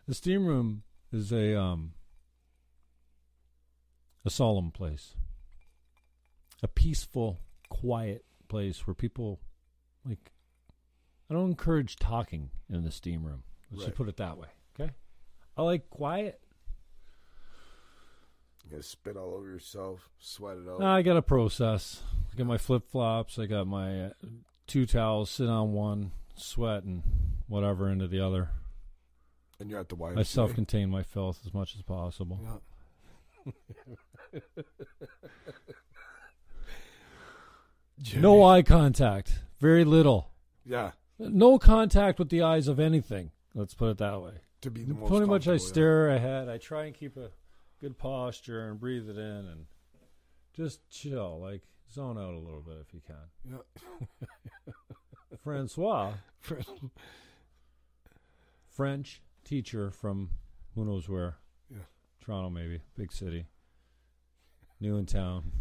[SPEAKER 2] The steam room is a um, a solemn place, a peaceful, quiet place where people like. I don't encourage talking in the steam room. Let's
[SPEAKER 3] Right.
[SPEAKER 2] just put it that way. Okay, I like quiet.
[SPEAKER 3] You're gonna spit all over yourself, sweat it out.
[SPEAKER 2] Nah, I got a process. I got my flip flops. I got my uh, two towels. Sit on one, sweat, and whatever into the other.
[SPEAKER 3] and you're at the YMCA.
[SPEAKER 2] I self contain my filth as much as possible.
[SPEAKER 3] Yeah. Jimmy.
[SPEAKER 2] No eye contact. Very little.
[SPEAKER 3] Yeah.
[SPEAKER 2] No contact with the eyes of anything. Let's put it that way.
[SPEAKER 3] To be the most
[SPEAKER 2] Pretty much, I
[SPEAKER 3] comfortable, yeah.
[SPEAKER 2] stare ahead. I try and keep a good posture and breathe it in and just chill. Like, zone out a little bit if you can.
[SPEAKER 3] Yeah.
[SPEAKER 2] Francois,
[SPEAKER 3] Fran-
[SPEAKER 2] French teacher from who knows where.
[SPEAKER 3] Yeah.
[SPEAKER 2] Toronto, maybe. Big city. New in town.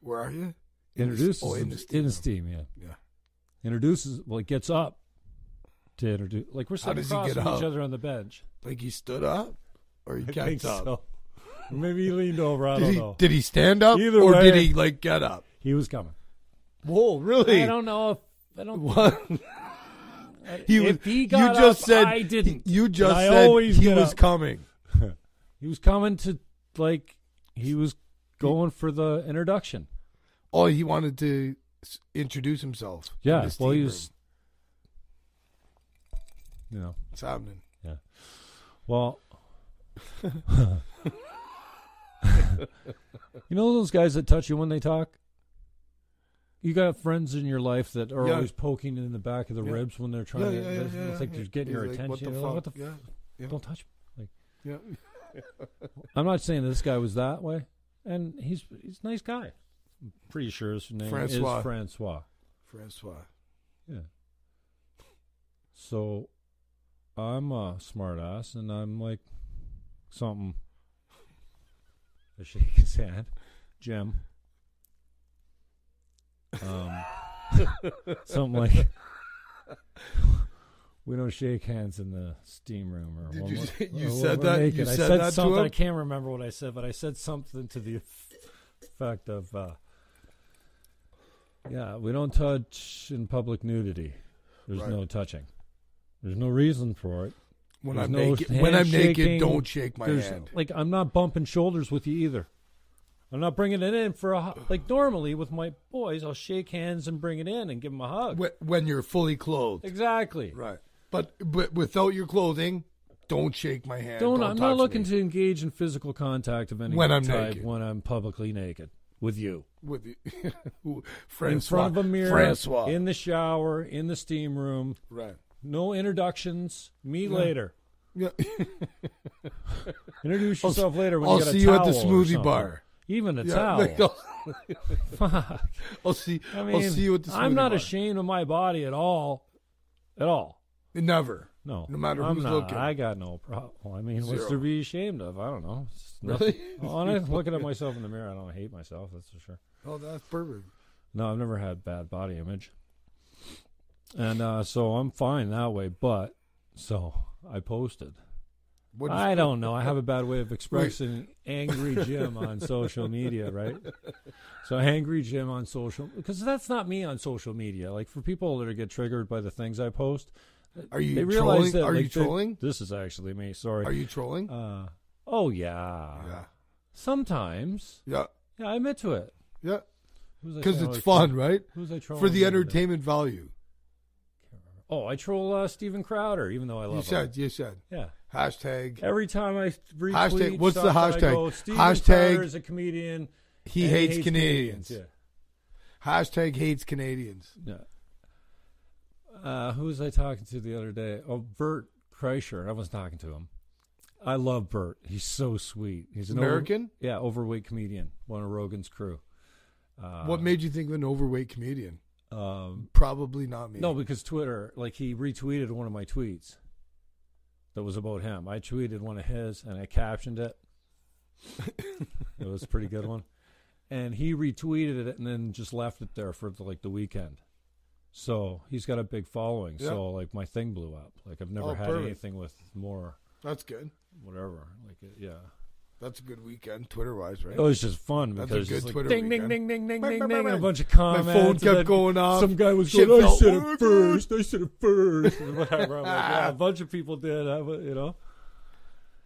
[SPEAKER 3] Where are you?
[SPEAKER 2] Introduces
[SPEAKER 3] oh, in
[SPEAKER 2] in,
[SPEAKER 3] the
[SPEAKER 2] in
[SPEAKER 3] steam
[SPEAKER 2] the steam, yeah.
[SPEAKER 3] Yeah.
[SPEAKER 2] introduces well it gets up to introduce like we're sitting
[SPEAKER 3] does he
[SPEAKER 2] across
[SPEAKER 3] get
[SPEAKER 2] from
[SPEAKER 3] up?
[SPEAKER 2] each other on the bench
[SPEAKER 3] Like he stood up, or he
[SPEAKER 2] I
[SPEAKER 3] got
[SPEAKER 2] think
[SPEAKER 3] up.
[SPEAKER 2] so. maybe he leaned over i
[SPEAKER 3] Did
[SPEAKER 2] don't
[SPEAKER 3] he,
[SPEAKER 2] know
[SPEAKER 3] did he stand up,
[SPEAKER 2] Either
[SPEAKER 3] or did
[SPEAKER 2] way.
[SPEAKER 3] he like get up?
[SPEAKER 2] he was coming
[SPEAKER 3] Whoa, really?
[SPEAKER 2] i don't know if i don't
[SPEAKER 3] What? He was,
[SPEAKER 2] if he got
[SPEAKER 3] you just
[SPEAKER 2] up,
[SPEAKER 3] said
[SPEAKER 2] i didn't
[SPEAKER 3] You
[SPEAKER 2] And
[SPEAKER 3] just
[SPEAKER 2] I
[SPEAKER 3] said
[SPEAKER 2] always
[SPEAKER 3] he
[SPEAKER 2] get
[SPEAKER 3] was
[SPEAKER 2] up.
[SPEAKER 3] coming.
[SPEAKER 2] he was coming to like he was going for the introduction
[SPEAKER 3] Oh, he wanted to s- introduce himself. in
[SPEAKER 2] yeah
[SPEAKER 3] this
[SPEAKER 2] well he
[SPEAKER 3] team
[SPEAKER 2] was
[SPEAKER 3] room.
[SPEAKER 2] you know
[SPEAKER 3] It's happening.
[SPEAKER 2] Well, you know those guys that touch you when they talk? You got friends in your life that are
[SPEAKER 3] Yeah.
[SPEAKER 2] always poking in the back of the
[SPEAKER 3] Yeah.
[SPEAKER 2] ribs when they're trying
[SPEAKER 3] yeah,
[SPEAKER 2] to
[SPEAKER 3] yeah,
[SPEAKER 2] they
[SPEAKER 3] yeah,
[SPEAKER 2] think
[SPEAKER 3] yeah.
[SPEAKER 2] they're getting
[SPEAKER 3] He's
[SPEAKER 2] your
[SPEAKER 3] like,
[SPEAKER 2] attention.
[SPEAKER 3] What the
[SPEAKER 2] You're
[SPEAKER 3] fuck?
[SPEAKER 2] like, what the f-
[SPEAKER 3] yeah, yeah.
[SPEAKER 2] Don't touch me. Like,
[SPEAKER 3] yeah.
[SPEAKER 2] I'm not saying this guy was that way, and he's he's a nice guy. I'm pretty sure his name
[SPEAKER 3] Francois.
[SPEAKER 2] is Francois.
[SPEAKER 3] Francois.
[SPEAKER 2] Yeah. So I'm a smart ass and I'm like something. I shake his hand. Jim. Um something like we don't shake hands in the steam room or
[SPEAKER 3] Did
[SPEAKER 2] we'll
[SPEAKER 3] you
[SPEAKER 2] look-
[SPEAKER 3] say- you
[SPEAKER 2] or we'll
[SPEAKER 3] said that?
[SPEAKER 2] make
[SPEAKER 3] You
[SPEAKER 2] it. I
[SPEAKER 3] said
[SPEAKER 2] said,
[SPEAKER 3] that to
[SPEAKER 2] something I
[SPEAKER 3] him?
[SPEAKER 2] can't remember what I said, but I said something to the effect of uh yeah, we don't touch in public nudity. There's
[SPEAKER 3] Right.
[SPEAKER 2] no touching. There's no reason for it.
[SPEAKER 3] When
[SPEAKER 2] There's
[SPEAKER 3] I'm
[SPEAKER 2] no
[SPEAKER 3] naked, when I'm naked,
[SPEAKER 2] handshaking.
[SPEAKER 3] don't shake my
[SPEAKER 2] There's-
[SPEAKER 3] hand.
[SPEAKER 2] Like I'm not bumping shoulders with you either. I'm not bringing it in for a hu- like normally with my boys. I'll shake hands and bring it in and give them a hug.
[SPEAKER 3] Wh- When you're fully clothed,
[SPEAKER 2] exactly.
[SPEAKER 3] right? But but without your clothing, don't shake my hand.
[SPEAKER 2] Don't,
[SPEAKER 3] Don't.
[SPEAKER 2] I'm not
[SPEAKER 3] touch
[SPEAKER 2] looking
[SPEAKER 3] me.
[SPEAKER 2] to engage in physical contact of any
[SPEAKER 3] When I'm
[SPEAKER 2] type
[SPEAKER 3] naked.
[SPEAKER 2] when I'm publicly naked with you
[SPEAKER 3] with the, Who-
[SPEAKER 2] in
[SPEAKER 3] Francois,
[SPEAKER 2] front of a mirror,
[SPEAKER 3] Francois.
[SPEAKER 2] in the shower, in the steam room.
[SPEAKER 3] right.
[SPEAKER 2] No introductions. Me later.
[SPEAKER 3] Yeah.
[SPEAKER 2] Introduce
[SPEAKER 3] I'll-
[SPEAKER 2] yourself later when
[SPEAKER 3] I'll
[SPEAKER 2] you got a
[SPEAKER 3] see you at the
[SPEAKER 2] towel or
[SPEAKER 3] smoothie
[SPEAKER 2] something.
[SPEAKER 3] bar.
[SPEAKER 2] Even a
[SPEAKER 3] yeah.
[SPEAKER 2] towel.
[SPEAKER 3] like, I'll,
[SPEAKER 2] Fuck.
[SPEAKER 3] I'll see.
[SPEAKER 2] I
[SPEAKER 3] I
[SPEAKER 2] mean,
[SPEAKER 3] will see you at the.
[SPEAKER 2] I'm
[SPEAKER 3] smoothie
[SPEAKER 2] not
[SPEAKER 3] bar.
[SPEAKER 2] ashamed of my body at all. At all.
[SPEAKER 3] Never.
[SPEAKER 2] No.
[SPEAKER 3] No matter
[SPEAKER 2] I'm
[SPEAKER 3] who's
[SPEAKER 2] not.
[SPEAKER 3] looking.
[SPEAKER 2] I got no problem. I mean, what's
[SPEAKER 3] Zero.
[SPEAKER 2] there to be ashamed of? I don't know. It's
[SPEAKER 3] Really?
[SPEAKER 2] nothing. Honest, looking at myself in the mirror, I don't hate myself, that's for sure.
[SPEAKER 3] Oh, that's perfect.
[SPEAKER 2] No, I've never had bad body image. And uh, so I'm fine that way, but so I posted.
[SPEAKER 3] What is-
[SPEAKER 2] I don't know. I have a bad way of expressing angry Jim on social media, right? So angry Jim on social because that's not me on social media. Like for people that get triggered by the things I post,
[SPEAKER 3] Are you
[SPEAKER 2] they realize
[SPEAKER 3] trolling?
[SPEAKER 2] that
[SPEAKER 3] Are you
[SPEAKER 2] like, they-
[SPEAKER 3] trolling?
[SPEAKER 2] This is actually me. Sorry.
[SPEAKER 3] Are you trolling?
[SPEAKER 2] Uh, oh yeah.
[SPEAKER 3] yeah.
[SPEAKER 2] Sometimes.
[SPEAKER 3] Yeah.
[SPEAKER 2] Yeah, I admit to it.
[SPEAKER 3] Yeah.
[SPEAKER 2] Who was I
[SPEAKER 3] Because
[SPEAKER 2] trolling?
[SPEAKER 3] it's fun, right?
[SPEAKER 2] Who was I trolling?
[SPEAKER 3] For the
[SPEAKER 2] the other day?
[SPEAKER 3] entertainment value.
[SPEAKER 2] Oh, I troll uh, Steven Crowder, even though I love
[SPEAKER 3] You said,
[SPEAKER 2] him.
[SPEAKER 3] you said.
[SPEAKER 2] Yeah.
[SPEAKER 3] Hashtag.
[SPEAKER 2] Every time I retweet,
[SPEAKER 3] Hashtag- what's the
[SPEAKER 2] something, I
[SPEAKER 3] hashtag?
[SPEAKER 2] go, Steven
[SPEAKER 3] Hashtag-
[SPEAKER 2] Crowder is a comedian.
[SPEAKER 3] He
[SPEAKER 2] and
[SPEAKER 3] hates Canadians.
[SPEAKER 2] Yeah.
[SPEAKER 3] Hashtag hates Canadians.
[SPEAKER 2] Yeah. Uh, who was I talking to the other day? Oh, Bert Kreischer. I was talking to him. I love Bert. He's so sweet. He's an over-
[SPEAKER 3] American?
[SPEAKER 2] yeah, overweight comedian. One of Rogan's crew. Uh,
[SPEAKER 3] what made you think of an overweight comedian?
[SPEAKER 2] Um,
[SPEAKER 3] Probably not me.
[SPEAKER 2] no, because Twitter, like he retweeted one of my tweets that was about him. I tweeted one of his and I captioned it. it was a pretty good one. And he retweeted it and then just left it there for like the weekend. So he's got a big following.
[SPEAKER 3] Yeah.
[SPEAKER 2] So like my thing blew up. Like I've never
[SPEAKER 3] Oh,
[SPEAKER 2] had
[SPEAKER 3] perfect.
[SPEAKER 2] anything with more
[SPEAKER 3] That's good.
[SPEAKER 2] whatever. Like it, yeah,
[SPEAKER 3] That's a good weekend, Twitter wise, right?
[SPEAKER 2] it was just fun
[SPEAKER 3] That's a
[SPEAKER 2] because
[SPEAKER 3] good
[SPEAKER 2] it's like
[SPEAKER 3] Twitter
[SPEAKER 2] ding, ding,
[SPEAKER 3] weekend.
[SPEAKER 2] ding, ding, ding,
[SPEAKER 3] Bang,
[SPEAKER 2] ding,
[SPEAKER 3] bang,
[SPEAKER 2] ding,
[SPEAKER 3] bang,
[SPEAKER 2] and a
[SPEAKER 3] bang.
[SPEAKER 2] bunch of
[SPEAKER 3] phone
[SPEAKER 2] comments. and
[SPEAKER 3] kept
[SPEAKER 2] then
[SPEAKER 3] going off.
[SPEAKER 2] Some guy was
[SPEAKER 3] Shit
[SPEAKER 2] going, "I
[SPEAKER 3] felt
[SPEAKER 2] said it
[SPEAKER 3] working."
[SPEAKER 2] first. I said it first. and whatever. I'm like, yeah, a bunch of people did. I, wa- you know,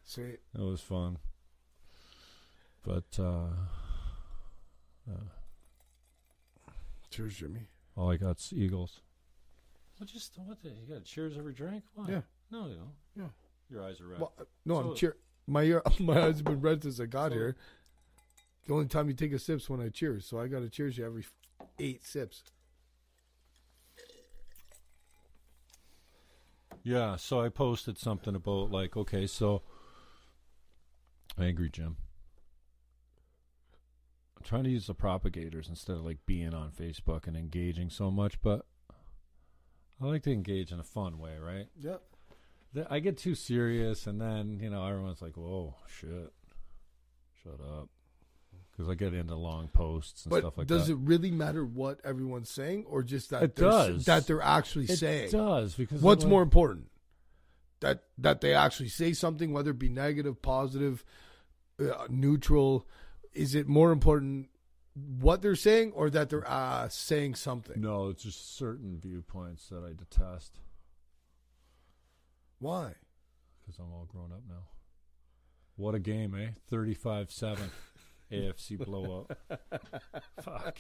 [SPEAKER 3] Sweet.
[SPEAKER 2] it was fun. But uh,
[SPEAKER 3] Cheers, Jimmy.
[SPEAKER 2] all I got's Eagles. Well, just what the, you got? Cheers every drink? Why?
[SPEAKER 3] Yeah.
[SPEAKER 2] No, you don't.
[SPEAKER 3] Yeah.
[SPEAKER 2] Your eyes are red.
[SPEAKER 3] Well, uh, no,
[SPEAKER 2] So-
[SPEAKER 3] I'm cheer. My ear, my eyes have been red since I got here. The only time you take a sip's when I cheers, so I got to cheers you every f- eight sips.
[SPEAKER 2] Yeah, so I posted something about like, okay, so angry Jim. I'm trying to use the propagators instead of like being on Facebook and engaging so much, but I like to engage in a fun way, right?
[SPEAKER 3] Yeah.
[SPEAKER 2] Th- I get too serious, and then you know everyone's like, "Whoa, shit, shut up," because I get into long posts and
[SPEAKER 3] But
[SPEAKER 2] stuff like
[SPEAKER 3] does
[SPEAKER 2] that.
[SPEAKER 3] it really matter what everyone's saying, or just that
[SPEAKER 2] It
[SPEAKER 3] they're, s-
[SPEAKER 2] does.
[SPEAKER 3] that they're actually
[SPEAKER 2] it
[SPEAKER 3] saying?
[SPEAKER 2] does because
[SPEAKER 3] What's
[SPEAKER 2] like-
[SPEAKER 3] more important? That that they actually say something, whether it be negative, positive, uh, neutral. Is it more important what they're saying, or that they're uh, saying something?
[SPEAKER 2] No, it's just certain viewpoints that I detest
[SPEAKER 3] Why?
[SPEAKER 2] because I'm all grown up now. What a game, eh? Thirty-five-seven, AFC blowout. Fuck.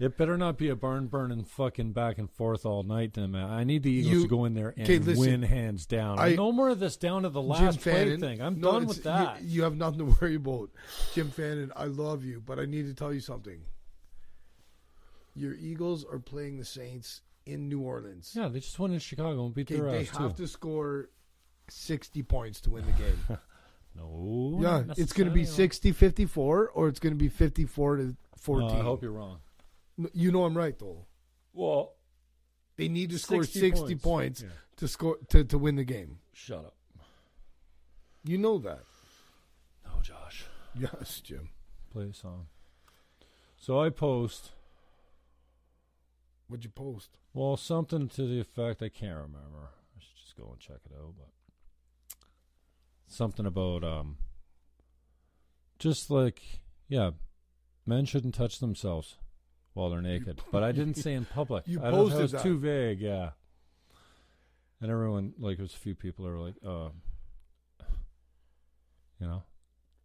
[SPEAKER 2] It better not be a barn burning fucking back and forth all night, then, man. I need the Eagles
[SPEAKER 3] You-
[SPEAKER 2] to go in there and
[SPEAKER 3] Okay, listen.
[SPEAKER 2] win hands down.
[SPEAKER 3] I-
[SPEAKER 2] no more of this down to the last
[SPEAKER 3] Jim
[SPEAKER 2] play
[SPEAKER 3] Fannin.
[SPEAKER 2] thing. I'm
[SPEAKER 3] No,
[SPEAKER 2] done
[SPEAKER 3] it's-
[SPEAKER 2] with that.
[SPEAKER 3] You, you have nothing to worry about. Jim Fannin, I love you, but I need to tell you something. Your Eagles are playing the Saints in New Orleans.
[SPEAKER 2] yeah, they just won in Chicago and beat
[SPEAKER 3] Okay,
[SPEAKER 2] their
[SPEAKER 3] they
[SPEAKER 2] ass
[SPEAKER 3] have
[SPEAKER 2] too.
[SPEAKER 3] to score 60 points to win the game.
[SPEAKER 2] no,
[SPEAKER 3] yeah,
[SPEAKER 2] not
[SPEAKER 3] it's going to be
[SPEAKER 2] necessarily.
[SPEAKER 3] 60 54 or it's going to be 54 to 14.
[SPEAKER 2] Oh, I hope you're wrong.
[SPEAKER 3] You know I'm right though.
[SPEAKER 2] Well,
[SPEAKER 3] They need to score
[SPEAKER 2] 60
[SPEAKER 3] 60,
[SPEAKER 2] points.
[SPEAKER 3] points,
[SPEAKER 2] Yeah.
[SPEAKER 3] to score to, to win the game.
[SPEAKER 2] shut up.
[SPEAKER 3] You know that.
[SPEAKER 2] No, Josh.
[SPEAKER 3] Yes, Jim.
[SPEAKER 2] Play a song. So I post.
[SPEAKER 3] What'd you post?
[SPEAKER 2] Well, something to the effect I can't remember. I should just go and check it out, but something about um just like yeah, men shouldn't touch themselves while they're naked. But I didn't say in public.
[SPEAKER 3] You
[SPEAKER 2] I don't know,
[SPEAKER 3] posted
[SPEAKER 2] it was
[SPEAKER 3] that.
[SPEAKER 2] too vague, yeah. And everyone like there's a few people that were like, uh you know.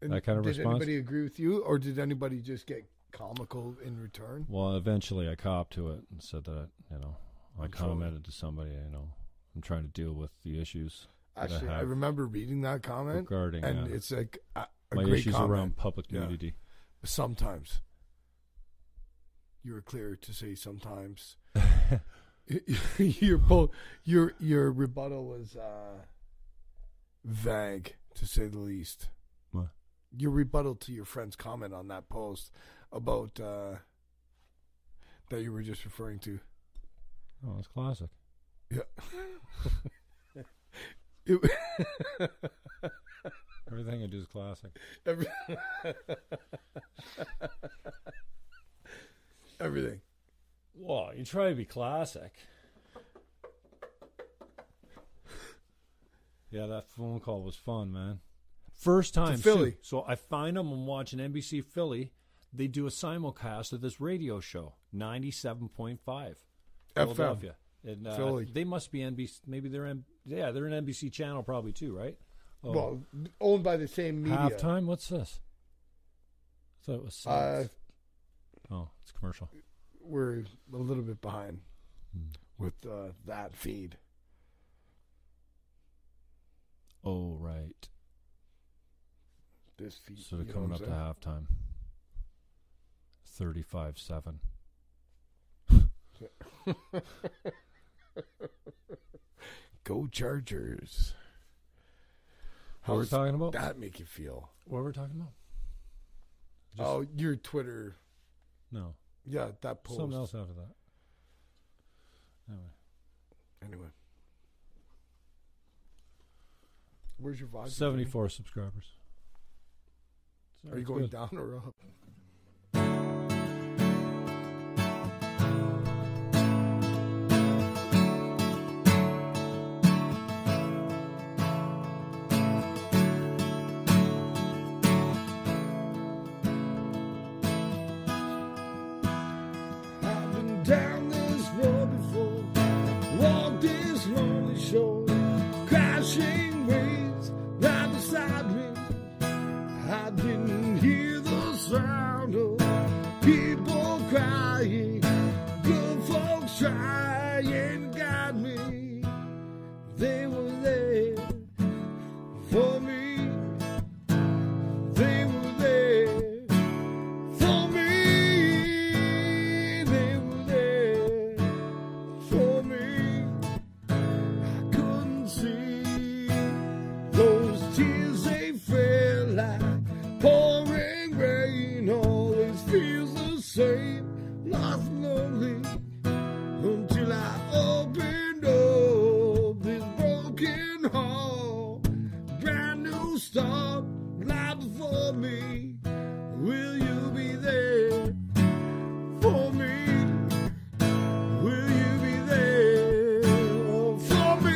[SPEAKER 3] And
[SPEAKER 2] That kind of
[SPEAKER 3] did
[SPEAKER 2] response?
[SPEAKER 3] anybody agree with you, or did anybody just get comical in return?
[SPEAKER 2] Well, eventually I copped to it and said that, you know, I
[SPEAKER 3] I'm trolling.
[SPEAKER 2] commented to somebody, you know, I'm trying to deal with the issues. that
[SPEAKER 3] Actually, I
[SPEAKER 2] have.
[SPEAKER 3] remember reading that comment,
[SPEAKER 2] regarding,
[SPEAKER 3] and
[SPEAKER 2] uh,
[SPEAKER 3] it's like a, a
[SPEAKER 2] my
[SPEAKER 3] great
[SPEAKER 2] issues
[SPEAKER 3] comment.
[SPEAKER 2] around public
[SPEAKER 3] Yeah.
[SPEAKER 2] nudity.
[SPEAKER 3] Sometimes you were clear to say sometimes. your both your your rebuttal was uh, vague, to say the least.
[SPEAKER 2] What?
[SPEAKER 3] Your rebuttal to your friend's comment on that post about uh, that you were just referring to.
[SPEAKER 2] Oh, it's classic.
[SPEAKER 3] Yeah. It-
[SPEAKER 2] Everything I do is classic.
[SPEAKER 3] every- everything.
[SPEAKER 2] Well, you try to be classic. Yeah, that phone call was fun, man. First time
[SPEAKER 3] Philly.
[SPEAKER 2] too. So I find them. I'm watching NBC Philly. They do a simulcast of this radio show, ninety-seven point five,
[SPEAKER 3] FM.
[SPEAKER 2] Philadelphia. And, uh,
[SPEAKER 3] Philly.
[SPEAKER 2] They must be NBC. Maybe they're in. Yeah, they're an NBC channel probably too, right? Oh,
[SPEAKER 3] Well, owned by the same media.
[SPEAKER 2] halftime. What's this? I thought it was.
[SPEAKER 3] Uh,
[SPEAKER 2] Sonics. oh, it's commercial.
[SPEAKER 3] we're a little bit behind with uh, that feed.
[SPEAKER 2] Oh, right.
[SPEAKER 3] This feed.
[SPEAKER 2] So they're
[SPEAKER 3] you know
[SPEAKER 2] coming
[SPEAKER 3] what
[SPEAKER 2] up
[SPEAKER 3] I'm
[SPEAKER 2] to
[SPEAKER 3] saying?
[SPEAKER 2] halftime. Thirty-five-seven.
[SPEAKER 3] Go Chargers.
[SPEAKER 2] What we're
[SPEAKER 3] How's
[SPEAKER 2] talking about?
[SPEAKER 3] that make you feel?
[SPEAKER 2] What were we talking about? Just-
[SPEAKER 3] oh, your Twitter.
[SPEAKER 2] No,
[SPEAKER 3] Yeah, that post.
[SPEAKER 2] something else after that. Anyway.
[SPEAKER 3] Anyway. Where's your vodka?
[SPEAKER 2] 74 subscribers.
[SPEAKER 3] Are you going down or up? I've been down this road before, walked this lonely shore, crashing waves right beside me. I didn't hear the sound of people crying, good folks trying to guide me. They were there for me. They were there for me. They were there for me. I couldn't see those tears. They fell like pouring rain. Always feels the same. Lost lonely until I opened up this broken heart. Brand new start, life before me. Will you be there for me? Will you be there Oh, for me?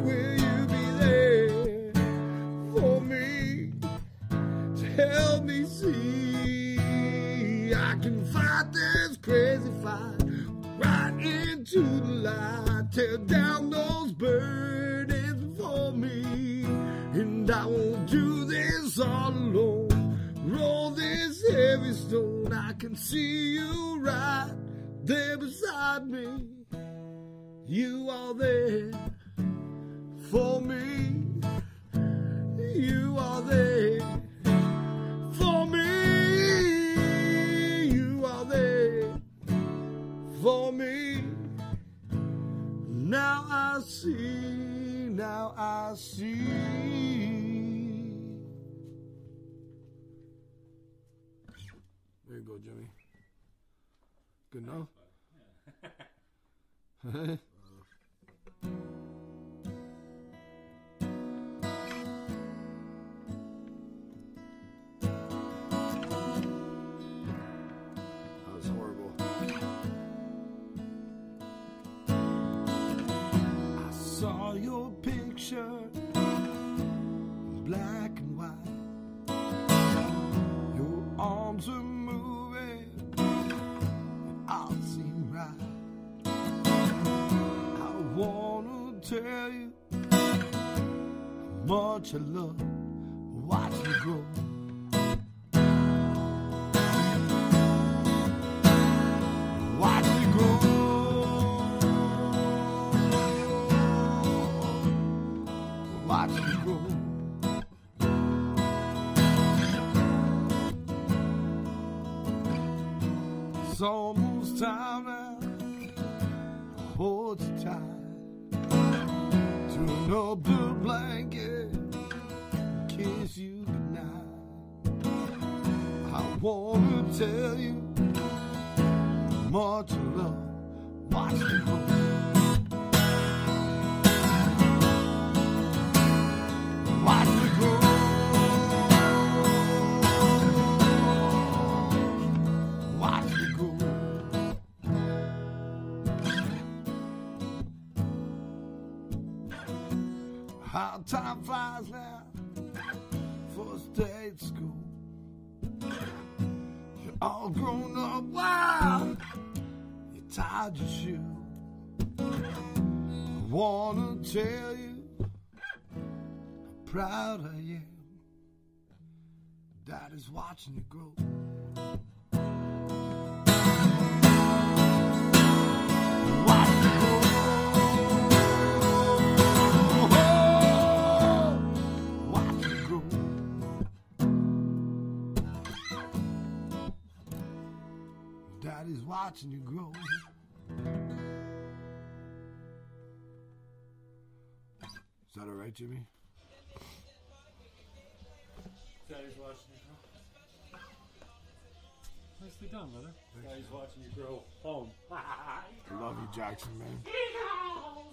[SPEAKER 3] Will you be there for me to help me see? I can fight this crazy fight right into the light, tear down those burdens for me, and I won't do this all alone. Roll this heavy stone, I can see you right there beside me. You are there for me. You are there for me. You are there for me. Now I see, now I see. There you go, Jimmy. Good enough? that was horrible. I saw your picture, black and white. Your arms are moving, it all seemed right. I wanna tell you how much I love watching you grow. Watch you grow. Watch you grow. It's almost time now. to Hold you tight. Turn up the blanket. and Kiss you goodnight. I wanna tell you more to love. Watch me grow. Watch me grow. Watch me grow. How time flies now. First day at school. You're all grown up. Wow. You tied your shoe. I wanna tell you how proud I am. Dad is watching you grow. Daddy's watching you grow. Is that all right, Jimmy?
[SPEAKER 11] Daddy's watching you grow. Nicely done, brother. Daddy's watching you grow home.
[SPEAKER 3] I love you, Jackson, man.